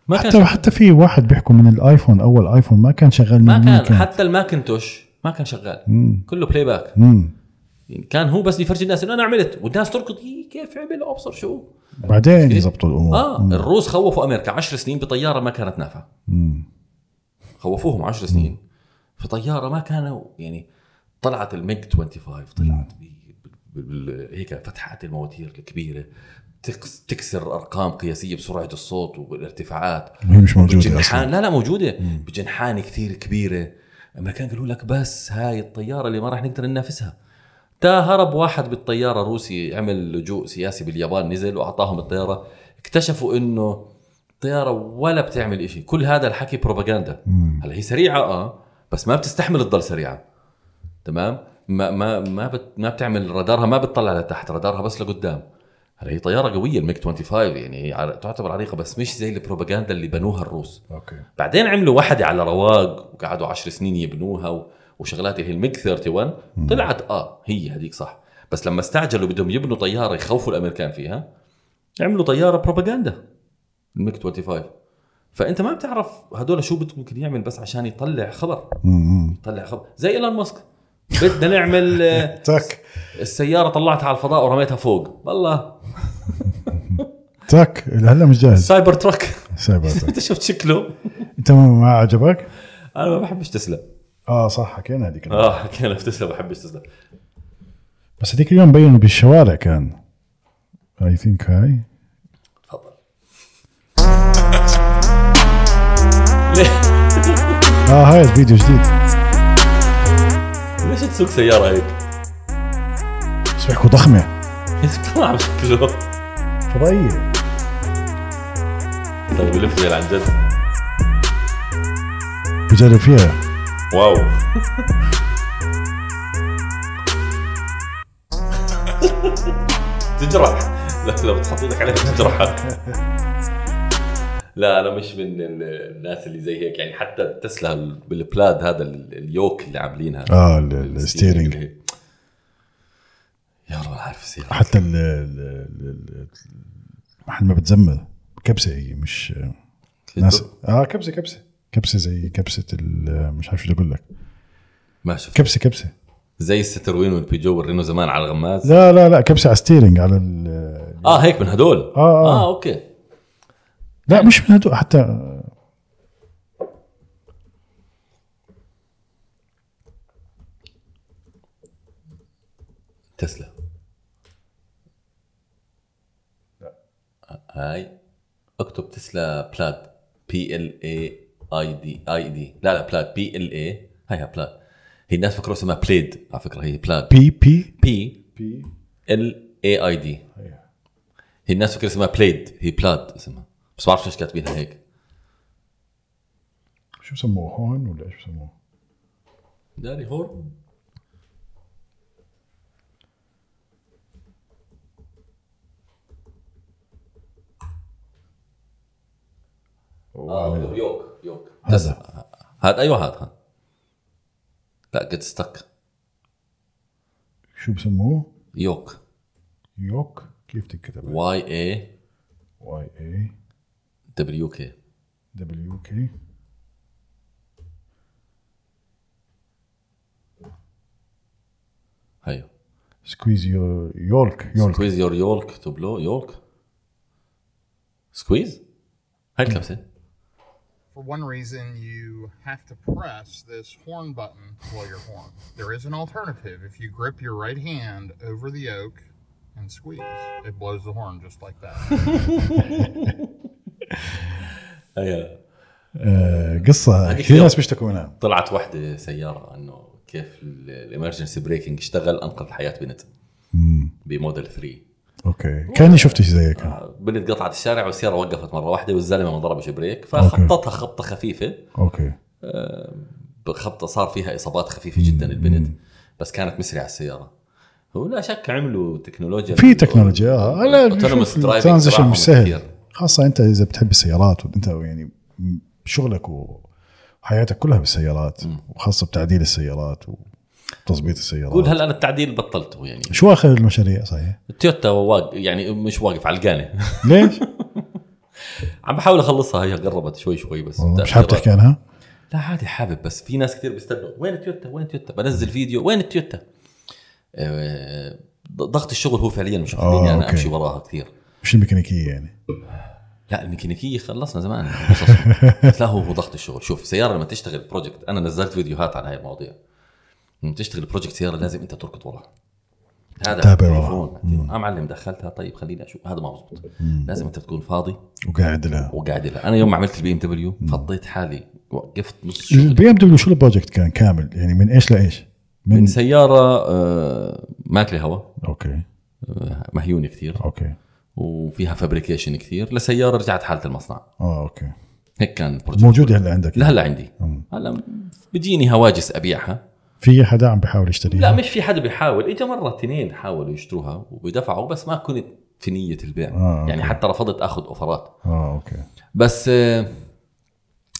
ما كان
حتى
شغال.
حتى في واحد بيحكوا من الايفون اول ايفون ما كان شغال
ما
من
كان حتى الماكنتوش ما كان شغال كله بلاي باك
مم.
يعني كان هو بس يفرجي الناس انه انا عملت والناس تركض "إيه، كيف عمل ابصر شو
بعدين يزبطوا الامور
اه الروس خوفوا امريكا 10 سنين بطياره ما كانت نافعه خوفوهم 10 سنين في طياره ما كانوا يعني طلعت الميج 25 طلعت بال- بال- هيك فتحات المواتير الكبيره تكس- تكسر ارقام قياسيه بسرعه الصوت والارتفاعات
هي مش موجوده
بجنحان
اصلا
لا لا موجوده بجنحان كثير كبيره الامريكان قالوا لك بس هاي الطياره اللي ما راح نقدر ننافسها تا هرب واحد بالطياره روسي عمل لجوء سياسي باليابان نزل واعطاهم الطياره اكتشفوا انه الطياره ولا بتعمل إشي كل هذا الحكي بروباغندا هلا هي سريعه اه بس ما بتستحمل تضل سريعه تمام ما ما ما بت ما بتعمل رادارها ما بتطلع لتحت رادارها بس لقدام هلا هي طياره قويه الميك 25 يعني هي ع- تعتبر عريقه بس مش زي البروباغندا اللي بنوها الروس
اوكي
بعدين عملوا واحدة على رواق وقعدوا عشر سنين يبنوها و... وشغلات اللي هي الميج 31 طلعت اه هي هذيك صح بس لما استعجلوا بدهم يبنوا طيارة يخوفوا الامريكان فيها عملوا طيارة بروباغندا الميك 25 فانت ما بتعرف هدول شو بت- ممكن يعمل بس عشان يطلع خبر يطلع خبر زي ايلون ماسك بدنا نعمل آه،
تك
السياره طلعتها على الفضاء ورميتها فوق والله
تك هلا مش جاهز
سايبر تراك
سايبر تك.
انت شفت شكله
انت ما ما عجبك؟
انا ما بحبش تسلا
اه صح حكينا هذيك
اه حكينا في تسلا ما بحبش تسلا
بس هذيك اليوم بينوا بالشوارع كان اي ثينك هاي
تفضل ليه
اه هاي الفيديو جديد
ليش تسوق سياره هيك؟
بس بيحكوا ضخمه
طلع شكله
فضائيه
طيب يلف زي عن جد
بجرب فيها
واو تجرح لا لو بتحط ايدك عليها بتجرحك لا انا مش من ال- الناس اللي زي هيك يعني حتى تسلا بالبلاد هذا ال- اليوك اللي عاملينها
اه ال- ال-
الستيرنج
الستيرنج
اللي هي. يا رب أنا عارف السيارة
حتى ال ال- ال- ال- محل ما بتزمل كبسه هي مش ناس اه كبسه كبسه كبسه زي كبسه ال- مش عارف شو بدي اقول لك
ما شفت
كبسه كبسه
زي الستروين والبيجو والرينو زمان على الغماز
لا لا لا كبسه على ستيرنج على ال-
اه هيك من هدول
آه.
اه اوكي
لا مش من هدول حتى
تسلا هاي اكتب تسلا بلاد بي ال اي اي دي اي دي لا لا بلاد بي ال اي هيها بلاد هي الناس فكروا اسمها بليد على فكره هي بلاد
بي بي
بي
بي
ال اي اي دي هي الناس فكرة اسمها بليد هي بلاد اسمها بس ما بعرف ليش كاتبينها هيك
شو بسموه هون ولا ايش بسموه؟
داري هور آه، يوك يوك هذا هذا ايوه هذا هذا. لا جيت ستك
شو بسموه؟
يوك
يوك كيف تنكتب؟
واي اي
واي اي
دبليو كي
دبليو كي
هيو
سكويز يو يولك يولك
سكويز يور يولك تو بلو يولك سكويز هاي الكبسه
for one reason, you have to press this horn button to blow your horn. There is an alternative. If you grip your right hand over the oak and squeeze, it blows the horn just like that.
هيا
آه، قصه
هذيك
كثير
يوك.
ناس بيشتكوا منها
طلعت وحده سياره انه كيف الامرجنسي بريكنج اشتغل انقذ حياه بنت بموديل 3
اوكي كاني شفت شيء زي هيك
بنت قطعت الشارع والسياره وقفت مره واحده والزلمه ما ضربش بريك فخبطتها خبطه خفيفه
اوكي
خبطه صار فيها اصابات خفيفه جدا البنت بس كانت مسرعه السياره هو لا شك عملوا تكنولوجيا
في تكنولوجيا آه، لا ترانزيشن
ترانزيشن
مش سهل خاصه انت اذا بتحب السيارات وانت يعني شغلك وحياتك كلها بالسيارات وخاصه بتعديل السيارات وتظبيط
قول
السيارات
هلا انا التعديل بطلته يعني
شو اخر المشاريع صحيح؟
التويوتا واق... يعني مش واقف على القانه
ليش؟
عم بحاول اخلصها هي قربت شوي شوي بس
والله آه، مش حابب
تأخيرات.
تحكي عنها؟
لا عادي حابب بس في ناس كثير بيستنوا وين التويوتا وين التويوتا بنزل فيديو وين التويوتا آه، ضغط الشغل هو فعليا مش مخليني انا
آه، أوكي.
امشي وراها كثير
مش الميكانيكيه يعني
لا الميكانيكيه خلصنا زمان قصص. بس لا هو هو ضغط الشغل شوف السياره لما تشتغل بروجكت انا نزلت فيديوهات عن هاي المواضيع لما تشتغل بروجكت سياره لازم انت تركض وراها هذا
تابع وراها.
تليفون. اه معلم دخلتها طيب خليني اشوف هذا ما مزبوط لازم انت تكون فاضي
وقاعد لها
وقاعد لها. انا يوم ما عملت البي ام دبليو فضيت حالي وقفت نص شغل
البي ام دبليو شو البروجكت كان كامل يعني من ايش لايش؟ من,
من سياره آه، ماكله هواء
اوكي
آه، مهيونه كثير
اوكي
وفيها فابريكيشن كثير لسياره رجعت حاله المصنع
اه اوكي
هيك كان البروجكت
موجوده هلا يعني عندك
لهلا عندي هلا بتجيني هواجس ابيعها
في حدا عم بيحاول
لا
يشتريها
مش في حدا بيحاول اجى مره اثنين حاولوا يشتروها وبدفعوا بس ما كنت في نيه البيع
آه، أوكي.
يعني حتى رفضت اخذ اوفرات
اه اوكي
بس آه،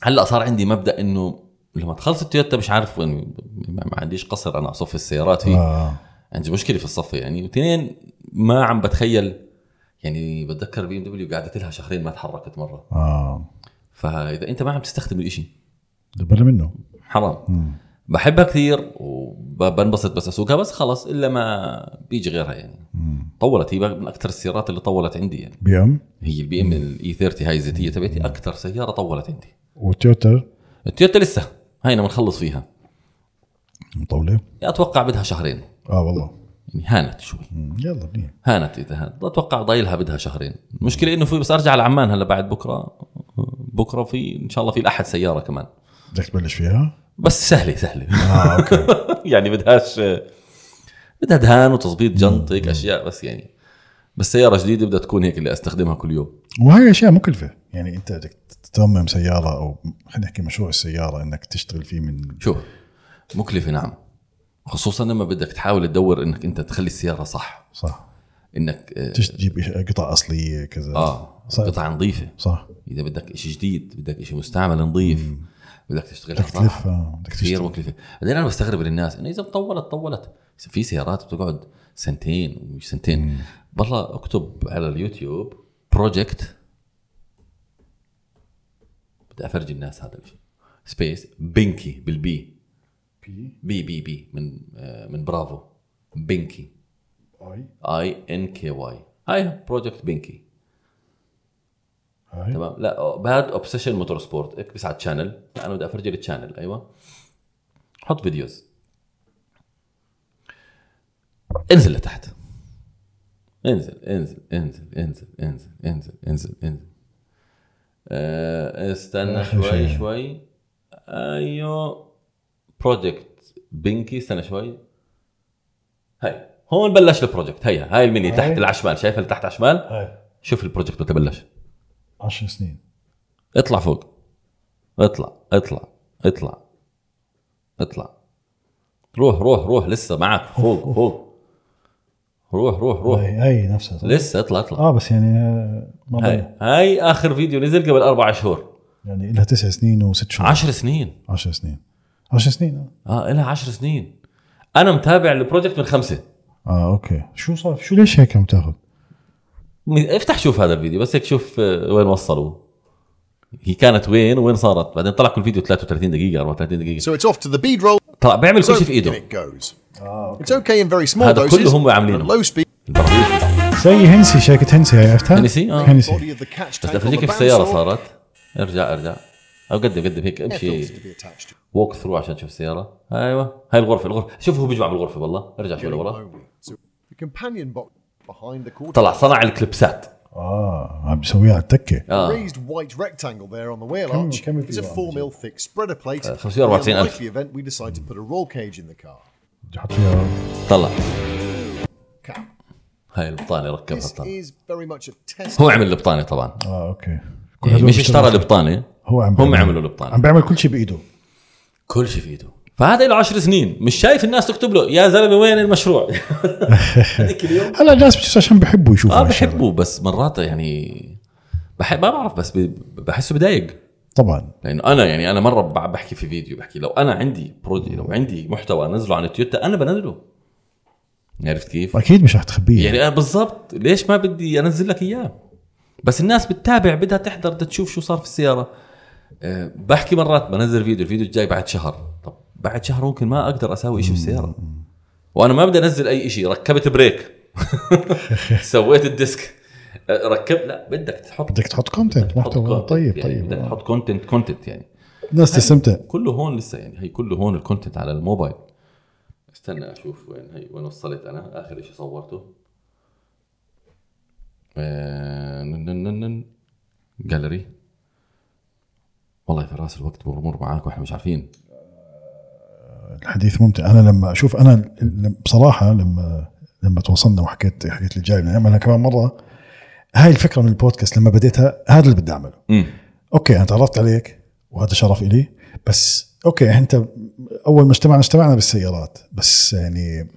هلا صار عندي مبدا انه لما تخلص التويوتا مش عارف وين ما ما عنديش قصر انا اصف السيارات فيه
اه
عندي مشكله في الصف يعني واثنين ما عم بتخيل يعني بتذكر البي ام دبليو قعدت لها شهرين ما تحركت مره
اه
فاذا انت ما عم تستخدم الإشي
بالله منه
حرام بحبها كثير وبنبسط بس اسوقها بس خلص الا ما بيجي غيرها يعني طولت هي من اكثر السيارات اللي طولت عندي يعني
بي ام
هي البي ام الاي 30 E هاي الزيتيه تبعتي اكثر سياره طولت عندي
وتويوتا
التويوتا لسه هاينا بنخلص فيها
مطوله
اتوقع بدها شهرين
اه والله
يعني هانت شوي
مم. يلا منيح
هانت اذا هانت اتوقع ضايلها بدها شهرين المشكله انه في بس ارجع لعمان هلا بعد بكره بكره في ان شاء الله في الاحد سياره كمان
بدك تبلش فيها؟
بس سهله سهله
اه اوكي
يعني بدهاش بدها دهان وتظبيط جنطك اشياء بس يعني بس سياره جديده بدها تكون هيك اللي استخدمها كل يوم
وهي اشياء مكلفه يعني انت بدك تصمم سياره او خلينا نحكي مشروع السياره انك تشتغل فيه من
شوف مكلفه نعم خصوصا لما بدك تحاول تدور انك انت تخلي السياره صح
صح
انك آه،
تش- تجيب إش- قطع اصليه كذا
اه
صح.
قطعه نظيفه
صح
اذا بدك شيء جديد بدك شيء مستعمل نظيف بدك تشتغلها
بدك
صح
تلف آه، بدك
كثير
تشتغل
مكلفه بعدين انا بستغرب من الناس انه اذا طولت طولت في سيارات بتقعد سنتين ومش سنتين والله اكتب على اليوتيوب بروجكت بدي افرجي الناس هذا الشيء سبيس بنكي بالبي بي بي بي من آه، من برافو بنكي اي ان كي واي هاي بروجكت بنكي
هاي.
تمام لا باد اوبسيشن موتور سبورت اكبس على الشانل لا انا بدي افرجي التشانل ايوه حط فيديوز انزل لتحت انزل انزل انزل انزل انزل انزل انزل انزل آه، استنى
آخر شيء.
شوي شوي ايوه بروجكت بنكي استنى شوي هاي هون بلش البروجكت هيا هاي المنيو تحت على الشمال شايفها اللي تحت على الشمال
هاي
شوف البروجكت متى بلش
10 سنين
اطلع فوق اطلع اطلع اطلع اطلع روح روح روح لسه معك فوق فوق روح روح روح
هاي هاي نفسها صح؟
لسه اطلع اطلع
اه بس يعني آه، ما ضيع.
هاي هاي اخر فيديو نزل قبل اربع شهور
يعني لها تسع سنين وست شهور
عشر سنين
10 سنين 10 سنين آه.
اه لها عشر سنين انا متابع البروجكت من خمسه
اه اوكي شو صار شو ليش هيك عم تاخذ؟
م- افتح شوف هذا الفيديو بس هيك شوف آه، وين وصلوا هي كانت وين وين صارت بعدين طلع كل فيديو 33 دقيقه 34 دقيقه
So it's off to the bead roll.
طلع بيعمل كل
So يعني
شيء في
in
ايده
it goes.
Ah,
It's okay in very small
هذا
doses.
كله هم عاملينه.
and at low speed.
زي هنسي شركه هنسي هاي عرفتها؟
هنسي؟ آه.
Body
هنسي
of the
بس بدي
catch tank on the
افرجيك كيف السياره
bandsaw.
صارت ارجع ارجع او قدم قدم هيك
Air
امشي
filter to be attached to.
ووك ثرو عشان تشوف السياره ايوه هاي الغرفه الغرفه شوف هو بيجمع بالغرفه والله ارجع شوي لورا
Only. So the companion box behind the quarter.
طلع صنع الكلبسات
اه عم بيسويها على التكه
The
اه
raised white rectangle there on the whale
Come-
arch
come with
is a
you,
4 mil thick spreader plate.
Uh, 54,000.
for the unlikely event we decide to put a roll cage in the car.
بدي احط فيها
طلع
Cap.
هاي البطانه ركبها
This
الطانه
is very much a test.
هو عمل البطانه طبعا
Oh,
اه اوكي كل
يعني
هدول
مش
بيشتغلوا
اشترى البطانه
هو عم
هم
بيعمل-
عملوا
عم
البطانه
بيعمل كل شيء بايده
كل شيء في ايده فهذا له 10 سنين مش شايف الناس تكتب له يا زلمه وين المشروع هذيك اليوم
هلا الناس بتشوف عشان بحبوا يشوفوا
اه
هالشغلة.
بحبه بس مرات يعني بحب ما بعرف بس ب- بحسه بضايق
طبعا
لانه انا يعني انا مره ب- بحكي في فيديو بحكي لو انا عندي برودي لو عندي محتوى انزله عن التويوتا انا بنزله عرفت كيف؟
اكيد مش رح تخبيه
يعني انا بالضبط ليش ما بدي انزل لك اياه؟ بس الناس بتتابع بدها تحضر بدها تشوف شو صار في السياره أه، بحكي مرات بنزل فيديو الفيديو الجاي بعد شهر طب بعد شهر ممكن ما اقدر اسوي شيء بالسياره وانا ما بدي انزل اي شيء ركبت بريك سويت الديسك أه، ركب لا بدك تحط
بدك تحط كونتنت
تحط
محتوى
content،
طيب
يعني
طيب
بدك
آه.
تحط كونتنت كونتنت يعني
الناس تستمتع
كله هون لسه يعني هي كله هون الكونتنت على الموبايل استنى اشوف وين هي وين وصلت انا اخر شيء صورته آه، جاليري والله في راس الوقت بمر معاك واحنا مش عارفين
الحديث ممتع انا لما اشوف انا لم- بصراحه لما لما توصلنا وحكيت حكيت لي جاي نعملها كمان مره هاي الفكره من البودكاست لما بديتها هذا اللي بدي اعمله اوكي انا تعرفت عليك وهذا شرف الي بس اوكي انت اول ما اجتمعنا اجتمعنا بالسيارات بس يعني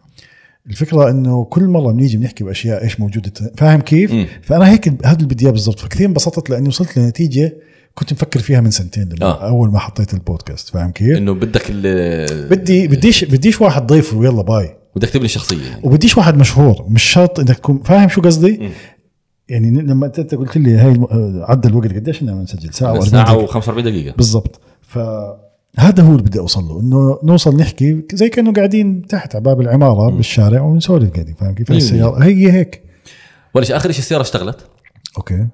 الفكره انه كل مره بنيجي بنحكي باشياء ايش موجوده فاهم كيف؟
مم.
فانا هيك هذا اللي بدي اياه بالضبط فكثير انبسطت لاني وصلت لنتيجه كنت مفكر فيها من سنتين لما
آه.
آه. اول ما حطيت البودكاست فاهم كيف؟
انه بدك ال
بدي بديش بديش واحد ضيف ويلا باي
بدك تبني شخصيه يعني
وبديش واحد مشهور مش شرط انك تكون فاهم شو قصدي؟ يعني لما انت أنت قلت لي هاي الم- عدى الوقت قديش احنا بنسجل ساعه و40
ساعه و45 دقيقه
بالضبط فهذا هو اللي بدي اوصل له انه نوصل نحكي زي كانه قاعدين تحت على باب العماره بالشارع ونسولف قاعدين فاهم كيف
أيوة.
السياره هي هيك
ولا شيء اخر شيء السياره اشتغلت
اوكي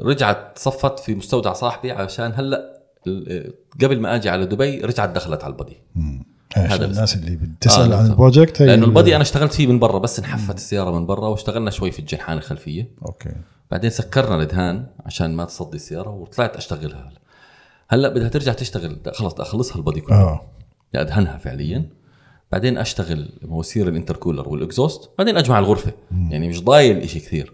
ورجعت صفت في مستودع صاحبي عشان هلا ال- آه، قبل ما اجي على دبي رجعت دخلت على البادي
هذا
هذا
الناس اللي بتسال
آه،
عن
بالضبط.
البروجكت هي
لانه البادي
ال-
انا اشتغلت فيه من برا بس انحفت السياره من برا واشتغلنا شوي في الجنحان الخلفيه
اوكي
بعدين سكرنا الدهان عشان ما تصدي السياره وطلعت اشتغلها هلا هلا بدها ترجع تشتغل بدي خلص بدي اخلصها البادي كلها
اه
بدي ادهنها فعليا بعدين اشتغل مواسير الانتركولر والاكزوست بعدين اجمع الغرفه يعني مش ضايل إشي كثير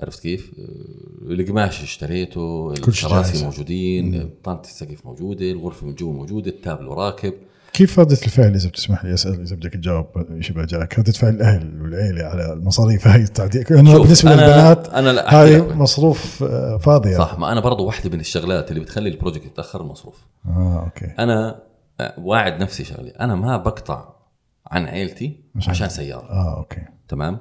عرفت كيف؟ آه، القماش اشتريته
كل شي جاهز.
الكراسي موجودين طنطة السقف موجوده الغرفه من جوا موجوده التابلو راكب
كيف ردة الفعل اذا بتسمح لي اسال اذا بدك تجاوب شيء بجاك ردة فعل الاهل والعيله على المصاريف هاي التعديل لانه
شوف،
بالنسبه
أنا-
للبنات
أنا لا أحكي
هاي
لك.
مصروف آه، فاضيه
صح طيب، ما انا برضو واحده من الشغلات اللي بتخلي البروجكت يتاخر المصروف
اه اوكي
انا آه، واعد نفسي شغله انا ما بقطع عن عيلتي عشان سياره
اه اوكي
تمام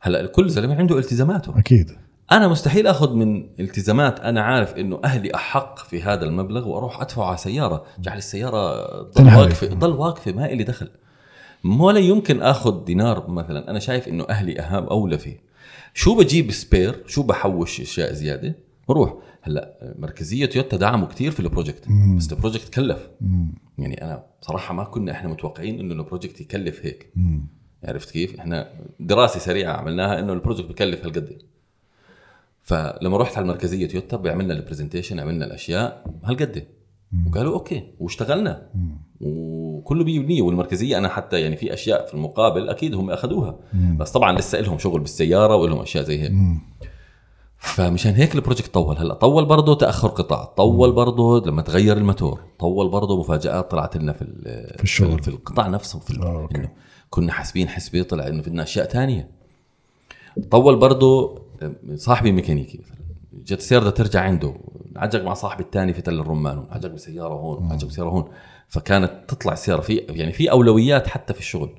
هلا كل زلمه عنده التزاماته
اكيد
انا مستحيل اخذ من التزامات انا عارف انه اهلي احق في هذا المبلغ واروح ادفعه على سياره جعل السياره ضل
تنهار.
واقفه ضل واقفه ما إلي دخل ولا يمكن اخذ دينار مثلا انا شايف انه اهلي اهم اولى فيه شو بجيب سبير شو بحوش اشياء زياده بروح هلا مركزيه تويوتا دعموا كثير في البروجكت بس البروجكت كلف يعني انا بصراحه ما كنا احنا متوقعين انه البروجكت يكلف هيك عرفت كيف؟ احنا دراسه سريعه عملناها انه البروجكت بكلف هالقد إيه. فلما رحت على المركزيه تويوتا عملنا البرزنتيشن عملنا الاشياء هالقد إيه. وقالوا اوكي واشتغلنا وكله 100% والمركزيه انا حتى يعني في اشياء في المقابل اكيد هم اخذوها بس طبعا لسه لهم شغل بالسياره ولهم اشياء زي هيك فمشان هيك البروجكت طول هلا طول برضه تاخر قطع طول برضه لما تغير الماتور طول برضه مفاجات طلعت لنا في ال-
في الشغل.
في القطاع نفسه في ال-
آه، أوكي.
إنه كنا حاسبين حسبه طلع انه بدنا اشياء تانية طول برضه صاحبي ميكانيكي مثلا جت سيارته ترجع عنده انعجق مع صاحبي الثاني في تل الرمان انعجق بسياره هون انعجق بسياره هون فكانت تطلع السياره في يعني في اولويات حتى في الشغل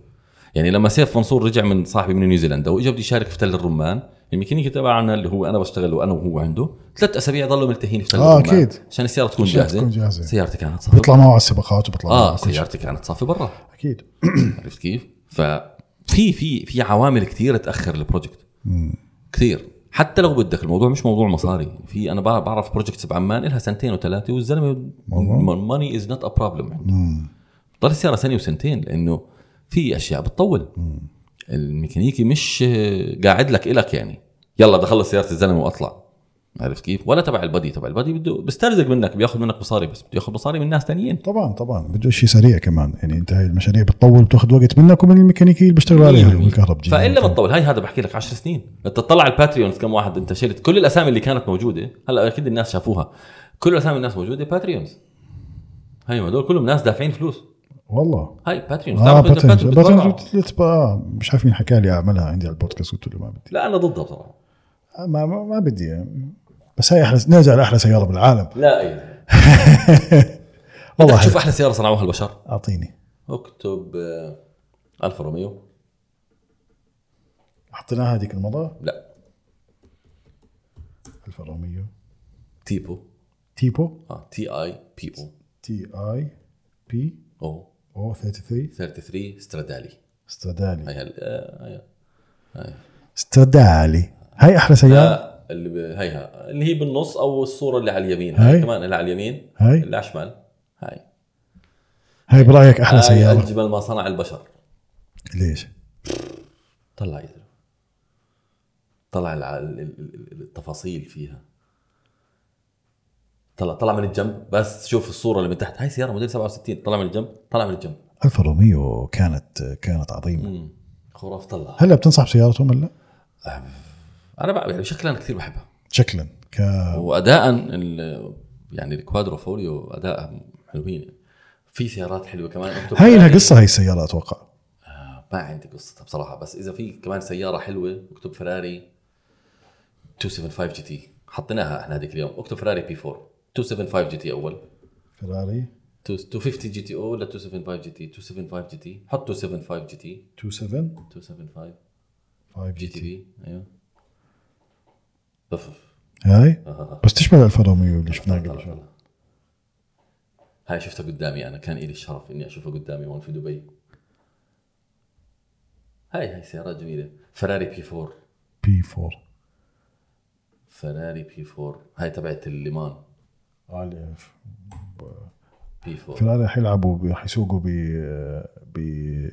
يعني لما سيف منصور رجع من صاحبي من نيوزيلندا واجى بده يشارك في تل الرمان الميكانيكي تبعنا اللي هو انا بشتغل وانا وهو عنده ثلاث اسابيع ضلوا ملتهين في تل
آه،
الرمان
أكيد.
عشان السياره تكون
عشان
جاهزه
تكون جاهزة.
سيارتي كانت صافي
بيطلع معه على السباقات وبيطلع معه
اه
على كل شيء.
سيارتي كانت صافي برا
اكيد
عرفت كيف؟ ففي في في عوامل كثيره تاخر البروجكت كثير حتى لو بدك الموضوع مش موضوع مصاري في انا بع- بعرف بروجكتس بعمان لها سنتين وثلاثه والزلمه ماني از نوت ا بروبلم عنده بضل السياره سنه وسنتين لانه في اشياء بتطول الميكانيكي مش آه، قاعد لك الك يعني يلا بدي اخلص سياره الزلمه واطلع عرفت كيف؟ ولا تبع البادي تبع البادي بده بيسترزق منك بياخذ منك مصاري بس بده ياخذ مصاري من ناس ثانيين
طبعا طبعا بده شيء سريع كمان يعني انت هاي المشاريع بتطول بتاخذ وقت منك ومن الميكانيكيين اللي بيشتغلوا عليها
إيه.
والكهربجي
فالا ما تطول هاي هذا بحكي لك 10 سنين انت تطلع على الباتريونز كم واحد انت شلت كل الاسامي اللي كانت موجوده هلا اكيد الناس شافوها كل اسامي الناس موجوده باتريونز هاي هدول كلهم ناس دافعين فلوس
والله
هاي باتريونز
اه
تعرف إنت
باتنج
Patreon بتبرع.
باتنج بتبقى- آه، مش عارف مين حكى لي اعملها عندي على البودكاست قلت له ما بدي
لا انا ضدها بصراحه
آه، ما ما, ما بدي يعني. بس هاي احلى نرجع لاحلى سياره بالعالم
لا ايه
والله
شوف
حلو.
احلى سياره صنعوها البشر
اعطيني
اكتب آه، الفا روميو
حطيناها هذيك المره
لا
1400
تيبو
تيبو
اه تي اي بي او
تي اي بي
او
او 33
33 سترادالي
استرادالي
هاي هال آه، هاي
استرادالي هاي احلى سياره
لا اللي ب... هيها اللي هي بالنص او الصوره اللي على اليمين
هاي.
هاي كمان اللي على اليمين
هاي.
اللي على الشمال هاي
هاي برايك احلى
هاي
سياره
اجمل ما صنع البشر
ليش؟
طلع يدري طلع الع- ال- ال- ال- التفاصيل فيها طلع طلع من الجنب بس شوف الصوره اللي من تحت هاي سياره موديل 67 طلع من الجنب طلع من الجنب
الفا روميو كانت كانت عظيمه
مم. خرافه طلع
هلا بتنصح بسيارتهم ولا لا؟
انا بقى يعني شكلا انا كثير بحبها
شكلا ك
آه. واداء ال- يعني الكوادرو فوليو اداء حلوين في سيارات حلوه كمان أكتب
هاي لها
فلانية.
قصه هاي السياره اتوقع
ما عندي قصتها بصراحه بس اذا في كمان سياره حلوه اكتب فراري 275 جي تي حطيناها احنا هذيك اليوم اكتب فراري بي 4 275 جي تي اول
فيراري
250 جي تي او ولا 275 جي تي 275 جي تي حط 275 جي تي
27
275
5
جي تي بي ايوه
هاي بس تشبه ال 1400 اللي شفناه قبل شوي
هاي شفتها قدامي انا كان الي الشرف اني اشوفها قدامي هون في دبي هاي هاي سيارات جميله فراري بي 4
بي 4
فراري بي 4 هاي تبعت الليمان
آه،
بي 4
فيراري حيلعبوا ب- حيسوقوا ب ب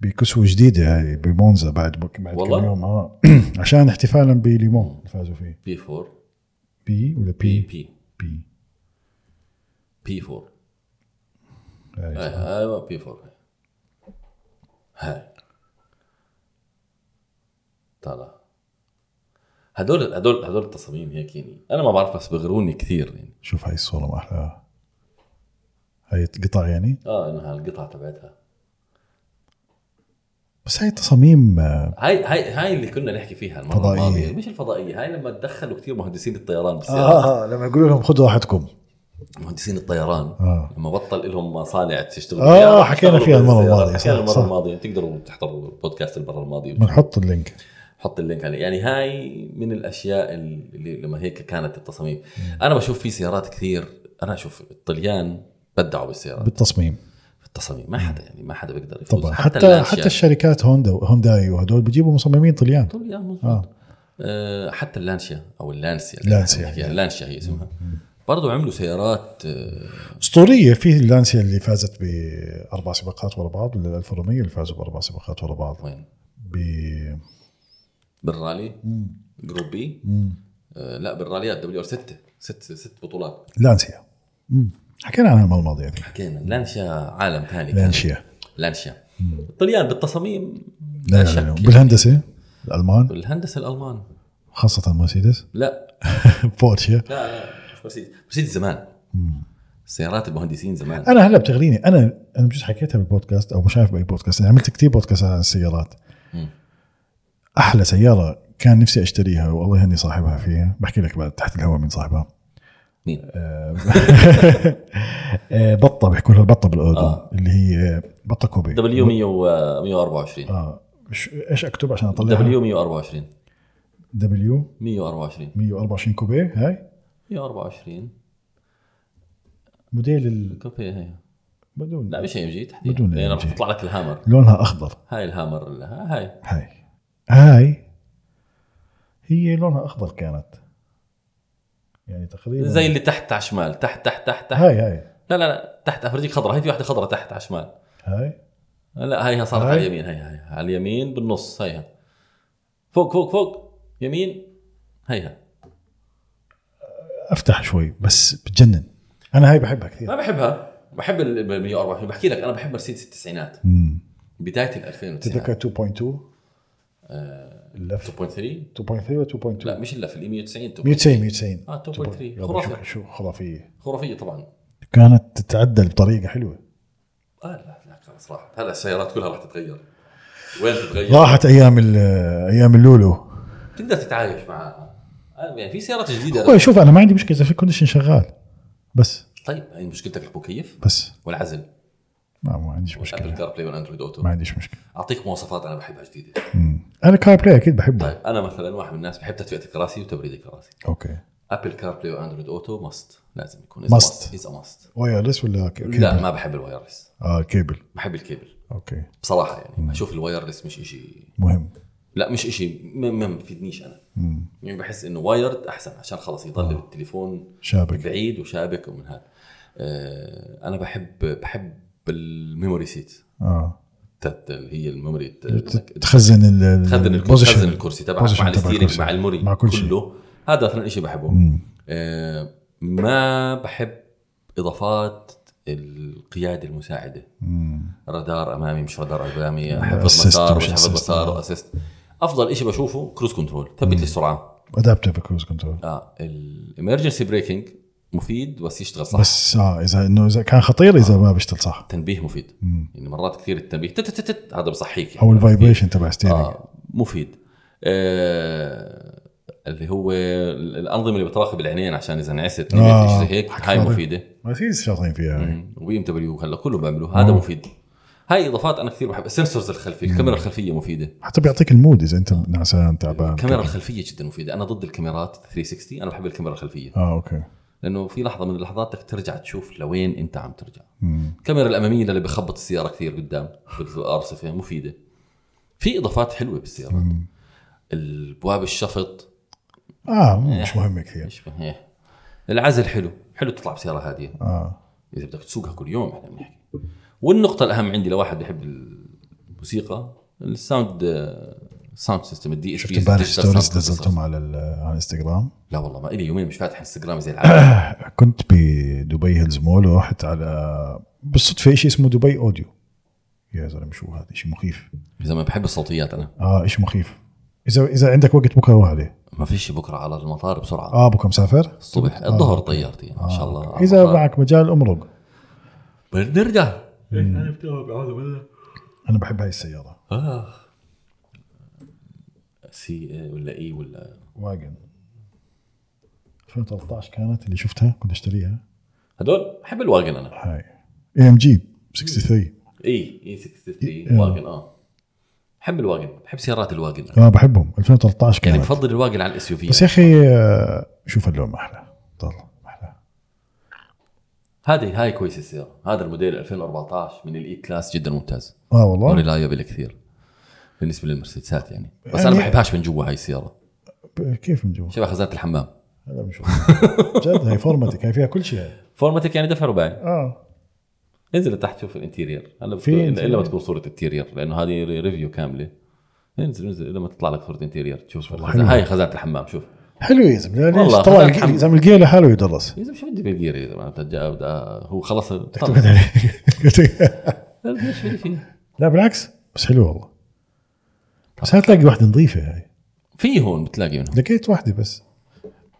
بكسوه جديده هاي بمونزا بعد بك- بعد
والله؟
كم يوم اه عشان احتفالا بليمون اللي فازوا فيه
بي 4
بي ولا
بي
بي
بي
بي
بي 4
هاي
هاي
صح.
ايوه بي 4 هاي طلع هدول هدول هدول التصاميم هيك يعني انا ما بعرف بس بغروني كثير يعني
شوف هاي الصوره ما احلاها هاي قطع يعني
اه انها القطعه تبعتها
بس هاي تصاميم آه،
هاي هاي هاي اللي كنا نحكي فيها المره
فضائية.
الماضيه مش الفضائيه هاي لما تدخلوا كثير مهندسين الطيران بالسيارات
اه اه لما يقولوا لهم خذوا راحتكم
مهندسين الطيران
آه.
لما بطل لهم مصانع تشتغل
آه،
بالسيارة،
حكينا
اشتغلوا
فيها المرة
بالسيارة.
الماضية،
حكينا
صح،
المره
صح. نعم.
الماضيه تقدروا تحضروا بودكاست المره الماضيه
بنحط اللينك
حط اللينك عليه يعني هاي من الاشياء اللي لما هيك كانت التصاميم انا بشوف في سيارات كثير انا اشوف الطليان بدعوا بالسيارات
بالتصميم
بالتصاميم ما حدا يعني ما حدا بيقدر يفوز
طبعا حتى
اللانشيا.
حتى الشركات هوندا هونداي وهدول بيجيبوا مصممين طليان
طليان مظبوط
آه.
آه، حتى اللانشيا او اللانسيا
لانسيا.
يعني اللانشيا هي اسمها برضو عملوا سيارات آه،
اسطوريه في اللانسيا اللي فازت باربع سباقات ورا بعض ولا 1400 اللي فازوا باربع سباقات ورا بعض
وين
ب
بالرالي جروب بي آه، لا بالراليات دبليو ار 6 ست ست بطولات
لانسيا مم. حكينا عنها المره الماضيه هذه.
حكينا لانشيا عالم ثاني
لانشيا
لانشيا الطليان بالتصاميم
لا لا لا بالهندسه الالمان
الهندسه الالمان
خاصه مرسيدس
لا
بورشيا
لا لا مش مرسيدس مرسيدس زمان سيارات المهندسين زمان
انا هلا بتغريني انا انا بجوز حكيتها بالبودكاست او مش عارف باي بودكاست انا عملت كثير بودكاست عن السيارات احلى سياره كان نفسي اشتريها والله هني صاحبها فيها بحكي لك بعد تحت الهواء مين صاحبها
مين
آه، بطه بيحكوا لها البطه بالاردن
آه.
آه. اللي هي آه، بطه كوبي
دبليو 124
اه إيش- ايش اكتب عشان اطلع
دبليو 124
دبليو
124
124 كوبي هاي
124
موديل ال...
كوبي هي
بدون
لا مش ام جي تحديدا
بدون
لان
AMG.
راح تطلع لك الهامر
لونها اخضر
هاي الهامر ال- ها- هاي
هاي هاي هي لونها اخضر كانت يعني تقريبا
زي اللي تحت على الشمال تحت تحت تحت تحت
هاي هاي
لا لا لا تحت افرجيك خضرة هاي في واحده خضرة تحت على الشمال
هاي
لا هاي صارت
هاي.
على اليمين هاي هاي على اليمين بالنص هيها فوق فوق فوق يمين هيها
افتح شوي بس بتجنن انا هاي بحبها كثير
ما بحبها بحب ال 124 بحكي لك انا بحب مرسيدس التسعينات
مم.
بدايه ال 2000
تتذكر 2.2 اللف
2.3
2.3 ولا 2.2
آه. لا مش الا في ال 190 2.3.
190 190
آه، 2.3.
يلا،
خرافة.
شو- شو خرافيه
خرافيه طبعا
كانت تتعدل بطريقه حلوه
اه لا لا خلاص راحت هلا السيارات كلها راح تتغير وين تتغير؟
راحت ايام ال- ايام اللولو
تقدر تتعايش معها آه، يعني في سيارات
هو
جديده
طيب، شوف انا ما عندي مشكله اذا في كونديشن شغال بس
طيب هي مشكلتك المكيف
بس
والعزل
ما ما عنديش
ابل
مشكله
كار بلاي والاندرويد اوتو
ما عنديش مشكله
اعطيك مواصفات انا بحبها جديده
انا كار بلاي اكيد بحبه
طيب انا مثلا واحد من الناس بحب تدفئه الكراسي وتبريد الكراسي
اوكي
ابل كار بلاي واندرويد اوتو ماست لازم يكون
Must.
از ماست
وايرلس ولا ك- كيبل؟
لا ما بحب الوايرلس
اه كيبل
بحب الكيبل
اوكي
بصراحه يعني بشوف الوايرلس مش إشي
مهم
لا مش إشي ما ما بفيدنيش انا يعني بحس انه وايرد احسن عشان خلص يضل التليفون
آه. شابك.
بعيد وشابك ومن هذا آه، انا بحب بحب الميموري سيت
اه
تت- اللي هي الميموري
ت- تخزن ال
تخزن الكرسي تخزن الكرسي تبعك مع الستيرنج مع المري
مع كل شيء
كله هذا مثلا شيء بحبه آه ما بحب اضافات القياده المساعده رادار امامي مش رادار امامي حفظ
assist
مسار
مش
مش حفظ
assist. آه.
مسار اسيست افضل شيء بشوفه كروز كنترول ثبت لي السرعه
ادابتيف كروز كنترول
اه الامرجنسي بريكنج مفيد بس يشتغل صح بس
بس اه اذا انه اذا كان خطير
آه.
اذا ما بيشتغل صح
تنبيه مفيد يعني مرات كثير التنبيه تت تت تت هذا بصحيك يعني.
او الفايبريشن تبع ستيرنج
آه مفيد آه اللي هو ال- الانظمه اللي بتراقب العينين عشان اذا انعست نمت
آه،
شيء إيه، زي هيك
حكي
هاي
فاضي.
مفيده
ما في شاطرين فيها هاي.
وبي ام دبليو هلا كله بيعملوه هذا مفيد هاي اضافات انا كثير بحب السنسورز الخلفيه الكاميرا الخلفيه مفيده
حتى بيعطيك المود اذا
آه.
انت نعسان تعبان
الكاميرا الخلفيه جدا مفيده انا ضد الكاميرات 360 انا بحب الكاميرا الخلفيه
اه اوكي
لانه في لحظه من اللحظات بدك ترجع تشوف لوين انت عم ترجع الكاميرا الاماميه اللي بخبط السياره كثير قدام بالارصفه مفيده في اضافات حلوه بالسيارات البواب الشفط
اه مش مهم كثير
ايش فيه؟ إيه. العزل حلو حلو تطلع بسياره هاديه
اه
اذا بدك تسوقها كل يوم احنا بنحكي والنقطه الاهم عندي لواحد بيحب الموسيقى الساوند آه، ساوند سيستم الدي اس
شفت امبارح ستوريز نزلتهم على ال- على الانستغرام
لا والله ما الي يومين مش فاتح انستغرام زي
آه.
العالم
كنت بدبي هيلز مول ورحت على بالصدفه شيء اسمه دبي اوديو يا زلمه شو هذا شيء مخيف
اذا ما بحب الصوتيات انا
اه شيء مخيف اذا اذا عندك وقت بكره روح عليه
ما فيش بكره على المطار بسرعه
اه بكره مسافر
الصبح الظهر طيارتي ان شاء الله على
اذا
المطار.
معك مجال امرق
بنرجع
انا بحب هاي السياره
آه. سي ولا اي ولا
واجن 2013 كانت اللي شفتها كنت اشتريها
هدول بحب الواجن انا
هاي اي ام جي 63
اي اي
آه.
63 E واجن اه بحب الواجن بحب سيارات الواجن
اه بحبهم 2013
يعني
كانت
بفضل الواجن على الاس يو
بس يا
في
اخي آه، شوف اللون احلى طلع احلى
هذه هاي كويسه السياره هذا الموديل 2014 من الاي كلاس جدا ممتاز
اه والله
وريلايبل كثير بالنسبه للمرسيدسات يعني بس انا
يعني-
ما بحبهاش من جوا هاي السياره
ب- كيف من جوا
شبه خزانه الحمام
هذا بنشوف جد هي فورمتك هي فيها كل شيء هاي.
فورمتك يعني دفع رباعي
اه
انزل لتحت شوف الانتيرير هلا
في
في الا
انتيرير.
ما تكون صوره انتيرير لانه هذه ري- ريفيو كامله انزل انزل الا ما تطلع لك صوره انتيرير تشوف الخزانة-
حلوة.
هاي خزانه الحمام شوف
حلو يا زلمه ليش
والله،
طلع
خذ
الجي-
الحمد.
يا زلمه القيله حاله يدرس
يا زلمه شو بدي بالجير يا زلمه أنت جا- بدأ- هو خلص طلع.
تقعد عليه
ايش في فيه
لا بالعكس بس حلو والله بس هتلاقي واحده نظيفه هاي
في هون بتلاقي منهم
لقيت واحده بس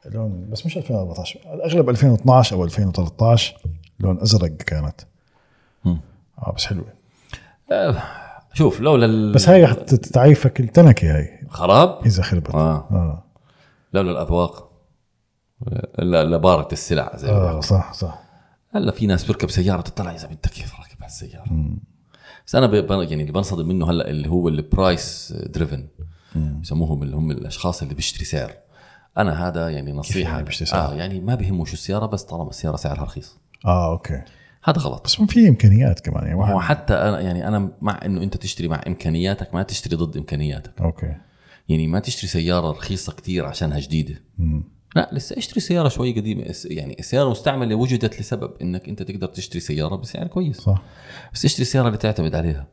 لون بس مش 2014 الاغلب 2012 او 2013 لون ازرق كانت اه بس حلوه
آه، شوف لولا ال-
بس هاي حت- تعيفك التنكي هاي
خراب
اذا خربت
آه.
اه,
لولا الاذواق لا لا بارت السلع زي ما
آه صح صح
هلا في ناس بيركب سياره بتطلع يا زلمه انت كيف راكب هالسياره بس انا ب- ب- يعني اللي بنصدم منه هلا اللي هو البرايس دريفن بسموهم اللي هم الاشخاص اللي بيشتري سعر انا هذا يعني نصيحه
يعني بيشتري سعر؟
آه يعني ما بهمه شو السياره بس طالما السياره سعرها رخيص
اه اوكي
هذا غلط
بس ما في امكانيات كمان يعني
هو
واحد
حتى انا يعني انا مع انه انت تشتري مع امكانياتك ما تشتري ضد امكانياتك
اوكي
يعني ما تشتري سياره رخيصه كتير عشانها جديده لا لسه اشتري سياره شوي قديمه اس- يعني السياره المستعمله وجدت لسبب انك انت تقدر تشتري سياره بسعر كويس
صح
بس اشتري سياره اللي تعتمد عليها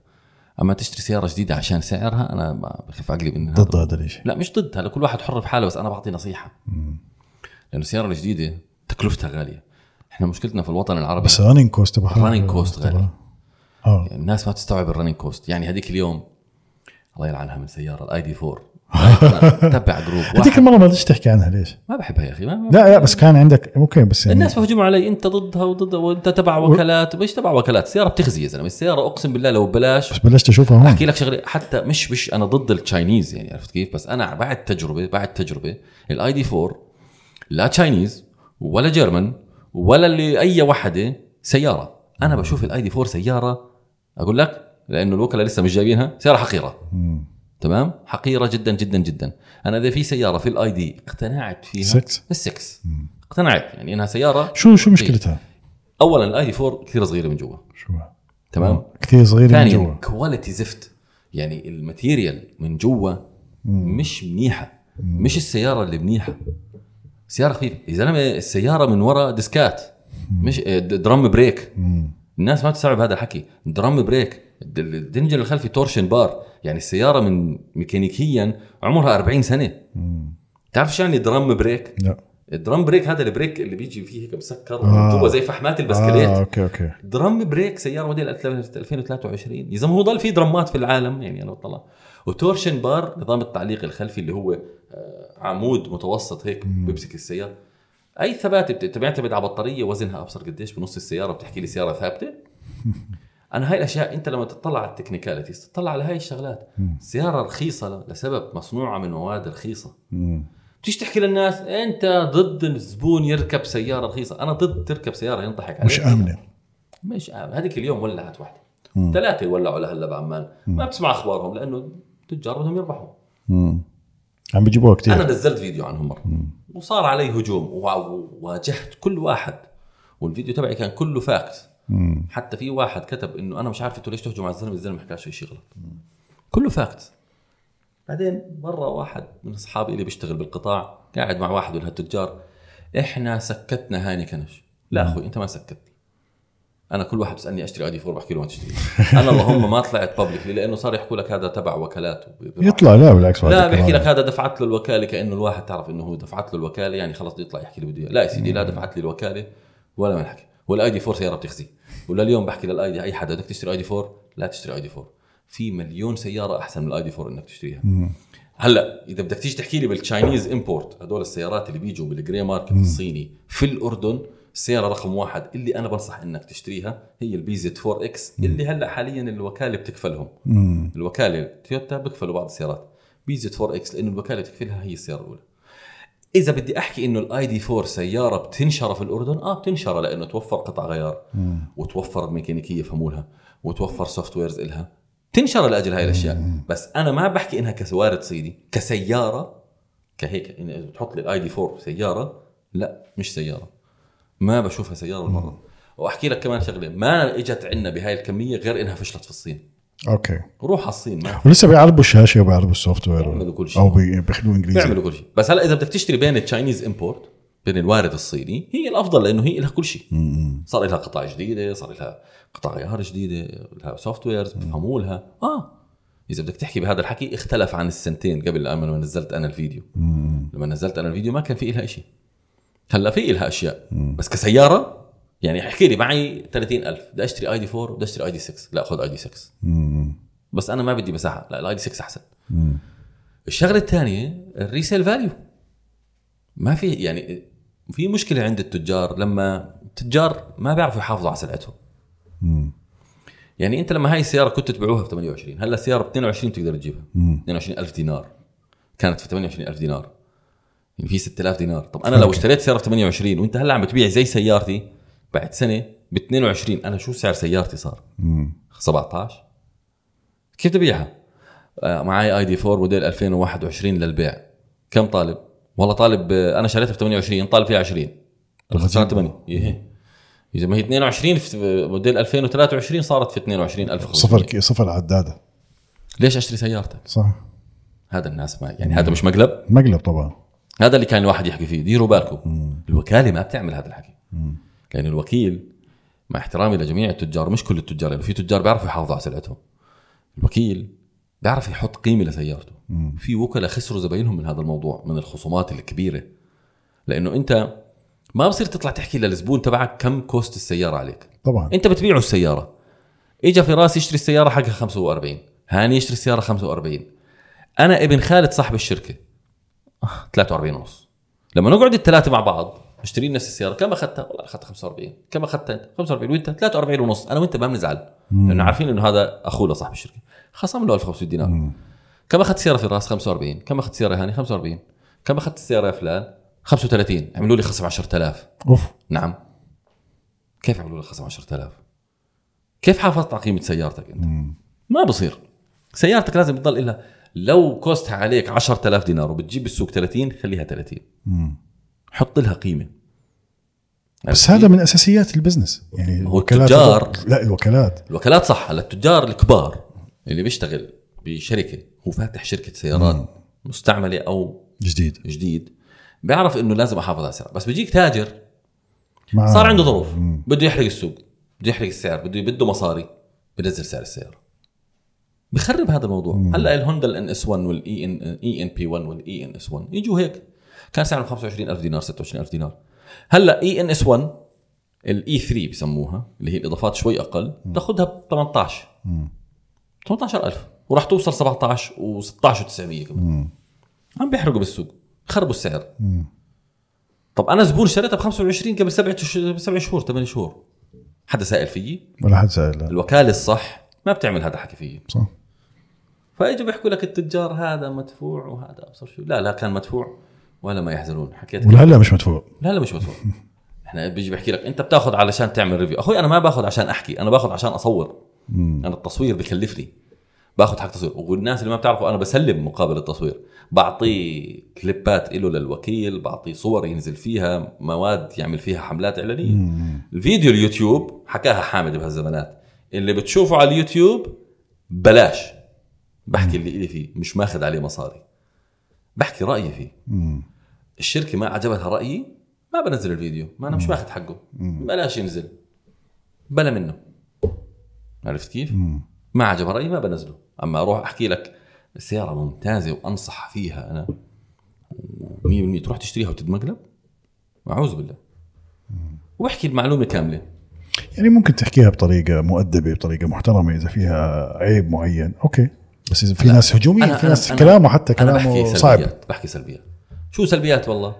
اما تشتري سياره جديده عشان سعرها انا ما بخف عقلي من
ضد هذا الشيء
لا مش ضد هلا كل واحد حر في حاله بس انا بعطي نصيحه لانه السياره الجديده تكلفتها غاليه احنا مشكلتنا في الوطن العربي
بس الرننج كوست تبعها
الرننج كوست غالي
اه
يعني الناس ما تستوعب الرننج كوست يعني هذيك اليوم الله يلعنها من سياره الاي دي 4 تبع جروب
هذيك
واحد
المره ما رضيتش تحكي عنها ليش؟
ما بحبها يا اخي ما ما-
لا يعني- لا بس كان عندك اوكي بس يعني
الناس بهجموا علي انت ضدها وضدها وانت تبع وكالات مش تبع وكالات السياره بتخزي يا زلمه السياره اقسم بالله لو ببلاش
بس بلشت اشوفها هون
احكي لك شغله حتى مش مش انا ضد التشاينيز يعني عرفت كيف بس انا بعد تجربه بعد تجربه الاي دي 4 لا تشاينيز ولا جيرمان ولا اللي اي وحده سياره انا بشوف الاي دي 4 سياره اقول لك لانه الوكلاء لسه مش جايبينها سياره حقيره تمام حقيره جدا جدا جدا انا اذا في سياره في الاي دي اقتنعت فيها
Six.
السكس اقتنعت يعني انها سياره
شو شو مشكلتها؟
اولا الاي دي 4 كثير صغيره من جوا
شو
تمام
كثير صغيره من
ثانيا
جوا
كواليتي زفت يعني الماتيريال من جوا مش منيحه مش السياره اللي منيحه سياره خفيفه يا زلمه السياره من ورا ديسكات مش آه، د- درام بريك الناس ما تستوعب هذا الحكي درام بريك د- الدنجل الخلفي تورشن بار يعني السياره من ميكانيكيا عمرها 40 سنه تعرف شو يعني درام بريك
لا
الدرام بريك هذا البريك اللي بيجي فيه هيك مسكر
آه.
من جوا زي فحمات البسكليت
اه اوكي اوكي
درام بريك سياره موديل 2023 يا زلمه هو ضل في درامات في العالم يعني انا بطلع وتورشن بار نظام التعليق الخلفي اللي هو آه، عمود متوسط هيك بيمسك السياره اي ثبات بت- بيعتمد على بطاريه وزنها ابصر قديش بنص السياره بتحكي لي سياره ثابته انا هاي الاشياء انت لما تطلع على التكنيكاليتيز تطلع على هاي الشغلات سياره رخيصه ل- لسبب مصنوعه من مواد رخيصه بتيجي تحكي للناس انت ضد الزبون يركب سياره رخيصه انا ضد تركب سياره ينضحك عليك
مش امنه
مش آمن هذيك اليوم ولعت واحدة ثلاثه ولعوا لهلا بعمان ما بتسمع اخبارهم لانه تجار بدهم يربحوا
عم بيجيبوها كثير
انا نزلت فيديو عنهم مره وصار علي هجوم وواجهت كل واحد والفيديو تبعي كان كله فاكس حتى في واحد كتب انه انا مش عارف انتوا ليش تهجموا على الزلمه الزلمه ما حكاش في شيء غلط كله فاكس بعدين مره واحد من اصحابي اللي بيشتغل بالقطاع قاعد مع واحد من هالتجار احنا سكتنا هاني كنش لا اخوي انت ما سكت انا كل واحد بيسالني اشتري اي 4 بحكي له ما تشتري انا اللهم ما طلعت بابليكلي لانه صار يحكوا لك هذا تبع وكالات وب-
يطلع لا بالعكس
لا
هذا
بيحكي لك
الكلام.
هذا دفعت له الوكاله كانه الواحد تعرف انه هو دفعت له الوكاله يعني خلاص بده يطلع يحكي اللي بده اياه لا يا سيدي لا دفعت لي الوكاله ولا ما حكي والاي دي 4 سياره بتخزي ولا اليوم بحكي للاي دي اي حدا بدك تشتري اي دي 4 لا تشتري اي دي 4 في مليون سياره احسن من الاي دي 4 انك تشتريها هلا اذا بدك تيجي تحكي لي بالتشاينيز امبورت هدول السيارات اللي بيجوا بالجري ماركت الصيني في الاردن السياره رقم واحد اللي انا بنصح انك تشتريها هي البي زد 4 اكس اللي هلا حاليا الوكاله بتكفلهم الوكاله تويوتا بيكفلوا بعض السيارات بي زد 4 اكس لانه الوكاله بتكفلها هي السياره الاولى اذا بدي احكي انه الاي دي 4 سياره بتنشر في الاردن اه بتنشر لانه توفر قطع غيار وتوفر ميكانيكيه يفهموا لها وتوفر سوفت ويرز الها تنشر لاجل هاي الاشياء بس انا ما بحكي انها كوارد صيدي كسياره كهيك إن تحط لي الاي دي 4 سياره لا مش سياره ما بشوفها سياره المره واحكي لك كمان شغله ما اجت عندنا بهاي الكميه غير انها فشلت في الصين
اوكي
روح على الصين ما
ولسه بيعربوا الشاشه وبيعربوا السوفت وير
بيعملوا كل شيء.
او بي- بيخلوه انجليزي
بيعملوا كل شيء بس هلا اذا بدك تشتري بين التشاينيز امبورت بين الوارد الصيني هي الافضل لانه هي لها كل شيء صار لها قطع جديده صار لها قطع غيار جديده لها سوفت ويرز بفهموا لها اه اذا بدك تحكي بهذا الحكي اختلف عن السنتين قبل لما نزلت انا الفيديو لما نزلت انا الفيديو ما كان في لها شيء هلا في لها اشياء بس كسياره يعني احكي لي معي 30000 بدي اشتري اي دي 4 بدي اشتري اي دي 6 لا خذ اي دي 6 بس انا ما بدي مساحه لا الاي دي 6 احسن الشغله الثانيه الريسيل فاليو ما في يعني في مشكله عند التجار لما التجار ما بيعرفوا يحافظوا على سلعتهم يعني انت لما هاي السياره كنت تبيعوها ب 28 هلا السياره ب 22 بتقدر تجيبها 22000 دينار كانت في 28000 دينار يعني في 6000 دينار طب انا لو اشتريت سياره ب 28 وانت هلا عم بتبيع زي سيارتي بعد سنه ب 22 انا شو سعر سيارتي صار 17 كيف تبيعها آه، معي اي دي 4 موديل 2021 للبيع كم طالب والله طالب آه، انا شريتها ب 28 طالب فيها 20 خسران 8 إيه. اذا ما هي 22 في موديل 2023 صارت في 22000
صفر صفر عداده
ليش اشتري سيارتك
صح
هذا الناس ما يعني هذا مش مقلب
مقلب طبعا
هذا اللي كان الواحد يحكي فيه ديروا بالكم الوكاله ما بتعمل هذا الحكي لان الوكيل مع احترامي لجميع التجار مش كل التجار لانه في تجار بيعرفوا يحافظوا على سلعتهم الوكيل بيعرف يحط قيمه لسيارته في وكلاء خسروا زباينهم من هذا الموضوع من الخصومات الكبيره لانه انت ما بصير تطلع تحكي للزبون تبعك كم كوست السياره عليك
طبعا
انت بتبيعه السياره اجى فراس يشتري السياره حقها 45 هاني يشتري السياره 45 انا ابن خالد صاحب الشركه آه، 43 ونص لما نقعد الثلاثه مع بعض مشترين نفس السياره كم اخذتها والله اخذت 45 كم اخذتها انت 45 وانت 43 ونص انا وانت ما بنزعل لانه عارفين انه هذا اخونا صاحب الشركه خصم له 1500 دينار كم اخذت سياره فراس 45 كم اخذت سياره هاني 45 كم اخذت السياره يا فلان 35 عملوا لي خصم 10000
اوف
نعم كيف عملوا لك خصم 10000 كيف حافظت على قيمه سيارتك انت ما بصير سيارتك لازم تضل لها لو كوستها عليك 10000 دينار وبتجيب بالسوق 30 خليها 30 حط لها يعني قيمه
بس هذا من اساسيات البزنس يعني
هو
الوكالات-
التجار.
لا الوكالات
الوكالات صح هلا التجار الكبار اللي بيشتغل بشركه هو فاتح شركه سيارات مستعمله او
جديد
جديد بيعرف انه لازم احافظ على السعر بس بيجيك تاجر
مع
صار عنده ظروف بده يحرق السوق بده يحرق السعر بده بده مصاري بنزل سعر السياره بخرب هذا الموضوع هلا الهوندا الان اس 1 والاي ان اي ان بي 1 والاي ان اس 1 يجوا هيك كان سعرهم 25000 دينار 26000 دينار هلا اي ان اس 1 الاي 3 بسموها اللي هي الاضافات شوي اقل تاخذها ب 18 18000 وراح توصل 17 و16 و900 كمان عم بيحرقوا بالسوق خربوا السعر طب انا زبون اشتريتها ب 25 قبل سبع ش- سبع شهور ثمان شهور حدا سائل فيي
ولا حد سائل لا.
الوكاله الصح ما بتعمل هذا حكي فيي
صح
فاجوا بيحكوا لك التجار هذا مدفوع وهذا ابصر شو لا لا كان مدفوع ولا ما يحزنون حكيت لا
ولهلا مش مدفوع
لا مش مدفوع احنا بيجي بحكي لك انت بتاخذ علشان تعمل ريفيو اخوي انا ما باخذ عشان احكي انا باخذ عشان اصور انا التصوير بكلفني باخذ حق تصوير والناس اللي ما بتعرفوا انا بسلم مقابل التصوير بعطيه كليبات له للوكيل بعطيه صور ينزل فيها مواد يعمل فيها حملات اعلانيه الفيديو اليوتيوب حكاها حامد بهالزمانات اللي بتشوفه على اليوتيوب بلاش بحكي اللي إلي فيه مش ماخذ عليه مصاري بحكي رايي فيه الشركه ما عجبتها رايي ما بنزل الفيديو ما انا مش ماخذ حقه بلاش ينزل بلا منه عرفت كيف؟ ما عجبها رايي ما بنزله اما اروح احكي لك سياره ممتازه وانصح فيها انا 100% تروح تشتريها وتتمقلب اعوذ بالله واحكي المعلومه كامله
يعني ممكن تحكيها بطريقه مؤدبه بطريقه محترمه اذا فيها عيب معين اوكي بس اذا في ناس هجوميه
أنا-
في ناس
أنا-
كلامه حتى
انا بحكي
كلامه
سلبيات
صعب
بحكي سلبيات شو سلبيات والله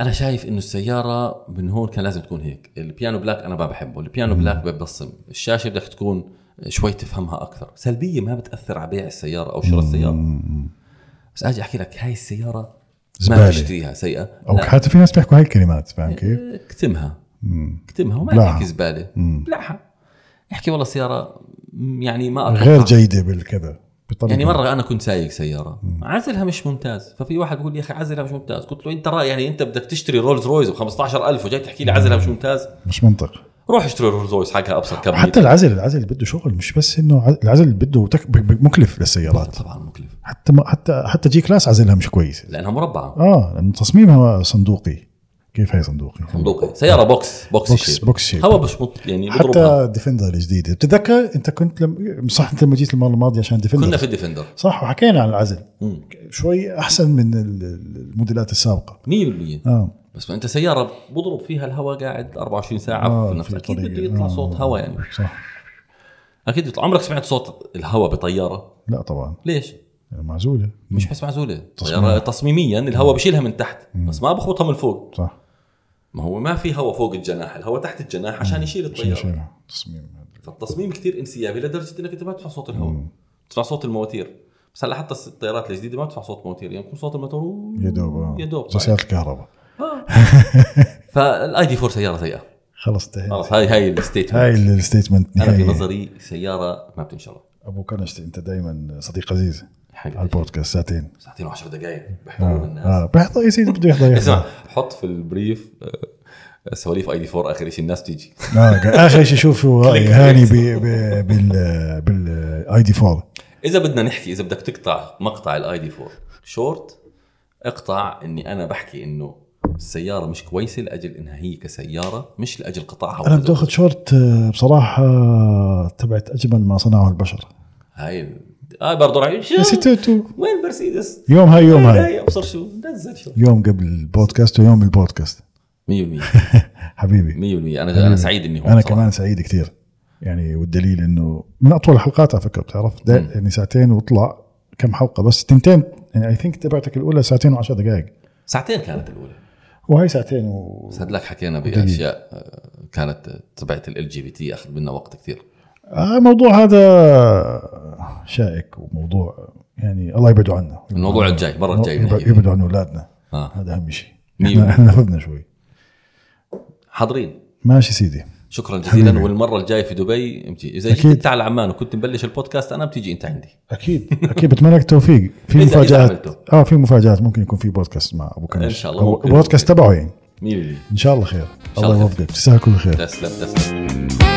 انا شايف انه السياره من هون كان لازم تكون هيك البيانو بلاك انا ما بحبه البيانو بلاك ببصم الشاشه بدك تكون شوي تفهمها اكثر سلبيه ما بتاثر على بيع السياره او شراء السياره بس اجي احكي لك هاي السياره ما
زبالة.
تشتريها سيئه
او
لا،
حتى في ناس بيحكوا هاي الكلمات فاهم كيف؟
اكتمها اكتمها وما
بلعها.
تحكي زباله بلعها احكي والله السياره يعني ما أتوقع.
غير جيده بالكذا بطريقة-
يعني مره انا كنت سايق سياره عزلها مش ممتاز ففي واحد بيقول لي يا اخي عزلها مش ممتاز قلت له انت رأي يعني انت بدك تشتري رولز رويز ب 15000 وجاي تحكي لي عزلها مش ممتاز
مش منطق
روح اشتري رولز رويز حقها ابسط كم
حتى العزل العزل بده شغل مش بس انه ع- العزل بده تك... ب- ب- مكلف للسيارات
طبعا مكلف
حتى ما... حتى حتى جي كلاس عزلها مش كويس
لانها مربعه
اه لانه تصميمها صندوقي كيف هي صندوقي؟
صندوقي سياره بوكس بوكس
آه. بوكس-
شيب
بوكس شيب.
هو مش مط... يعني بضربها
حتى ديفندر الجديده بتتذكر انت كنت لم... صح انت لما جيت المره الماضيه عشان ديفندر
كنا في الديفندر 100%
صح وحكينا عن العزل
مم.
شوي احسن من ال- ال- الموديلات السابقه اه
بس ما انت سياره بضرب فيها الهواء قاعد 24 ساعه
آه،
في نفس
في
اكيد
طريقة.
بده يطلع
آه.
صوت هواء يعني
صح
اكيد يطلع عمرك سمعت صوت الهواء بطياره
لا يعني طبعا
ليش؟
معزوله
مش بس معزوله
تصميم.
تصميم. تصميميا الهواء بشيلها من تحت بس ما بخبطها من فوق
صح
ما هو ما في هواء فوق الجناح الهواء تحت الجناح عشان يشيل
شيء
الطياره
شيء تصميم
فالتصميم كثير انسيابي لدرجه انك انت ما تدفع صوت الهواء تسمع صوت المواتير بس هلا حتى الطيارات الجديده ما تدفع صوت مواتير يعني يكون صوت الموتور
يا دوب
يا دوب
سيارة آه. الكهرباء
فالاي دي 4 سياره سيئه
خلص انتهينا
خلاص هاي هاي الستيتمنت
هاي الستيتمنت
انا في
نهائي
نظري سياره ما بتنشر
ابو كنشت انت دائما صديق عزيز على
حقيقة.
البودكاست ساعتين
ساعتين وعشر دقائق بحضروا الناس
اه بيحضر يا سيدي بده يحضر
نعم. اسمع
يحضر
حط في البريف آه، سواليف اي دي 4 اخر شيء الناس تيجي
آه، اخر شيء شوفوا راي هاني ب- ب- بال آه، بالاي دي 4
اذا بدنا نحكي اذا بدك تقطع مقطع الاي دي 4 شورت اقطع اني انا بحكي انه السياره مش كويسه لاجل انها هي كسياره مش لاجل قطعها
انا بدي اخذ شورت آه، بصراحه آه، تبعت اجمل ما صنعه البشر
هاي هاي برضه رأيي. شو؟
يا ستي تو
وين مرسيدس؟
يوم هاي يوم هاي
هاي ابصر شو نزل شو 100%
يوم قبل البودكاست ويوم البودكاست
100%
حبيبي
انا انا سعيد اني هون
انا
صراحة.
كمان سعيد كثير يعني والدليل انه من اطول الحلقات على فكره بتعرف دا-
مم.
يعني ساعتين وطلع كم حلقه بس تنتين يعني اي ثينك تبعتك الاولى ساعتين وعشر دقائق
ساعتين كانت الاولى
وهي ساعتين و
بس هدلاك حكينا باشياء آه، كانت آه، تبعت ال جي بي تي اخذ منا وقت كثير
آه الموضوع هذا شائك وموضوع يعني الله يبعده عنا
الموضوع الجاي، المرة الجاية
يبع-
بنحكي فيه.
يبعدوا عن اولادنا
آه.
هذا اهم شيء
مية
احنا
بالمية.
احنا نفذنا شوي
حاضرين
ماشي سيدي
شكرا جزيلا
حبيبي.
والمره الجايه في دبي بتجي اذا
أكيد.
جيت انت على عمان وكنت مبلش البودكاست انا بتيجي انت عندي
اكيد اكيد بتمنى لك التوفيق في
إذا- إذا
مفاجات
عملته.
اه في مفاجات ممكن يكون في بودكاست مع ابو كنش
إن شاء الله
أو
ممكن.
بودكاست تبعه يعني
100%
ان شاء الله خير
الله
الله
خير.
يوفقك تسهل كل خير
تسلم تسلم